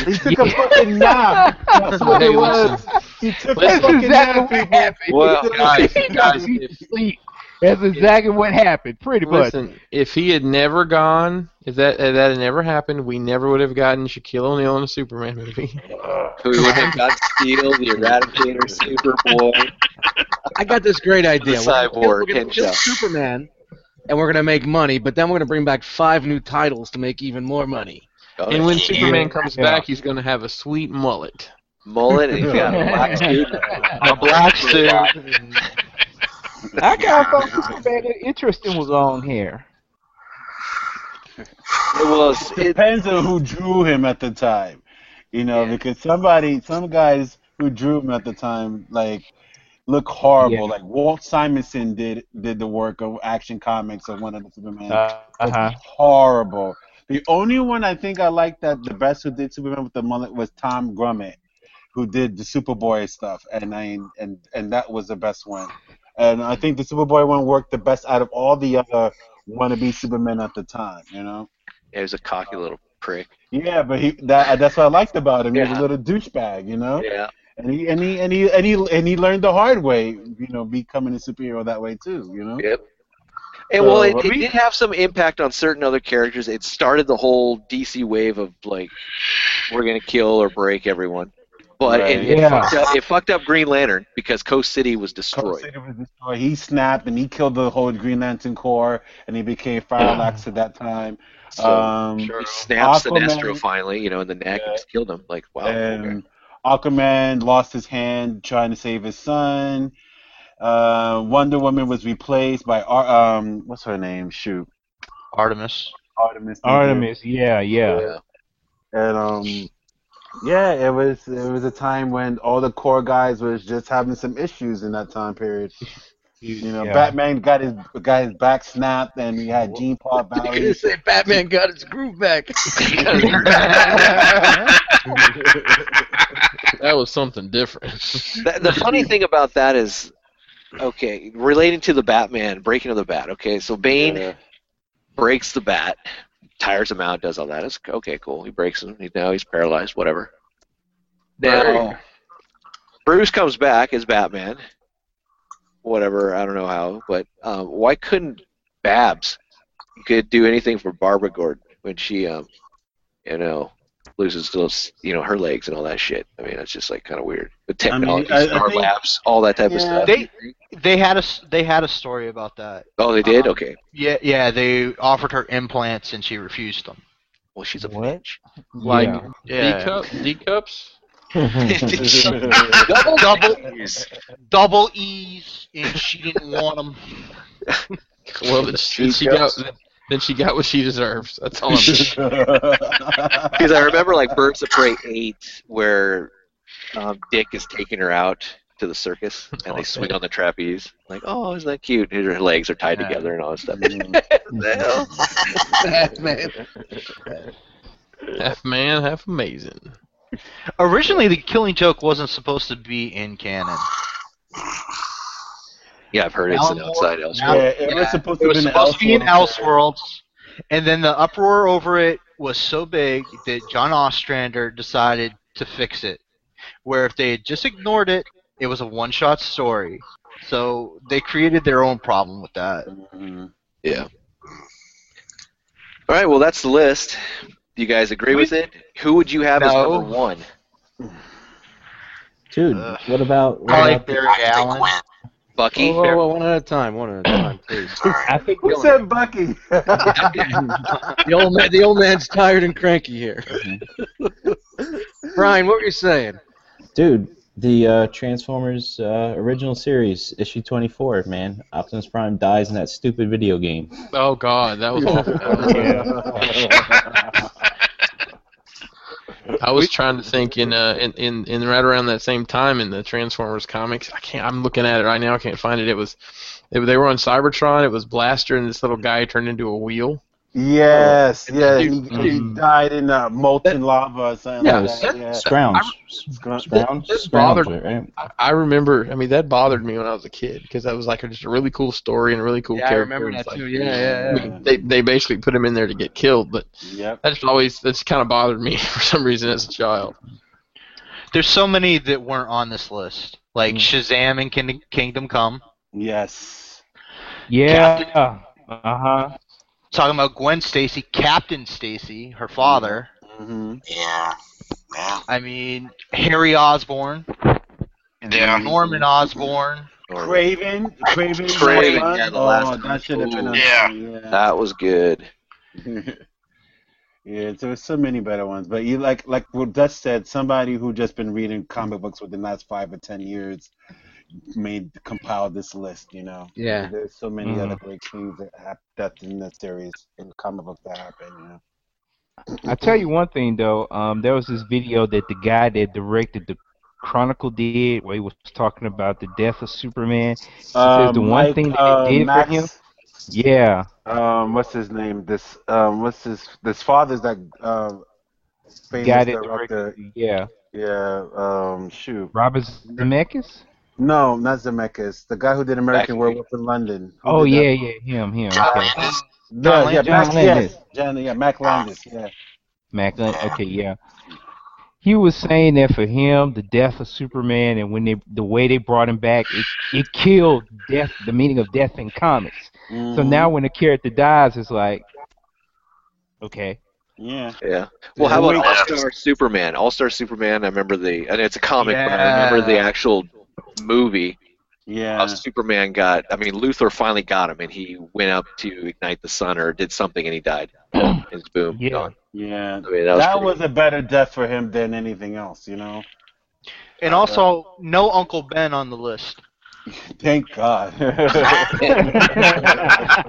Speaker 4: he took a
Speaker 7: <laughs>
Speaker 4: fucking nap. That's what
Speaker 9: Hey,
Speaker 4: it was.
Speaker 9: listen.
Speaker 4: He took
Speaker 9: Listen.
Speaker 4: a fucking nap.
Speaker 7: <laughs>
Speaker 4: people.
Speaker 9: Well, guys,
Speaker 4: He took a
Speaker 9: guys,
Speaker 4: nap.
Speaker 9: if,
Speaker 7: That's exactly what happened, pretty much.
Speaker 9: listen, if he had never gone, if that if that had never happened, we never would have gotten Shaquille O'Neal in a Superman
Speaker 2: <laughs>
Speaker 9: movie.
Speaker 2: Who would have got Steel, the Eradicator, Superboy,
Speaker 1: I got this great idea.
Speaker 2: The
Speaker 1: We're gonna-
Speaker 2: cyborg
Speaker 1: we're gonna
Speaker 2: himself.
Speaker 1: kill Superman, and we're gonna make money. But then we're gonna bring back five new titles to make even more money.
Speaker 2: Oh,
Speaker 9: And when
Speaker 5: yeah.
Speaker 9: Superman comes
Speaker 7: Yeah.
Speaker 9: back, he's going to have a sweet mullet.
Speaker 2: mullet, and he's got a
Speaker 1: <laughs>
Speaker 9: <laughs>
Speaker 2: black
Speaker 11: A black
Speaker 2: suit.
Speaker 11: suit.
Speaker 7: I kind of thought Commander Interesting
Speaker 4: <laughs>
Speaker 7: was on here.
Speaker 2: It was. It,
Speaker 4: depends on who drew him at the time, you know, because somebody, some guys who drew him at the time, like look horrible.
Speaker 7: Yeah.
Speaker 4: Like Walt Simonson did did the work of Action Comics of one of the Superman.
Speaker 7: Uh huh.
Speaker 4: horrible. The only one I think I liked that the best who did Superman with the mullet was Tom Grummett, who did the Superboy stuff, and I and and that was the best one. And I think the Superboy one worked the best out of all the other wannabe Supermen at the time. You know.
Speaker 2: it was a cocky little prick.
Speaker 4: Yeah, but he that that's what I liked about him. He was
Speaker 2: Yeah.
Speaker 4: a little douchebag, you know.
Speaker 2: Yeah.
Speaker 4: And he and he and he and he and he learned the hard way, you know, becoming a superhero that way too, you know.
Speaker 2: Yep. And well, it,
Speaker 4: So,
Speaker 2: it
Speaker 4: we-
Speaker 2: did have some impact on certain other characters. It started the whole DC wave of like, we're gonna kill or break everyone. But it, it,
Speaker 7: Right. Yeah.
Speaker 2: fucked up, it fucked up Green Lantern because Coast City was
Speaker 4: Cold
Speaker 2: destroyed.
Speaker 4: City was destroyed. He snapped and he killed the whole Green Lantern Corps, and he became Firelocks at that time.
Speaker 2: <sighs> So
Speaker 4: um,
Speaker 2: he snaps
Speaker 4: Aquaman-
Speaker 2: Sinestro finally, you know, in the neck and just killed him. Like, wow. okay.
Speaker 4: and Aquaman lost his hand trying to save his son. Uh, Wonder Woman was replaced by Ar- um, what's her name? Shoot,
Speaker 11: Artemis.
Speaker 4: Artemis. thank you.
Speaker 7: Artemis, yeah, yeah.
Speaker 2: Yeah.
Speaker 4: and um yeah it was it was a time when all the core guys was just having some issues in that time period you know
Speaker 7: Yeah.
Speaker 4: batman got his got his back snapped and he had gene paul valley
Speaker 1: say Batman got his groove
Speaker 4: <laughs>
Speaker 1: back. <laughs>
Speaker 9: That was something different.
Speaker 2: That- the funny thing about that is, okay, relating to the Batman breaking of the bat. Okay, so Bane breaks the bat, tires him out, does all that. It's okay, cool. He breaks him. He, now he's paralyzed. Whatever. Now Bruce comes back as Batman. Whatever. I don't know how, but um, why couldn't Babs could do anything for Barbara Gordon when she, um, you know. Loses those, you know, her legs and all that shit. I mean, that's just like kind of weird. The
Speaker 4: I mean,
Speaker 2: technology,
Speaker 4: I- I
Speaker 2: Star
Speaker 4: think-
Speaker 2: Labs, all that type of
Speaker 4: Yeah.
Speaker 2: stuff.
Speaker 11: They they had a s- they had a story about that.
Speaker 2: Oh, they did.
Speaker 4: Uh-huh.
Speaker 11: Um,
Speaker 2: okay.
Speaker 11: Yeah, yeah. They offered her implants and she refused them.
Speaker 2: Well, she's a
Speaker 7: What?
Speaker 2: bitch.
Speaker 9: Like
Speaker 7: Yeah.
Speaker 9: D
Speaker 11: Yeah.
Speaker 9: cup, D
Speaker 2: <laughs>
Speaker 9: cups.
Speaker 11: <laughs>
Speaker 2: Double, <laughs>
Speaker 11: Double
Speaker 2: D's.
Speaker 11: double E's and she didn't want them.
Speaker 9: <laughs> Well, then she, she got then she got what she deserves. That's all I'm saying.
Speaker 2: <laughs> Because I remember like Birds of Prey eight, where um, Dick is taking her out to the circus, and they swing on the trapeze. Like, oh, isn't that cute? And her legs are tied
Speaker 11: Yeah.
Speaker 2: together and all that stuff.
Speaker 4: the hell? <laughs>
Speaker 1: Batman.
Speaker 9: Half man, half amazing.
Speaker 11: Originally, the Killing Joke wasn't supposed to be in canon.
Speaker 2: Yeah, I've heard it's an
Speaker 11: Alan Moore-
Speaker 2: outside
Speaker 4: Yeah,
Speaker 2: elsewhere.
Speaker 4: it was supposed to
Speaker 11: It was
Speaker 4: be
Speaker 11: supposed to be in Elseworlds, and then the uproar over it was so big that John Ostrander decided to fix it. Where if they had just ignored it, it was a one-shot story. So they created their own problem with that.
Speaker 2: Mm-hmm. All right, well that's the list. Do you guys agree with it? Who would you have as
Speaker 11: No.
Speaker 2: number one?
Speaker 8: Dude,
Speaker 11: Ugh.
Speaker 8: what about? What
Speaker 11: I like
Speaker 8: about
Speaker 11: Barry
Speaker 5: I can take
Speaker 11: Allen.
Speaker 5: Gwen.
Speaker 2: Bucky.
Speaker 1: Whoa, whoa, whoa, one at a time, one at a time,
Speaker 8: <laughs>
Speaker 1: please.
Speaker 8: I think
Speaker 4: Who said Bucky?
Speaker 1: <laughs> The old man, the old man's tired and cranky here. <laughs> Brian, what were you saying?
Speaker 8: Dude, the uh, Transformers uh, original series, issue 24, man. Optimus Prime dies in that stupid video game.
Speaker 9: Oh God, that was awful. I was trying to think in uh in, in in right around that same time in the Transformers comics. I can't. I'm looking at it right now. I can't find it. It was they, they were on Cybertron. It was Blaster and this little guy turned into a wheel.
Speaker 4: yes, yeah, he,
Speaker 9: Dude,
Speaker 4: he
Speaker 9: mm.
Speaker 4: died in uh, molten lava or something
Speaker 8: Yeah, it
Speaker 4: like
Speaker 8: was
Speaker 4: that. Yeah.
Speaker 8: Scrounge.
Speaker 4: Scrounge.
Speaker 8: Scrounge?
Speaker 9: This
Speaker 8: Scrounge,
Speaker 9: bothered-
Speaker 8: right?
Speaker 9: I, I remember. I mean, that bothered me when I was a kid because that was like just a really cool story and a really cool
Speaker 1: Yeah, I
Speaker 9: character.
Speaker 1: remember
Speaker 9: It was
Speaker 1: that
Speaker 9: like-
Speaker 1: too. Yeah, yeah, yeah.
Speaker 9: They they basically put him in there to get killed, but
Speaker 4: Yep.
Speaker 9: that just always that's kind of bothered me <laughs> for some reason as a child.
Speaker 11: There's so many that weren't on this list,
Speaker 4: Mm.
Speaker 11: like Shazam and Kin- Kingdom Come.
Speaker 4: Yes.
Speaker 7: Yeah. Uh huh.
Speaker 11: Talking about Gwen Stacy, Captain Stacy, her father.
Speaker 4: Mm-hmm.
Speaker 5: Yeah. Yeah.
Speaker 11: I mean Harry Osborn,
Speaker 3: Yeah.
Speaker 11: Norman Osborn.
Speaker 2: Or-
Speaker 4: Craven, Craven,
Speaker 2: Craven,
Speaker 4: Nolan?
Speaker 2: yeah, the last
Speaker 4: oh,
Speaker 2: one.
Speaker 4: that should have been
Speaker 2: Ooh.
Speaker 4: a
Speaker 3: Yeah.
Speaker 2: That was good.
Speaker 4: <laughs> Yeah, there's so many better ones, but you like like what Dutch said, somebody who just been reading comic books within the last five or ten years made compiled this list. You know,
Speaker 1: Yeah.
Speaker 4: There's so many
Speaker 1: Mhm.
Speaker 9: Mm.
Speaker 4: other great things that hap- that's in the series in comic books that happen. You know,
Speaker 7: I tell you one thing though, um, there was this video that the guy that directed the Chronicle did, where he was talking about the death of Superman. He says the
Speaker 4: Um,
Speaker 7: one
Speaker 4: like,
Speaker 7: thing that
Speaker 4: uh,
Speaker 7: it did
Speaker 4: Max-
Speaker 7: for him. Yeah,
Speaker 4: um, what's his name? This um, what's his this father's that uh, famous
Speaker 7: Guy that
Speaker 4: director.
Speaker 7: yeah.
Speaker 4: Yeah, um, shoot.
Speaker 7: Robert Zemeckis.
Speaker 4: No, not Zemeckis. The guy who did American Werewolf in London. Who
Speaker 7: Oh
Speaker 4: did
Speaker 7: yeah,
Speaker 4: that?
Speaker 7: yeah, him, him.
Speaker 4: John
Speaker 7: Okay.
Speaker 4: No, yeah,
Speaker 7: John
Speaker 4: Max,
Speaker 7: Landis.
Speaker 4: yes, John, yeah, Mac Landis, yeah.
Speaker 7: Mac Lin- Okay, yeah. He was saying that for him, the death of Superman and when they the way they brought him back, it, it killed death, the meaning of death in comics. So
Speaker 4: Mm-hmm.
Speaker 2: Mhm.
Speaker 7: now when a character dies, it's like, okay,
Speaker 4: Yeah.
Speaker 2: Yeah. Well, how about All Star Superman? All Star Superman. I remember the, and it's a comic, but I remember the
Speaker 4: Yeah.
Speaker 2: actual movie.
Speaker 4: Yeah.
Speaker 2: How Superman got. I mean, Luthor finally got him, and he went up to ignite the sun or did something, and he died. It's boom. Yeah. Gone.
Speaker 4: Yeah.
Speaker 2: I mean, that
Speaker 4: that
Speaker 2: was
Speaker 4: was,
Speaker 2: pretty-
Speaker 4: a better death for him than anything else, you know.
Speaker 11: And also, no Uncle Ben on the
Speaker 4: <laughs>
Speaker 11: list.
Speaker 4: Thank God. <laughs>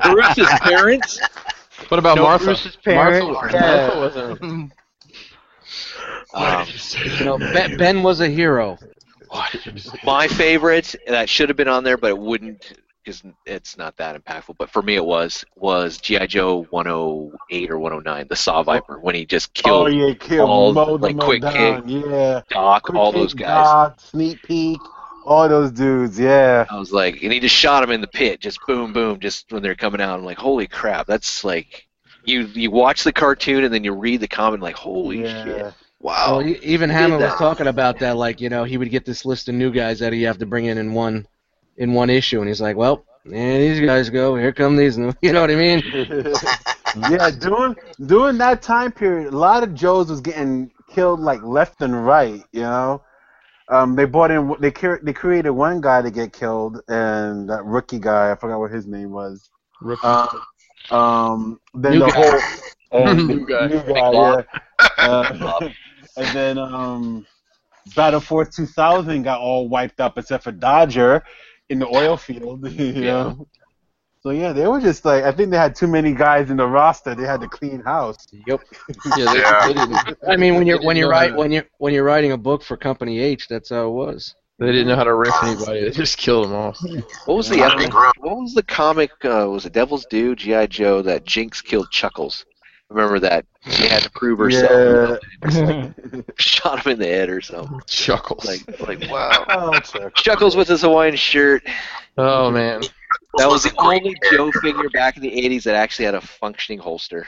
Speaker 11: Bruce's
Speaker 2: parents?
Speaker 9: What about
Speaker 11: No,
Speaker 9: Martha?
Speaker 11: Bruce's parents.
Speaker 9: Martha,
Speaker 11: Yeah.
Speaker 9: Martha
Speaker 7: <laughs>
Speaker 9: wasn't.
Speaker 2: Um,
Speaker 1: <laughs> You know, ben, ben was a hero.
Speaker 2: my favorite that should have been on there, but it wouldn't because it's not that impactful. But for me, it was was GI Joe 108 or 109, the Saw Viper, when he just
Speaker 4: oh
Speaker 2: killed
Speaker 4: yeah, kill
Speaker 2: all
Speaker 4: mow
Speaker 2: like
Speaker 4: them all
Speaker 2: quick
Speaker 4: down.
Speaker 2: kick,
Speaker 4: Yeah.
Speaker 2: Doc, all
Speaker 4: Quick
Speaker 2: those
Speaker 4: Kick,
Speaker 2: guys.
Speaker 4: Doc, sneak peek, all those dudes. Yeah.
Speaker 2: I was like, and he just shot him in the pit, just boom, boom, just when they're coming out. I'm like, holy crap, that's like, you you watch the cartoon and then you read the comment, like, holy shit, wow.
Speaker 1: Well, e- even
Speaker 2: He did
Speaker 1: Hammond was
Speaker 2: that.
Speaker 1: talking about that. Like, you know, he would get this list of new guys that he have to bring in in one, in one issue, and he's like, well, man, these guys go. Here come these new. <laughs> You know what I mean?
Speaker 4: <laughs> yeah, during during that time period, a lot of Joes was getting killed like left and right. You know, um, they brought in they cre- they created one guy to get killed, and that rookie guy I forgot what his name was.
Speaker 9: Rookie.
Speaker 1: Uh,
Speaker 4: Um, um, then
Speaker 9: New
Speaker 4: the
Speaker 9: guy.
Speaker 4: whole
Speaker 9: <laughs>
Speaker 4: and
Speaker 9: New guy.
Speaker 4: new
Speaker 9: Big
Speaker 4: guy, yeah.
Speaker 9: Bob. Big
Speaker 4: Uh, <laughs>
Speaker 9: Bob.
Speaker 4: and then um, Battle Force 2000 got all wiped up except for Dodger in the oil field. <laughs> You know? So yeah, they were just like I think they had too many guys in the roster. They had to clean house.
Speaker 1: Yep.
Speaker 9: Yeah, they- Yeah. they
Speaker 4: <laughs>
Speaker 9: didn't-
Speaker 1: I mean, when you're
Speaker 9: they
Speaker 1: when
Speaker 9: didn't
Speaker 1: you're
Speaker 9: know how
Speaker 1: write
Speaker 9: to-
Speaker 1: when you're when you're writing a book for Company H, that's how it was.
Speaker 9: They didn't know how to riff anybody. They just killed them all.
Speaker 2: What was the epic, what was the comic? Uh, was it Devil's Due, GI Joe? That Jinx killed Chuckles. Remember that she had to prove herself. <laughs>
Speaker 4: Yeah.
Speaker 2: Shot him in the head or something.
Speaker 9: Chuckles.
Speaker 2: Like,
Speaker 9: <laughs>
Speaker 2: like wow.
Speaker 4: Oh, Chuck.
Speaker 2: Chuckles with his Hawaiian shirt.
Speaker 9: Oh man.
Speaker 2: That was the only Joe figure back in the '80s that actually had a functioning holster.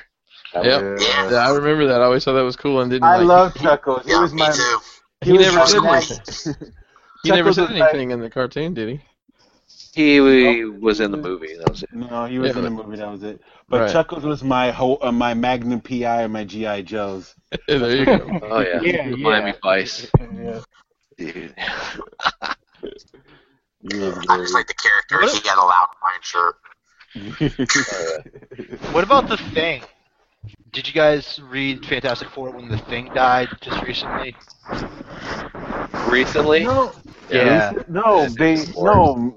Speaker 2: That was-
Speaker 9: Yep. Yeah. I remember that. I always thought that was cool and didn't.
Speaker 2: I
Speaker 9: like,
Speaker 2: love
Speaker 4: Chuckles. He was my.
Speaker 9: He,
Speaker 4: was
Speaker 9: never
Speaker 4: my
Speaker 9: said
Speaker 4: guy.
Speaker 9: anything. He never
Speaker 4: Chuckles
Speaker 9: said
Speaker 4: was my-
Speaker 9: anything in the cartoon, did he?
Speaker 2: He was in the movie. That was it.
Speaker 4: Oh. No, he was
Speaker 9: Yeah,
Speaker 4: in the
Speaker 9: but-
Speaker 4: movie. That was it. But
Speaker 9: Right.
Speaker 4: Chuckles was my ho- uh, my Magnum PI and my GI Joes.
Speaker 9: <laughs> there you go.
Speaker 2: Oh yeah.
Speaker 4: Yeah,
Speaker 2: Miami
Speaker 4: yeah.
Speaker 2: Vice.
Speaker 4: Yeah.
Speaker 2: Dude.
Speaker 5: I just like the character. He got a loud iron
Speaker 4: <laughs>
Speaker 5: shirt.
Speaker 11: What about the Thing? Did you guys read Fantastic Four when the Thing died just recently?
Speaker 2: Recently.
Speaker 4: No.
Speaker 11: Yeah.
Speaker 4: No, they no.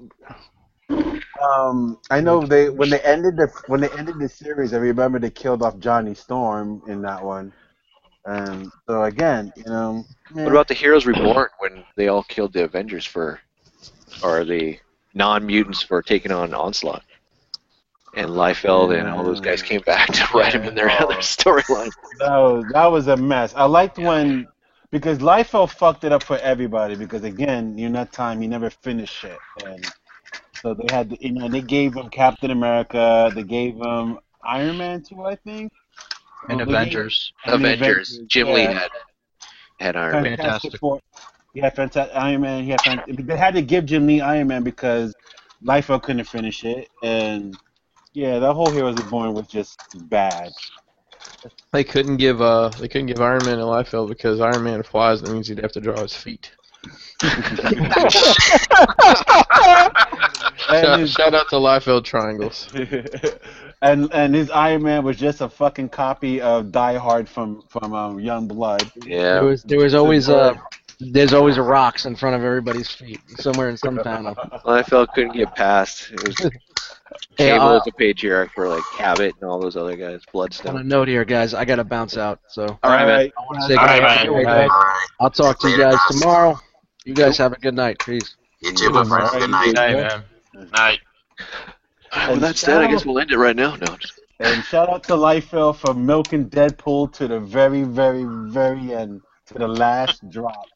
Speaker 4: Um, I know they when they ended the when they ended the series. I remember they killed off Johnny Storm in that one. Um, so again, you know. eh.
Speaker 2: What about the Heroes Reborn when <laughs> they all killed the Avengers for, or the non mutants for taking on Onslaught? And Liefeld and all those guys came back to write him in their other <laughs> storyline.
Speaker 4: No, that was a mess. I liked when because Liefeld fucked it up for everybody because again, you're not time, you never finish shit. And so they had you know, they gave him Captain America, they gave him Iron Man too, I think.
Speaker 11: And
Speaker 4: Well, they
Speaker 11: Avengers.
Speaker 4: gave- and the
Speaker 2: Avengers. Jim Lee
Speaker 4: yeah.
Speaker 2: had had Iron Man.
Speaker 4: Fantastic Four. Yeah, fantastic Iron Man. Yeah, fantastic. They had to give Jim Lee Iron Man because Liefeld couldn't finish it, and yeah, that whole Heroes Reborn was just
Speaker 2: <laughs>
Speaker 4: bad.
Speaker 9: They couldn't give uh they couldn't give Iron Man a Liefeld because Iron Man flies and it means he'd have to draw his feet. Shout,
Speaker 4: his-
Speaker 9: shout out to Liefeld triangles.
Speaker 4: <laughs> and and his Iron Man was just a fucking copy of Die Hard from from um, Young Blood.
Speaker 1: There was there was always a there's always a rocks in front of everybody's feet somewhere in some panel.
Speaker 2: Liefeld couldn't get past. It was
Speaker 1: Hey,
Speaker 2: Cable
Speaker 1: uh,
Speaker 2: at the page here for like Cabot and all those other guys.
Speaker 1: On a
Speaker 2: Bloodstone.
Speaker 1: note here, guys, I gotta bounce out. So
Speaker 2: All right, man.
Speaker 1: I wanna say
Speaker 2: All right,
Speaker 1: goodnight.
Speaker 2: man. All right.
Speaker 1: I'll talk to you guys tomorrow. You guys have a good night. Peace.
Speaker 5: You too, my friend. Good night.
Speaker 3: Night.
Speaker 2: Mm-hmm. Well, that's that. I guess we'll end it right now. No, I'm just-
Speaker 4: And shout out to Liefeld for milking Deadpool to the very, very, very end, to the last drop.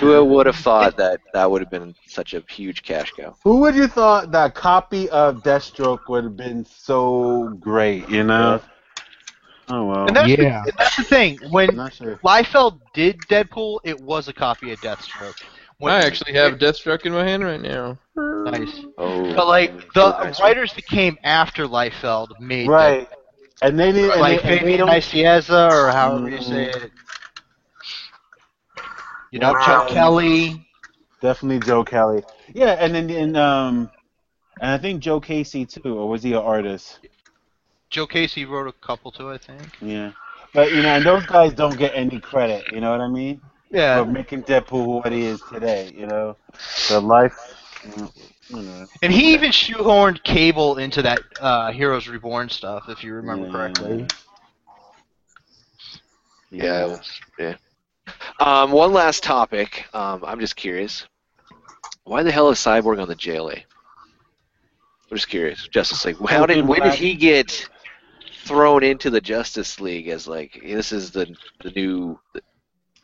Speaker 2: who would have thought that that would have been such a huge cash cow?
Speaker 4: Who would you thought that copy of Deathstroke would have been so great? You know. Oh well.
Speaker 11: And that's,
Speaker 7: Yeah.
Speaker 11: the, and that's the thing.
Speaker 4: I'm
Speaker 11: When
Speaker 4: not sure.
Speaker 11: Liefeld did Deadpool, it was a copy of Deathstroke. When,
Speaker 9: I actually have Deathstroke in my hand right now.
Speaker 11: nice.
Speaker 2: Oh,
Speaker 11: But like
Speaker 2: Cool,
Speaker 11: the
Speaker 2: nice one.
Speaker 11: writers that came after Liefeld made
Speaker 4: Right. And they didn't.
Speaker 11: Deadpool.
Speaker 4: and
Speaker 11: like
Speaker 4: they, and they
Speaker 11: Fabian Mm-hmm.
Speaker 4: don't-
Speaker 11: Nicieza or however you say it. You know, Chuck
Speaker 5: Wow.
Speaker 11: Kelly.
Speaker 4: Definitely Joe Kelly. Yeah, and then and um, and I think Joe Casey too, or was he an artist?
Speaker 11: Joe Casey wrote a couple too, I think.
Speaker 4: Yeah. But you know, and those guys don't get any credit. You know what I mean?
Speaker 11: Yeah.
Speaker 4: For making Deadpool what he is today. You know, the life. You know,
Speaker 11: And he even shoehorned Cable into that uh, Heroes Reborn stuff, if you remember
Speaker 4: yeah.
Speaker 11: correctly.
Speaker 2: Yeah, it was, yeah. Um, one last topic. Um, I'm just curious. Why the hell is Cyborg on the JLA? I'm just curious. Justice League. How did when did he get thrown into the Justice League as like this is the the new?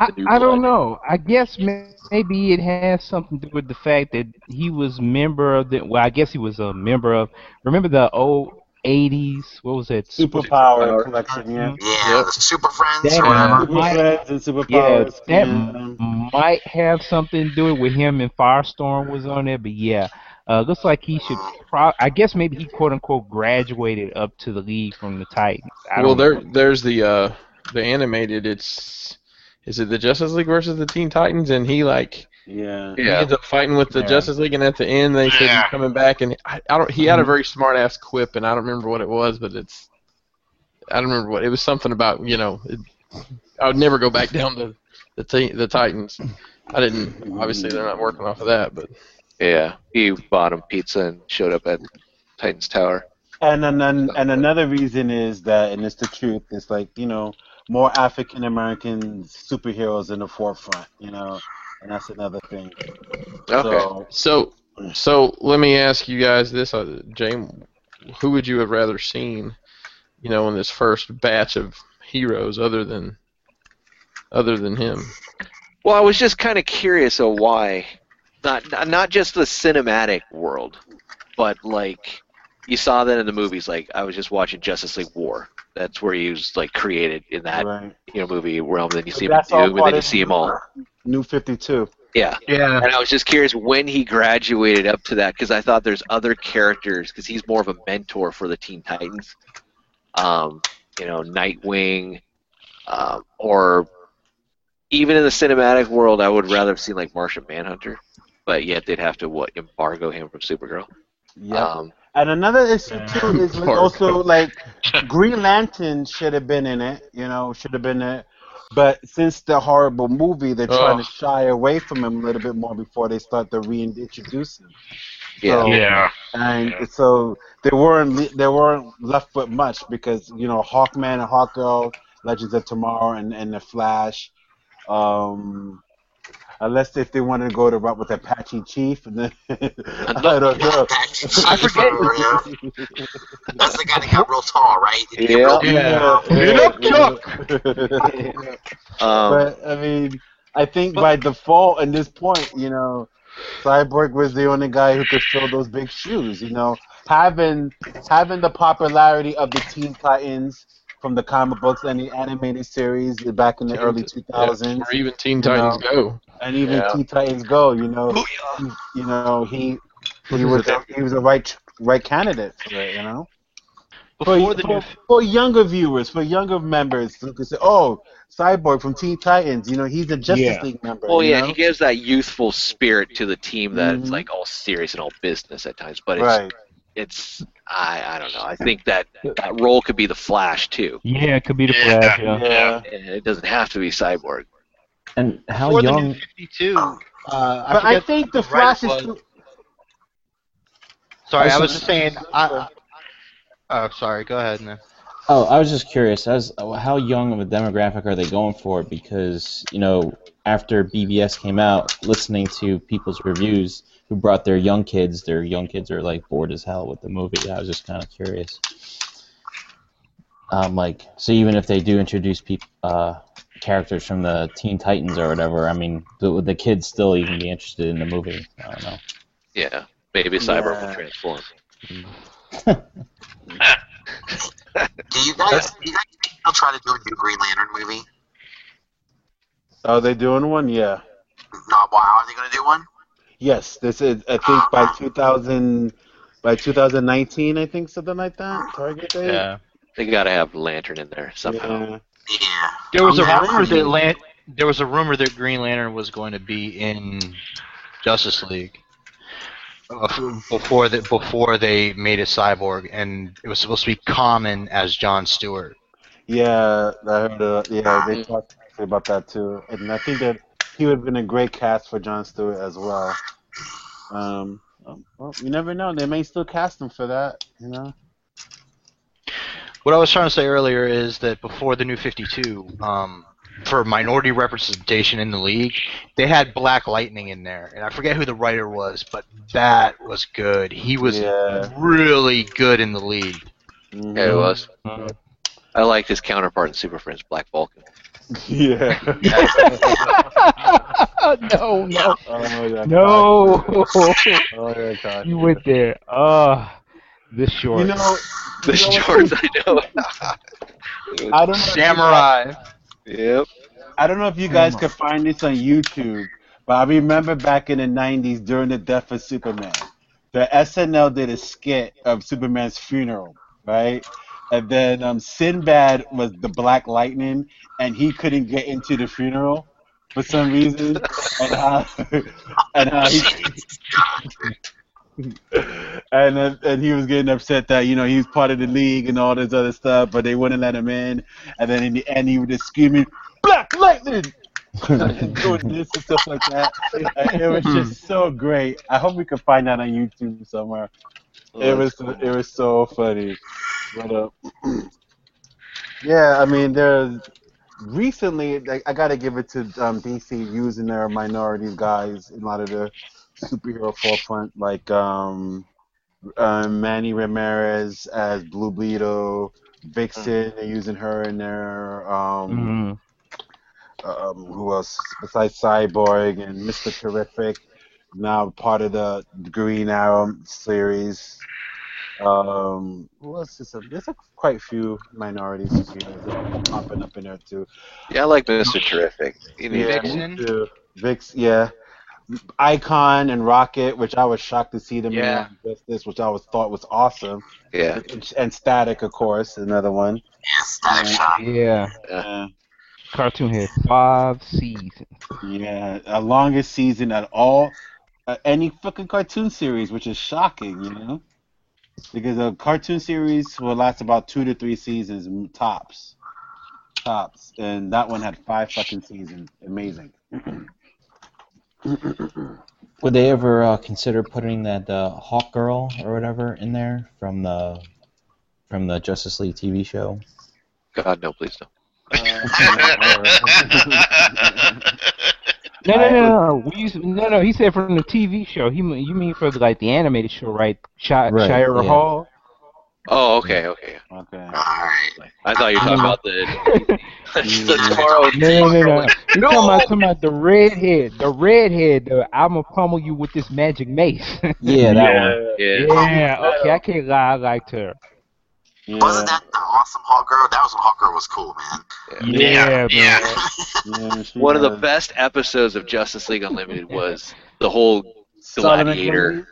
Speaker 7: I,
Speaker 2: the new
Speaker 7: I don't
Speaker 2: blood.
Speaker 7: know. I guess may- maybe it has something to do with the fact that he was member of the. Well, I guess he was a member of. Remember the old '80s? What was that?
Speaker 4: Superpower collection. Yeah.
Speaker 5: Yeah, the Super Friends
Speaker 7: Damn.
Speaker 5: or whatever.
Speaker 4: Super friends and
Speaker 7: Yeah,
Speaker 4: superpowers.
Speaker 7: that
Speaker 4: yeah.
Speaker 7: might have something to do with him and Firestorm was on there, but yeah. Uh, looks like he should. Pro- I guess maybe he quote unquote graduated up to the league from the Titans. I
Speaker 9: Well,
Speaker 7: don't
Speaker 9: there, there's the uh, the animated. It's is it the Justice League versus the Teen Titans, and he like
Speaker 4: Yeah.
Speaker 9: he ends up fighting with the
Speaker 7: Yeah.
Speaker 9: Justice League, and at the end they said
Speaker 3: Yeah.
Speaker 9: he's coming back, and I, I don't. He had a very smart ass quip, and I don't remember what it was, but it's I don't remember what it was. Something about you know, it, I would never go back <laughs> down to the t- the Titans. I didn't. Obviously, they're not working off of that, but
Speaker 2: Yeah, he bought him pizza and showed up at Titan's Tower.
Speaker 4: And then, and, and another reason is that, and it's the truth, it's like, you know, more African American superheroes in the forefront, you know, and that's another thing.
Speaker 9: okay.
Speaker 4: So,
Speaker 9: So, so let me ask you guys this, uh, James, who would you have rather seen, you know, in this first batch of heroes, other than, other than him?
Speaker 2: Well, I was just kind of curious of why, not not- not just the cinematic world, but like you saw that in the movies. Like I was just watching Justice League War. That's where he was like created in that
Speaker 4: right.
Speaker 2: you know movie realm. Then you see him in
Speaker 4: That's all
Speaker 2: Doom, and
Speaker 4: part
Speaker 2: then you
Speaker 4: of-
Speaker 2: see him all.
Speaker 4: New 52.
Speaker 2: Yeah.
Speaker 11: Yeah.
Speaker 2: And I was just curious when he graduated up to that because I thought there's other characters because he's more of a mentor for the Teen Titans. Um, you know, Nightwing, um, or even in the cinematic world, I would rather have seen like Martian Manhunter, but yet they'd have to what embargo him from Supergirl.
Speaker 4: Yeah.
Speaker 2: Um,
Speaker 4: and another issue,
Speaker 2: <laughs>
Speaker 4: too, is like
Speaker 9: Parker.
Speaker 4: also, like, Green Lantern should have been in it, you know, should have been in it. But since the horrible movie, they're trying to
Speaker 9: Ugh.
Speaker 4: shy away from him a little bit more before they start to reintroduce him.
Speaker 2: yeah.
Speaker 4: So-
Speaker 3: Yeah.
Speaker 4: and so they weren't le- they weren't left with much because you know Hawkman and Hawkgirl, Legends of Tomorrow, and, and the Flash, um, unless if they wanted to go to route with Apache Chief, <laughs> and then I don't know.
Speaker 5: I
Speaker 4: <laughs>
Speaker 5: forget. <laughs> That's the guy that got real tall, right? Did he get
Speaker 2: Yeah.
Speaker 5: real-
Speaker 4: Yeah,
Speaker 2: <laughs> Um,
Speaker 4: but I mean, I think by default, at this point, you know, Cyborg was the only guy who could fill those big shoes. You know, having having the popularity of the Teen Titans from the comic books and the animated series back in the early two thousands,
Speaker 9: or even Teen
Speaker 4: you
Speaker 9: Titans
Speaker 4: know.
Speaker 9: Go.
Speaker 4: and even
Speaker 2: Yeah.
Speaker 4: Teen Titans Go. You know, he, you know he he was a, he was a right ch- right candidate for it. You know,
Speaker 11: Before the
Speaker 4: for,
Speaker 11: new
Speaker 4: for younger viewers, for younger members, who could say, "Oh, Cyborg from Teen Titans, you know he's a Justice
Speaker 2: Yeah.
Speaker 4: League member."
Speaker 2: Well,
Speaker 4: you
Speaker 2: yeah,
Speaker 4: know?
Speaker 2: he gives that youthful spirit to the team that's
Speaker 4: Mhm.
Speaker 2: like all serious and all business at times. But it's,
Speaker 4: right.
Speaker 2: it's I, I don't know. I think that that role could be the Flash too.
Speaker 7: Yeah, it could be
Speaker 2: <laughs>
Speaker 7: the Flash. Yeah.
Speaker 2: And it doesn't have to be Cyborg.
Speaker 8: And how
Speaker 11: Before the
Speaker 8: young?
Speaker 11: new 52, uh, I
Speaker 4: But I
Speaker 11: forget
Speaker 4: think the
Speaker 11: who the writer
Speaker 4: Flash is
Speaker 11: was.
Speaker 4: too.
Speaker 11: Sorry,
Speaker 8: I
Speaker 11: I was
Speaker 8: saw-
Speaker 11: just saying. I, I, oh, sorry. Go ahead, man.
Speaker 8: Oh, I was just curious. As how young of a demographic are they going for? Because you know, after BBS came out, listening to people's reviews who brought their young kids, their young kids are like bored as hell with the movie. I was just kind of curious. Um, like, so even if they do introduce peop- uh, characters from the Teen Titans or whatever, I mean, th- would the kids still even be interested in the movie? I don't know.
Speaker 2: Yeah, maybe Cyborg will
Speaker 4: Yeah.
Speaker 2: transform.
Speaker 5: Do you guys? Do you guys think they'll try to do a new Green Lantern movie?
Speaker 4: Are they doing one? Yeah.
Speaker 5: No, why are they going to do one?
Speaker 4: Yes, this is. I think
Speaker 2: <gasps>
Speaker 4: by 2000, by 2019, I think something like that. Target date.
Speaker 6: Yeah.
Speaker 2: They gotta have Lantern in there somehow.
Speaker 4: Yeah.
Speaker 5: Yeah.
Speaker 11: There was a
Speaker 4: I'm happy
Speaker 11: rumor
Speaker 4: you-
Speaker 11: that Lan- there was a rumor that Green Lantern was going to be in Justice League uh, before that before they made a cyborg, and it was supposed to be common as John Stewart.
Speaker 4: Yeah, I heard. Uh, yeah,
Speaker 2: Mm.
Speaker 4: they talked about that too, and I think that he would have been a great cast for John Stewart as well. Um, well, you never know. They may still cast him for that. You know.
Speaker 11: What I was trying to say earlier is that before the New Fifty Two, um, for minority representation in the league, they had Black Lightning in there, and I forget who the writer was, but that was good. He was
Speaker 4: Yeah.
Speaker 11: really good in the league.
Speaker 4: Mhm.
Speaker 2: Yeah, it was. I liked his counterpart in Super Friends, Black Vulcan.
Speaker 4: <laughs> Yeah.
Speaker 2: <laughs>
Speaker 7: no, no,
Speaker 4: Oh, yeah,
Speaker 7: no.
Speaker 4: Kyle. Oh,
Speaker 7: <laughs>
Speaker 4: yeah, Kyle.
Speaker 7: you went there. Uh this short.
Speaker 4: You
Speaker 2: <laughs>
Speaker 4: know,
Speaker 2: The
Speaker 4: you know
Speaker 2: shorts,
Speaker 4: what?
Speaker 2: I know.
Speaker 4: I don't know if you guys-
Speaker 11: Samurai.
Speaker 2: yep.
Speaker 4: I don't know if you guys could find this on YouTube, but I remember back in the '90s during the death of Superman, the SNL did a skit of Superman's funeral, right? And then um, Sinbad was the Black Lightning, and he couldn't get into the funeral for some reason, and how <laughs> and how he. <laughs> And, uh, and he was getting upset that you know he was part of the league and all this other stuff, but they wouldn't let him in. And then in the end, he was just screaming, Black Lightning! <laughs> and doing this and stuff like that. And it was just so great. I hope we can find that on YouTube somewhere. It was it was so funny. But, uh, yeah, I mean, there's recently like, I got to give it to um, DC using their minority guys in a lot of the superhero forefront, like um, uh, Manny Ramirez as Blue Beetle, Vixen. They're using her in there. Um,
Speaker 7: Mhm.
Speaker 4: um, who else besides Cyborg and Mister Terrific, now part of the Green Arrow series. Um, who else is there? There's a, quite few minorities popping up in there too.
Speaker 2: Yeah, I like Mr. Terrific. You know,
Speaker 4: Yeah,
Speaker 11: Vixen?
Speaker 4: too. Vix, yeah. Icon and Rocket, which I was shocked to see them
Speaker 11: Yeah.
Speaker 4: in Justice, which I was thought was awesome,
Speaker 2: yeah.
Speaker 4: and, and Static, of course, another one. Uh,
Speaker 5: Yes, that is shot.
Speaker 7: Yeah.
Speaker 4: Yeah.
Speaker 7: Cartoon had five seasons.
Speaker 4: Yeah, a longest season at all, uh, any fucking cartoon series, which is shocking, you know, because a cartoon series will last about two to three seasons m- tops, tops, and that one had five fucking seasons. Amazing. <clears throat>
Speaker 8: Would they ever uh, consider putting that uh, Hawk Girl or whatever in there from the from the Justice League TV show?
Speaker 2: God, no, please no.
Speaker 7: No, no, no, no. We used no, no. He said from the TV show. He mean- you mean for the, like the animated show, right? Sh-
Speaker 8: Right,
Speaker 7: Shira
Speaker 8: yeah.
Speaker 7: Hall.
Speaker 2: Oh, okay, okay.
Speaker 4: Okay.
Speaker 5: All right.
Speaker 2: I thought you were talking about
Speaker 7: no,
Speaker 2: the, <laughs> the tomorrow.
Speaker 7: no, no. <laughs> You talking about talking about the redhead? The redhead. The, I'm gonna pummel you with this magic mace. <laughs>
Speaker 8: Yeah, that one.
Speaker 2: Yeah.
Speaker 7: yeah. Okay, I can't lie. I liked her.
Speaker 4: Yeah,
Speaker 5: Wasn't that the awesome Hawk Girl? That was when Hawk Girl was cool, man.
Speaker 7: Yeah,
Speaker 3: yeah.
Speaker 7: bro.
Speaker 4: yeah, she
Speaker 2: One of the
Speaker 4: was-
Speaker 2: best episodes of Justice League Unlimited was the whole
Speaker 4: Solomon
Speaker 2: gladiator.
Speaker 4: Grundy?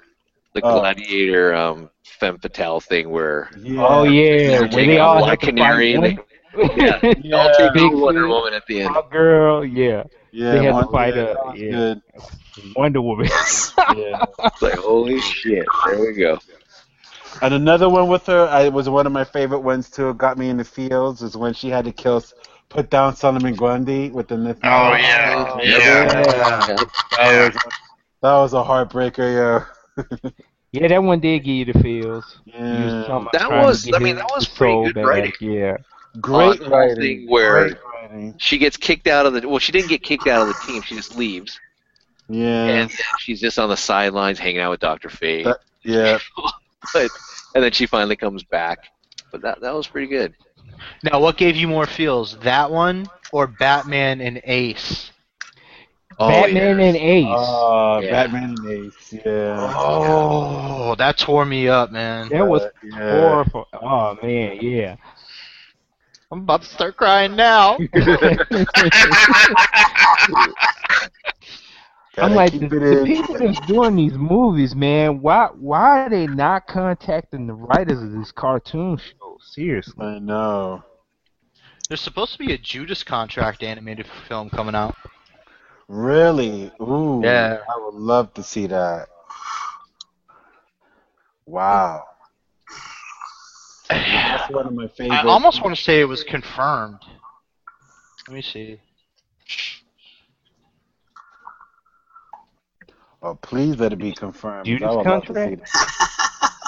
Speaker 2: the
Speaker 4: Oh.
Speaker 2: gladiator um, femme fatale thing where
Speaker 7: Oh yeah,
Speaker 2: they're
Speaker 7: when
Speaker 2: taking
Speaker 7: they
Speaker 2: on
Speaker 7: all
Speaker 2: one
Speaker 7: have to
Speaker 2: canary and
Speaker 7: fight
Speaker 2: they, <laughs>
Speaker 7: one.
Speaker 2: yeah, they all take
Speaker 7: Big
Speaker 2: on Wonder
Speaker 7: Sue,
Speaker 2: Woman at the end.
Speaker 7: Hot girl, yeah.
Speaker 4: Yeah,
Speaker 7: they have
Speaker 4: one-
Speaker 7: to fight
Speaker 4: yeah,
Speaker 7: uh,
Speaker 4: that was
Speaker 7: yeah,
Speaker 4: good.
Speaker 7: Wonder Woman. <laughs>
Speaker 4: Yeah.
Speaker 2: It's like holy shit, there we go.
Speaker 4: And another one with her, I was one of my favorite ones too. It got me in the fields is when she had to kill, put down Solomon Grundy with the Nith.
Speaker 3: Oh yeah, yeah.
Speaker 7: yeah.
Speaker 3: yeah.
Speaker 4: That was a heartbreaker, <laughs> yo.
Speaker 7: yeah, that one did give you the feels. You was
Speaker 4: yeah.
Speaker 7: talking about
Speaker 2: That
Speaker 7: trying to
Speaker 2: was-
Speaker 7: get
Speaker 2: I mean,
Speaker 7: his
Speaker 2: that was pretty
Speaker 7: soul
Speaker 2: good writing.
Speaker 7: Yeah,
Speaker 4: Great
Speaker 2: on the whole
Speaker 4: writing.
Speaker 2: thing where-
Speaker 4: Great writing.
Speaker 2: She gets kicked out of the well, she didn't get kicked out of the team. She just leaves,
Speaker 4: Yeah.
Speaker 2: and she's just on the sidelines hanging out with Doctor Fate.
Speaker 4: That- yeah.
Speaker 2: <laughs> But and then she finally comes back. But that that was pretty good.
Speaker 11: Now, what gave you more feels, that one or Batman and Ace?
Speaker 7: Batman and Ace.
Speaker 4: Oh, Uh,
Speaker 2: Yeah.
Speaker 4: Batman and Ace. Yeah. Uh,
Speaker 11: Oh, that tore me up, man.
Speaker 7: that was
Speaker 4: yeah.
Speaker 7: horrible. Oh man, yeah.
Speaker 11: I'm about to start crying
Speaker 7: <laughs>
Speaker 11: now.
Speaker 7: I'm
Speaker 4: Gotta
Speaker 7: like,
Speaker 4: keep
Speaker 7: the,
Speaker 4: it
Speaker 7: the
Speaker 4: in.
Speaker 7: people that's doing these movies, man, why why are they not contacting the writers of this cartoon show? Seriously.
Speaker 4: I know.
Speaker 11: There's supposed to be a Judas Contract animated film coming out.
Speaker 4: Really? Ooh.
Speaker 11: Yeah.
Speaker 4: I would love to see that. Wow. That's one of my favorite.
Speaker 11: I almost want to say it was confirmed. Let me see.
Speaker 4: Oh, please let it be confirmed.
Speaker 7: Judas
Speaker 4: I would love to
Speaker 7: Contract?
Speaker 4: see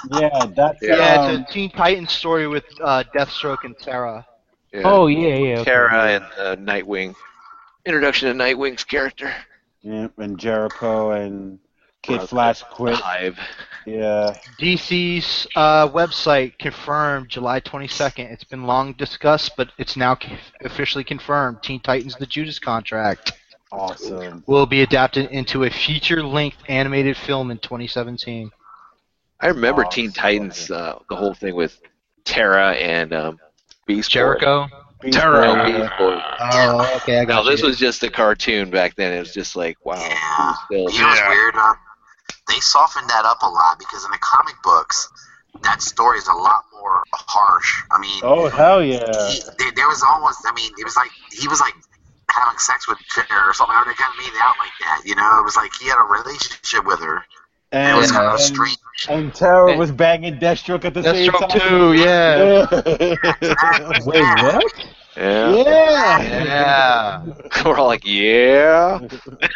Speaker 4: that. <laughs> yeah, that's
Speaker 2: Yeah.
Speaker 11: Yeah,
Speaker 4: um,
Speaker 11: it's a Teen Titans story with uh, Deathstroke and Terra.
Speaker 2: Yeah.
Speaker 7: Oh yeah, yeah. okay.
Speaker 2: Tara and uh, Nightwing. Introduction to Nightwing's character.
Speaker 4: yeah, and Jericho and Kid
Speaker 2: Brother.
Speaker 4: Flash quit.
Speaker 2: Hive.
Speaker 4: Yeah.
Speaker 11: DC's uh, website confirmed July 22nd. It's been long discussed, but it's now c- officially confirmed. Teen Titans: The Judas Contract
Speaker 4: Awesome.
Speaker 11: will be adapted into a feature-length animated film in 2017.
Speaker 2: I remember
Speaker 4: Oh,
Speaker 2: Teen
Speaker 4: so
Speaker 2: Titans, uh, the whole thing with Tara and um, Beast Boy.
Speaker 11: Jericho.
Speaker 4: Beast
Speaker 2: Tara
Speaker 4: Boy.
Speaker 2: and Beast Boy.
Speaker 11: Oh, okay, I
Speaker 2: Now
Speaker 11: got
Speaker 2: this
Speaker 11: you.
Speaker 2: was just a cartoon back then. It was just like wow. he was
Speaker 5: You
Speaker 2: still-
Speaker 5: know what's
Speaker 3: Yeah.
Speaker 5: weird? Uh, they softened that up a lot because in the comic books, that story is a lot more harsh. I mean,
Speaker 4: Oh hell yeah!
Speaker 5: he, there, there was almost. I mean, it was like he was like having sex with her or something. They kind of made it out like that, you know. It was like he had a relationship with her. it
Speaker 4: And,
Speaker 5: was kind of
Speaker 4: and,
Speaker 5: strange.
Speaker 4: and Tara was banging Deathstroke at the same
Speaker 11: Deathstroke
Speaker 4: time.
Speaker 11: too. Yeah.
Speaker 4: Yeah. <laughs>
Speaker 7: Wait, what?
Speaker 2: yeah.
Speaker 4: yeah.
Speaker 11: Yeah.
Speaker 2: <laughs> We're all like yeah.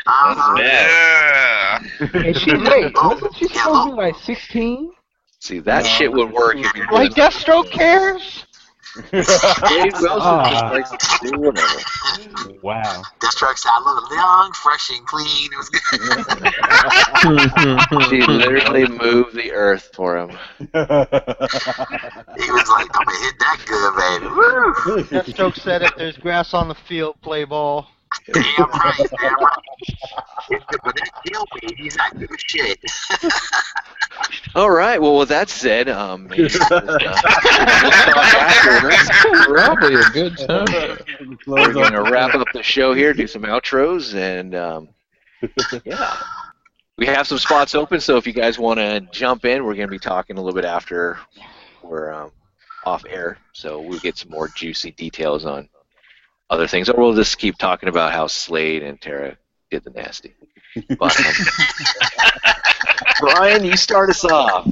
Speaker 5: Uh,
Speaker 3: yeah.
Speaker 7: And <laughs> she wait, wasn't she
Speaker 5: Yeah.
Speaker 7: supposed to be like sixteen?
Speaker 2: See that shit would work if you
Speaker 11: Like Deathstroke
Speaker 7: <laughs>
Speaker 11: cares.
Speaker 5: <laughs>
Speaker 2: Dave Wilson
Speaker 7: Ah.
Speaker 2: just likes to do whatever.
Speaker 7: Wow.
Speaker 5: Deathstroke said, "I love it young, fresh, and clean." It was <laughs> good.
Speaker 2: She literally moved the earth for him.
Speaker 4: <laughs>
Speaker 5: He was like, "I'm gonna hit
Speaker 11: <laughs>
Speaker 5: that good, baby." Woo!
Speaker 11: Deathstroke said, "If there's grass on the field, play ball."
Speaker 5: Damn right, damn right. <laughs> But that tailweight, he's not good shit. <laughs>
Speaker 2: All right. Well, with that said, um, maybe we'll, uh, we'll talk afterwards.
Speaker 9: Probably a good
Speaker 2: Oh.
Speaker 9: time.
Speaker 2: We're
Speaker 4: Close
Speaker 2: going to
Speaker 4: up.
Speaker 2: wrap up the show here, do some outros, and um, yeah, we have some spots open. So if you guys want to jump in, we're going to be talking a little bit after we're um, off air, so we'll get some more juicy details on other things, or we'll just keep talking about how Slade and Tara did the nasty. But, um, Brian, you start us off.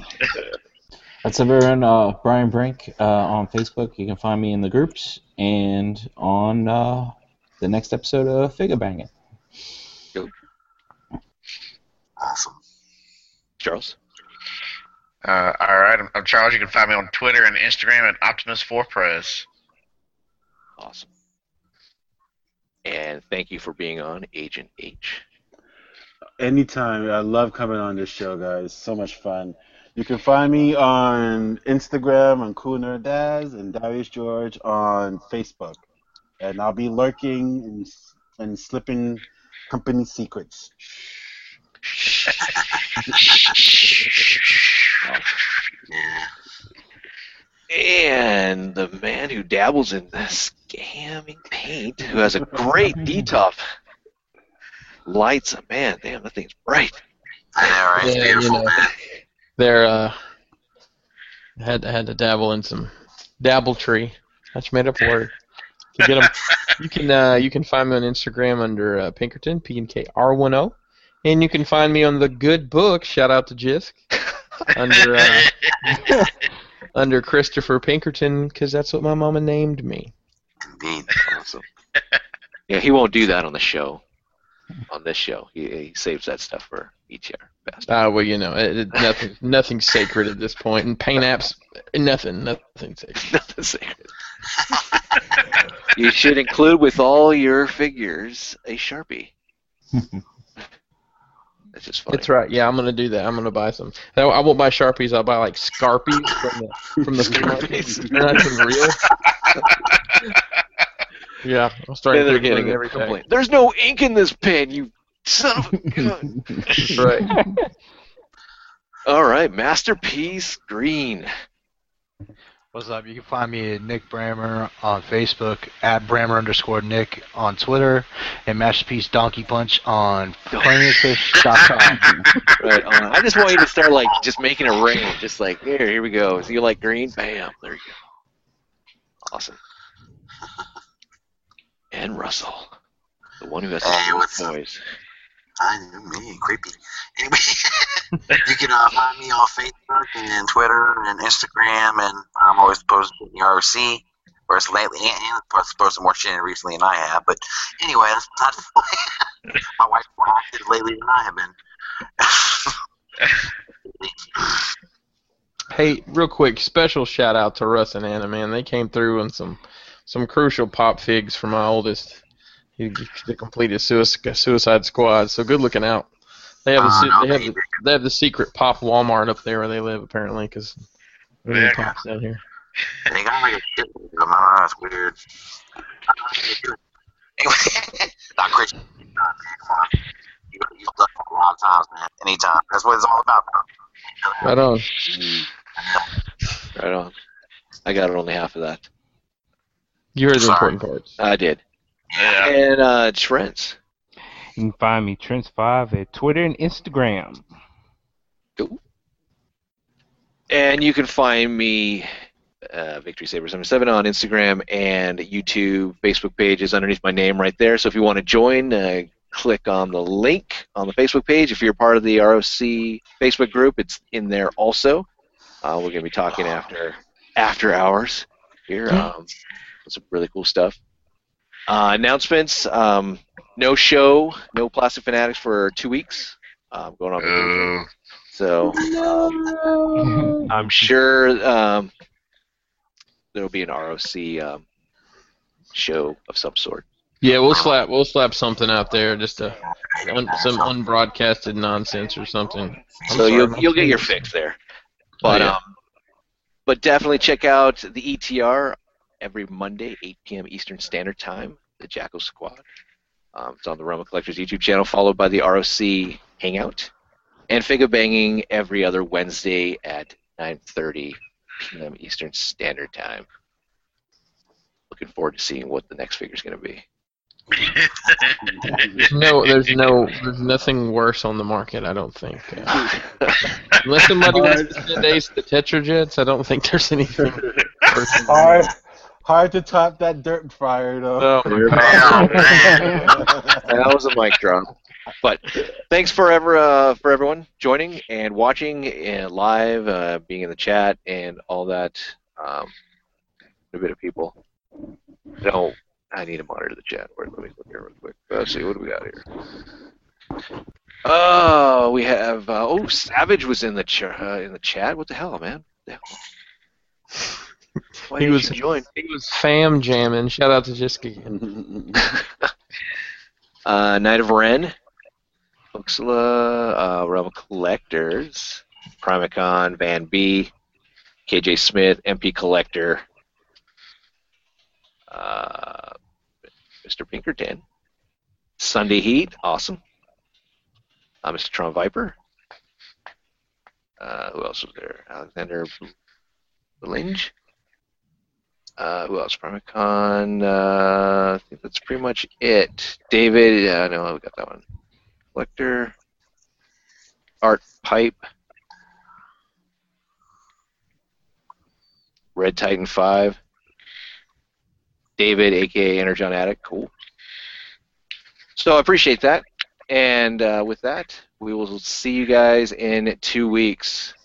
Speaker 8: That's everyone. Uh, Brian Brink uh, on Facebook. You can find me in the groups and on uh, the next episode of Figure Banging.
Speaker 5: Awesome.
Speaker 2: Charles.
Speaker 3: Uh, all right, I'm, I'm Charles. You can find me on Twitter and Instagram at Optimus4Prez.
Speaker 2: Awesome. And thank you for being on Agent H.
Speaker 4: Anytime. I love coming on this show, guys. So much fun. You can find me on Instagram on Cool Nerd Daz and Darius George on Facebook. And I'll be lurking and, and slipping company secrets.
Speaker 2: And the man who dabbles in the scamming paint, who has a great detop. Lights, man, damn, that thing's bright.
Speaker 5: Yeah, right.
Speaker 9: Yeah, you
Speaker 5: Beautiful,
Speaker 9: know.
Speaker 5: man.
Speaker 9: They're uh, had had to dabble in some dabbletree. That's made up word.
Speaker 5: <laughs>
Speaker 9: To get 'em- you can uh, you can find me on Instagram under uh, Pinkerton P N K R one O, and you can find me on the Good Book. Shout out
Speaker 5: <laughs>
Speaker 9: to Jisk under uh, <laughs> under Christopher Pinkerton because that's what my mama named me.
Speaker 5: Indeed.
Speaker 2: Awesome. Yeah, he won't do that on the show. On this show, he, he saves that stuff for E each year.
Speaker 9: Ah, well, you know, it, it, nothing, nothing's sacred at this point, and paint apps, nothing,
Speaker 5: <laughs>
Speaker 9: nothing sacred.
Speaker 2: Nothing sacred. You should include with all your figures a sharpie. That's just funny.
Speaker 9: That's right. Yeah, I'm gonna do that. I'm gonna buy some. No, I won't buy sharpies. I'll buy like scarpies from the
Speaker 2: <laughs>
Speaker 9: from the
Speaker 2: Scarpies.
Speaker 9: They're not even real.
Speaker 2: <laughs>
Speaker 9: yeah, I'm starting
Speaker 2: Then
Speaker 9: to
Speaker 2: they're getting
Speaker 9: getting
Speaker 2: a
Speaker 9: every complaint.
Speaker 2: complaint. There's no ink in this pen, you son of a gun.
Speaker 9: That's right.
Speaker 2: <laughs> All right, masterpiece green.
Speaker 11: What's up? You can find me at Nick Brammer on Facebook, at Brammer underscore Nick on Twitter, and Masterpiece Donkey Punch on plainfish.com.
Speaker 2: Right on. I just want you to start like just making a ring, just like here, here we go. So you like green? Bam, there you go. Awesome. And Russell, the one who has
Speaker 5: Hey,
Speaker 2: all
Speaker 5: what's
Speaker 2: the boys.
Speaker 5: I knew me, creepy. <laughs> Anyway, you can uh, find me on Facebook and Twitter and Instagram, and I'm always posting shit in the RC. Or it's lately, and and it's posted more shit recently than I have. But anyway, that's not <laughs> my wife's more active lately than I have been.
Speaker 9: Hey, real quick, special shout out to Russ and Anna, man. They came through on some some crucial pop figs for my oldest. He he completed suicide, suicide Squad, so good looking out. They have the
Speaker 5: Oh,
Speaker 9: se-
Speaker 5: no,
Speaker 9: they have the,
Speaker 5: baby.
Speaker 9: they have the secret pop Walmart up there where they live apparently because
Speaker 3: Yeah.
Speaker 9: pops down here.
Speaker 5: they got like a shit. I don't know. That's weird. I don't know what they do. Anyway, <laughs> not Christian. Come on. You- You've done it a lot of times, man. Anytime. That's what it's all about. man.
Speaker 9: Right on.
Speaker 2: Right on. I got only half of that.
Speaker 9: You heard the
Speaker 5: Sorry.
Speaker 9: important parts.
Speaker 2: I did.
Speaker 3: Yeah.
Speaker 2: And uh, Trent.
Speaker 7: You can find me Trent5 at Twitter and Instagram.
Speaker 2: And you can find me, uh, Victory Saber 77 on Instagram and YouTube, Facebook page is underneath my name right there. So if you want to join, uh, click on the link on the Facebook page. If you're part of the ROC Facebook group, it's in there also. Uh, we're going to be talking after after hours here. Um, some really cool stuff. Uh, announcements. Um, no show, no Plastic Fanatics for two weeks. Um, going on vacation.
Speaker 3: Uh,
Speaker 2: So
Speaker 7: <laughs>
Speaker 2: I'm sure um, there'll be an ROC um, show of some sort.
Speaker 9: Yeah, we'll slap we'll slap something out there, just a un, some unbroadcasted nonsense or something.
Speaker 2: so you'll you'll get your fix there. But
Speaker 9: yeah.
Speaker 2: um, but definitely check out the ETR every Monday, 8 p.m. Eastern Standard Time. The Jackal Squad. Um, it's on the Roma Collectors YouTube channel, followed by the ROC Hangout, and Figure Banging every other Wednesday at 9:30 p.m. Eastern Standard Time. Looking forward to seeing what the next figure is going to be.
Speaker 9: There's no, there's no, there's nothing worse on the market. I
Speaker 2: <laughs>
Speaker 9: don't think. Uh, unless somebody wants to send Ace the Tetra Jets, I don't think there's anything worse. than that.
Speaker 4: Hard, hard to top that dirt fire though.
Speaker 9: Oh my
Speaker 5: Wow, man.
Speaker 2: <laughs>
Speaker 4: <laughs>
Speaker 2: that was a mic drop. But thanks for ever uh, for everyone joining and watching and live, uh, being in the chat and all that. Um, a bit of people. No, I need to monitor the chat. Wait, Let me look here real quick. Uh, Let's see what do we got here. Oh, we have uh, oh Savage was in the ch- uh, in the chat. What the hell, man? The hell? <laughs> Why
Speaker 9: He
Speaker 2: didn't
Speaker 9: was-
Speaker 2: you join.
Speaker 9: He was fam jamming. Shout out
Speaker 2: <laughs>
Speaker 9: to Jiski.
Speaker 2: Uh, Knight of Ren, Oxla, uh, Realm of Collectors, Primicon, Van B, KJ Smith, MP Collector, uh, Mr. Pinkerton, Sunday Heat, awesome, uh, Mr. Tron Viper, uh, who else was there? Alexander Linge. Uh, who else? Primicon. Uh, I think that's pretty much it. David. Uh, no, we got that one. Collector. Art Pipe. Red Titan Five, David, aka Energon Addict. Cool. So I appreciate that, and uh, with that, we will see you guys in two weeks.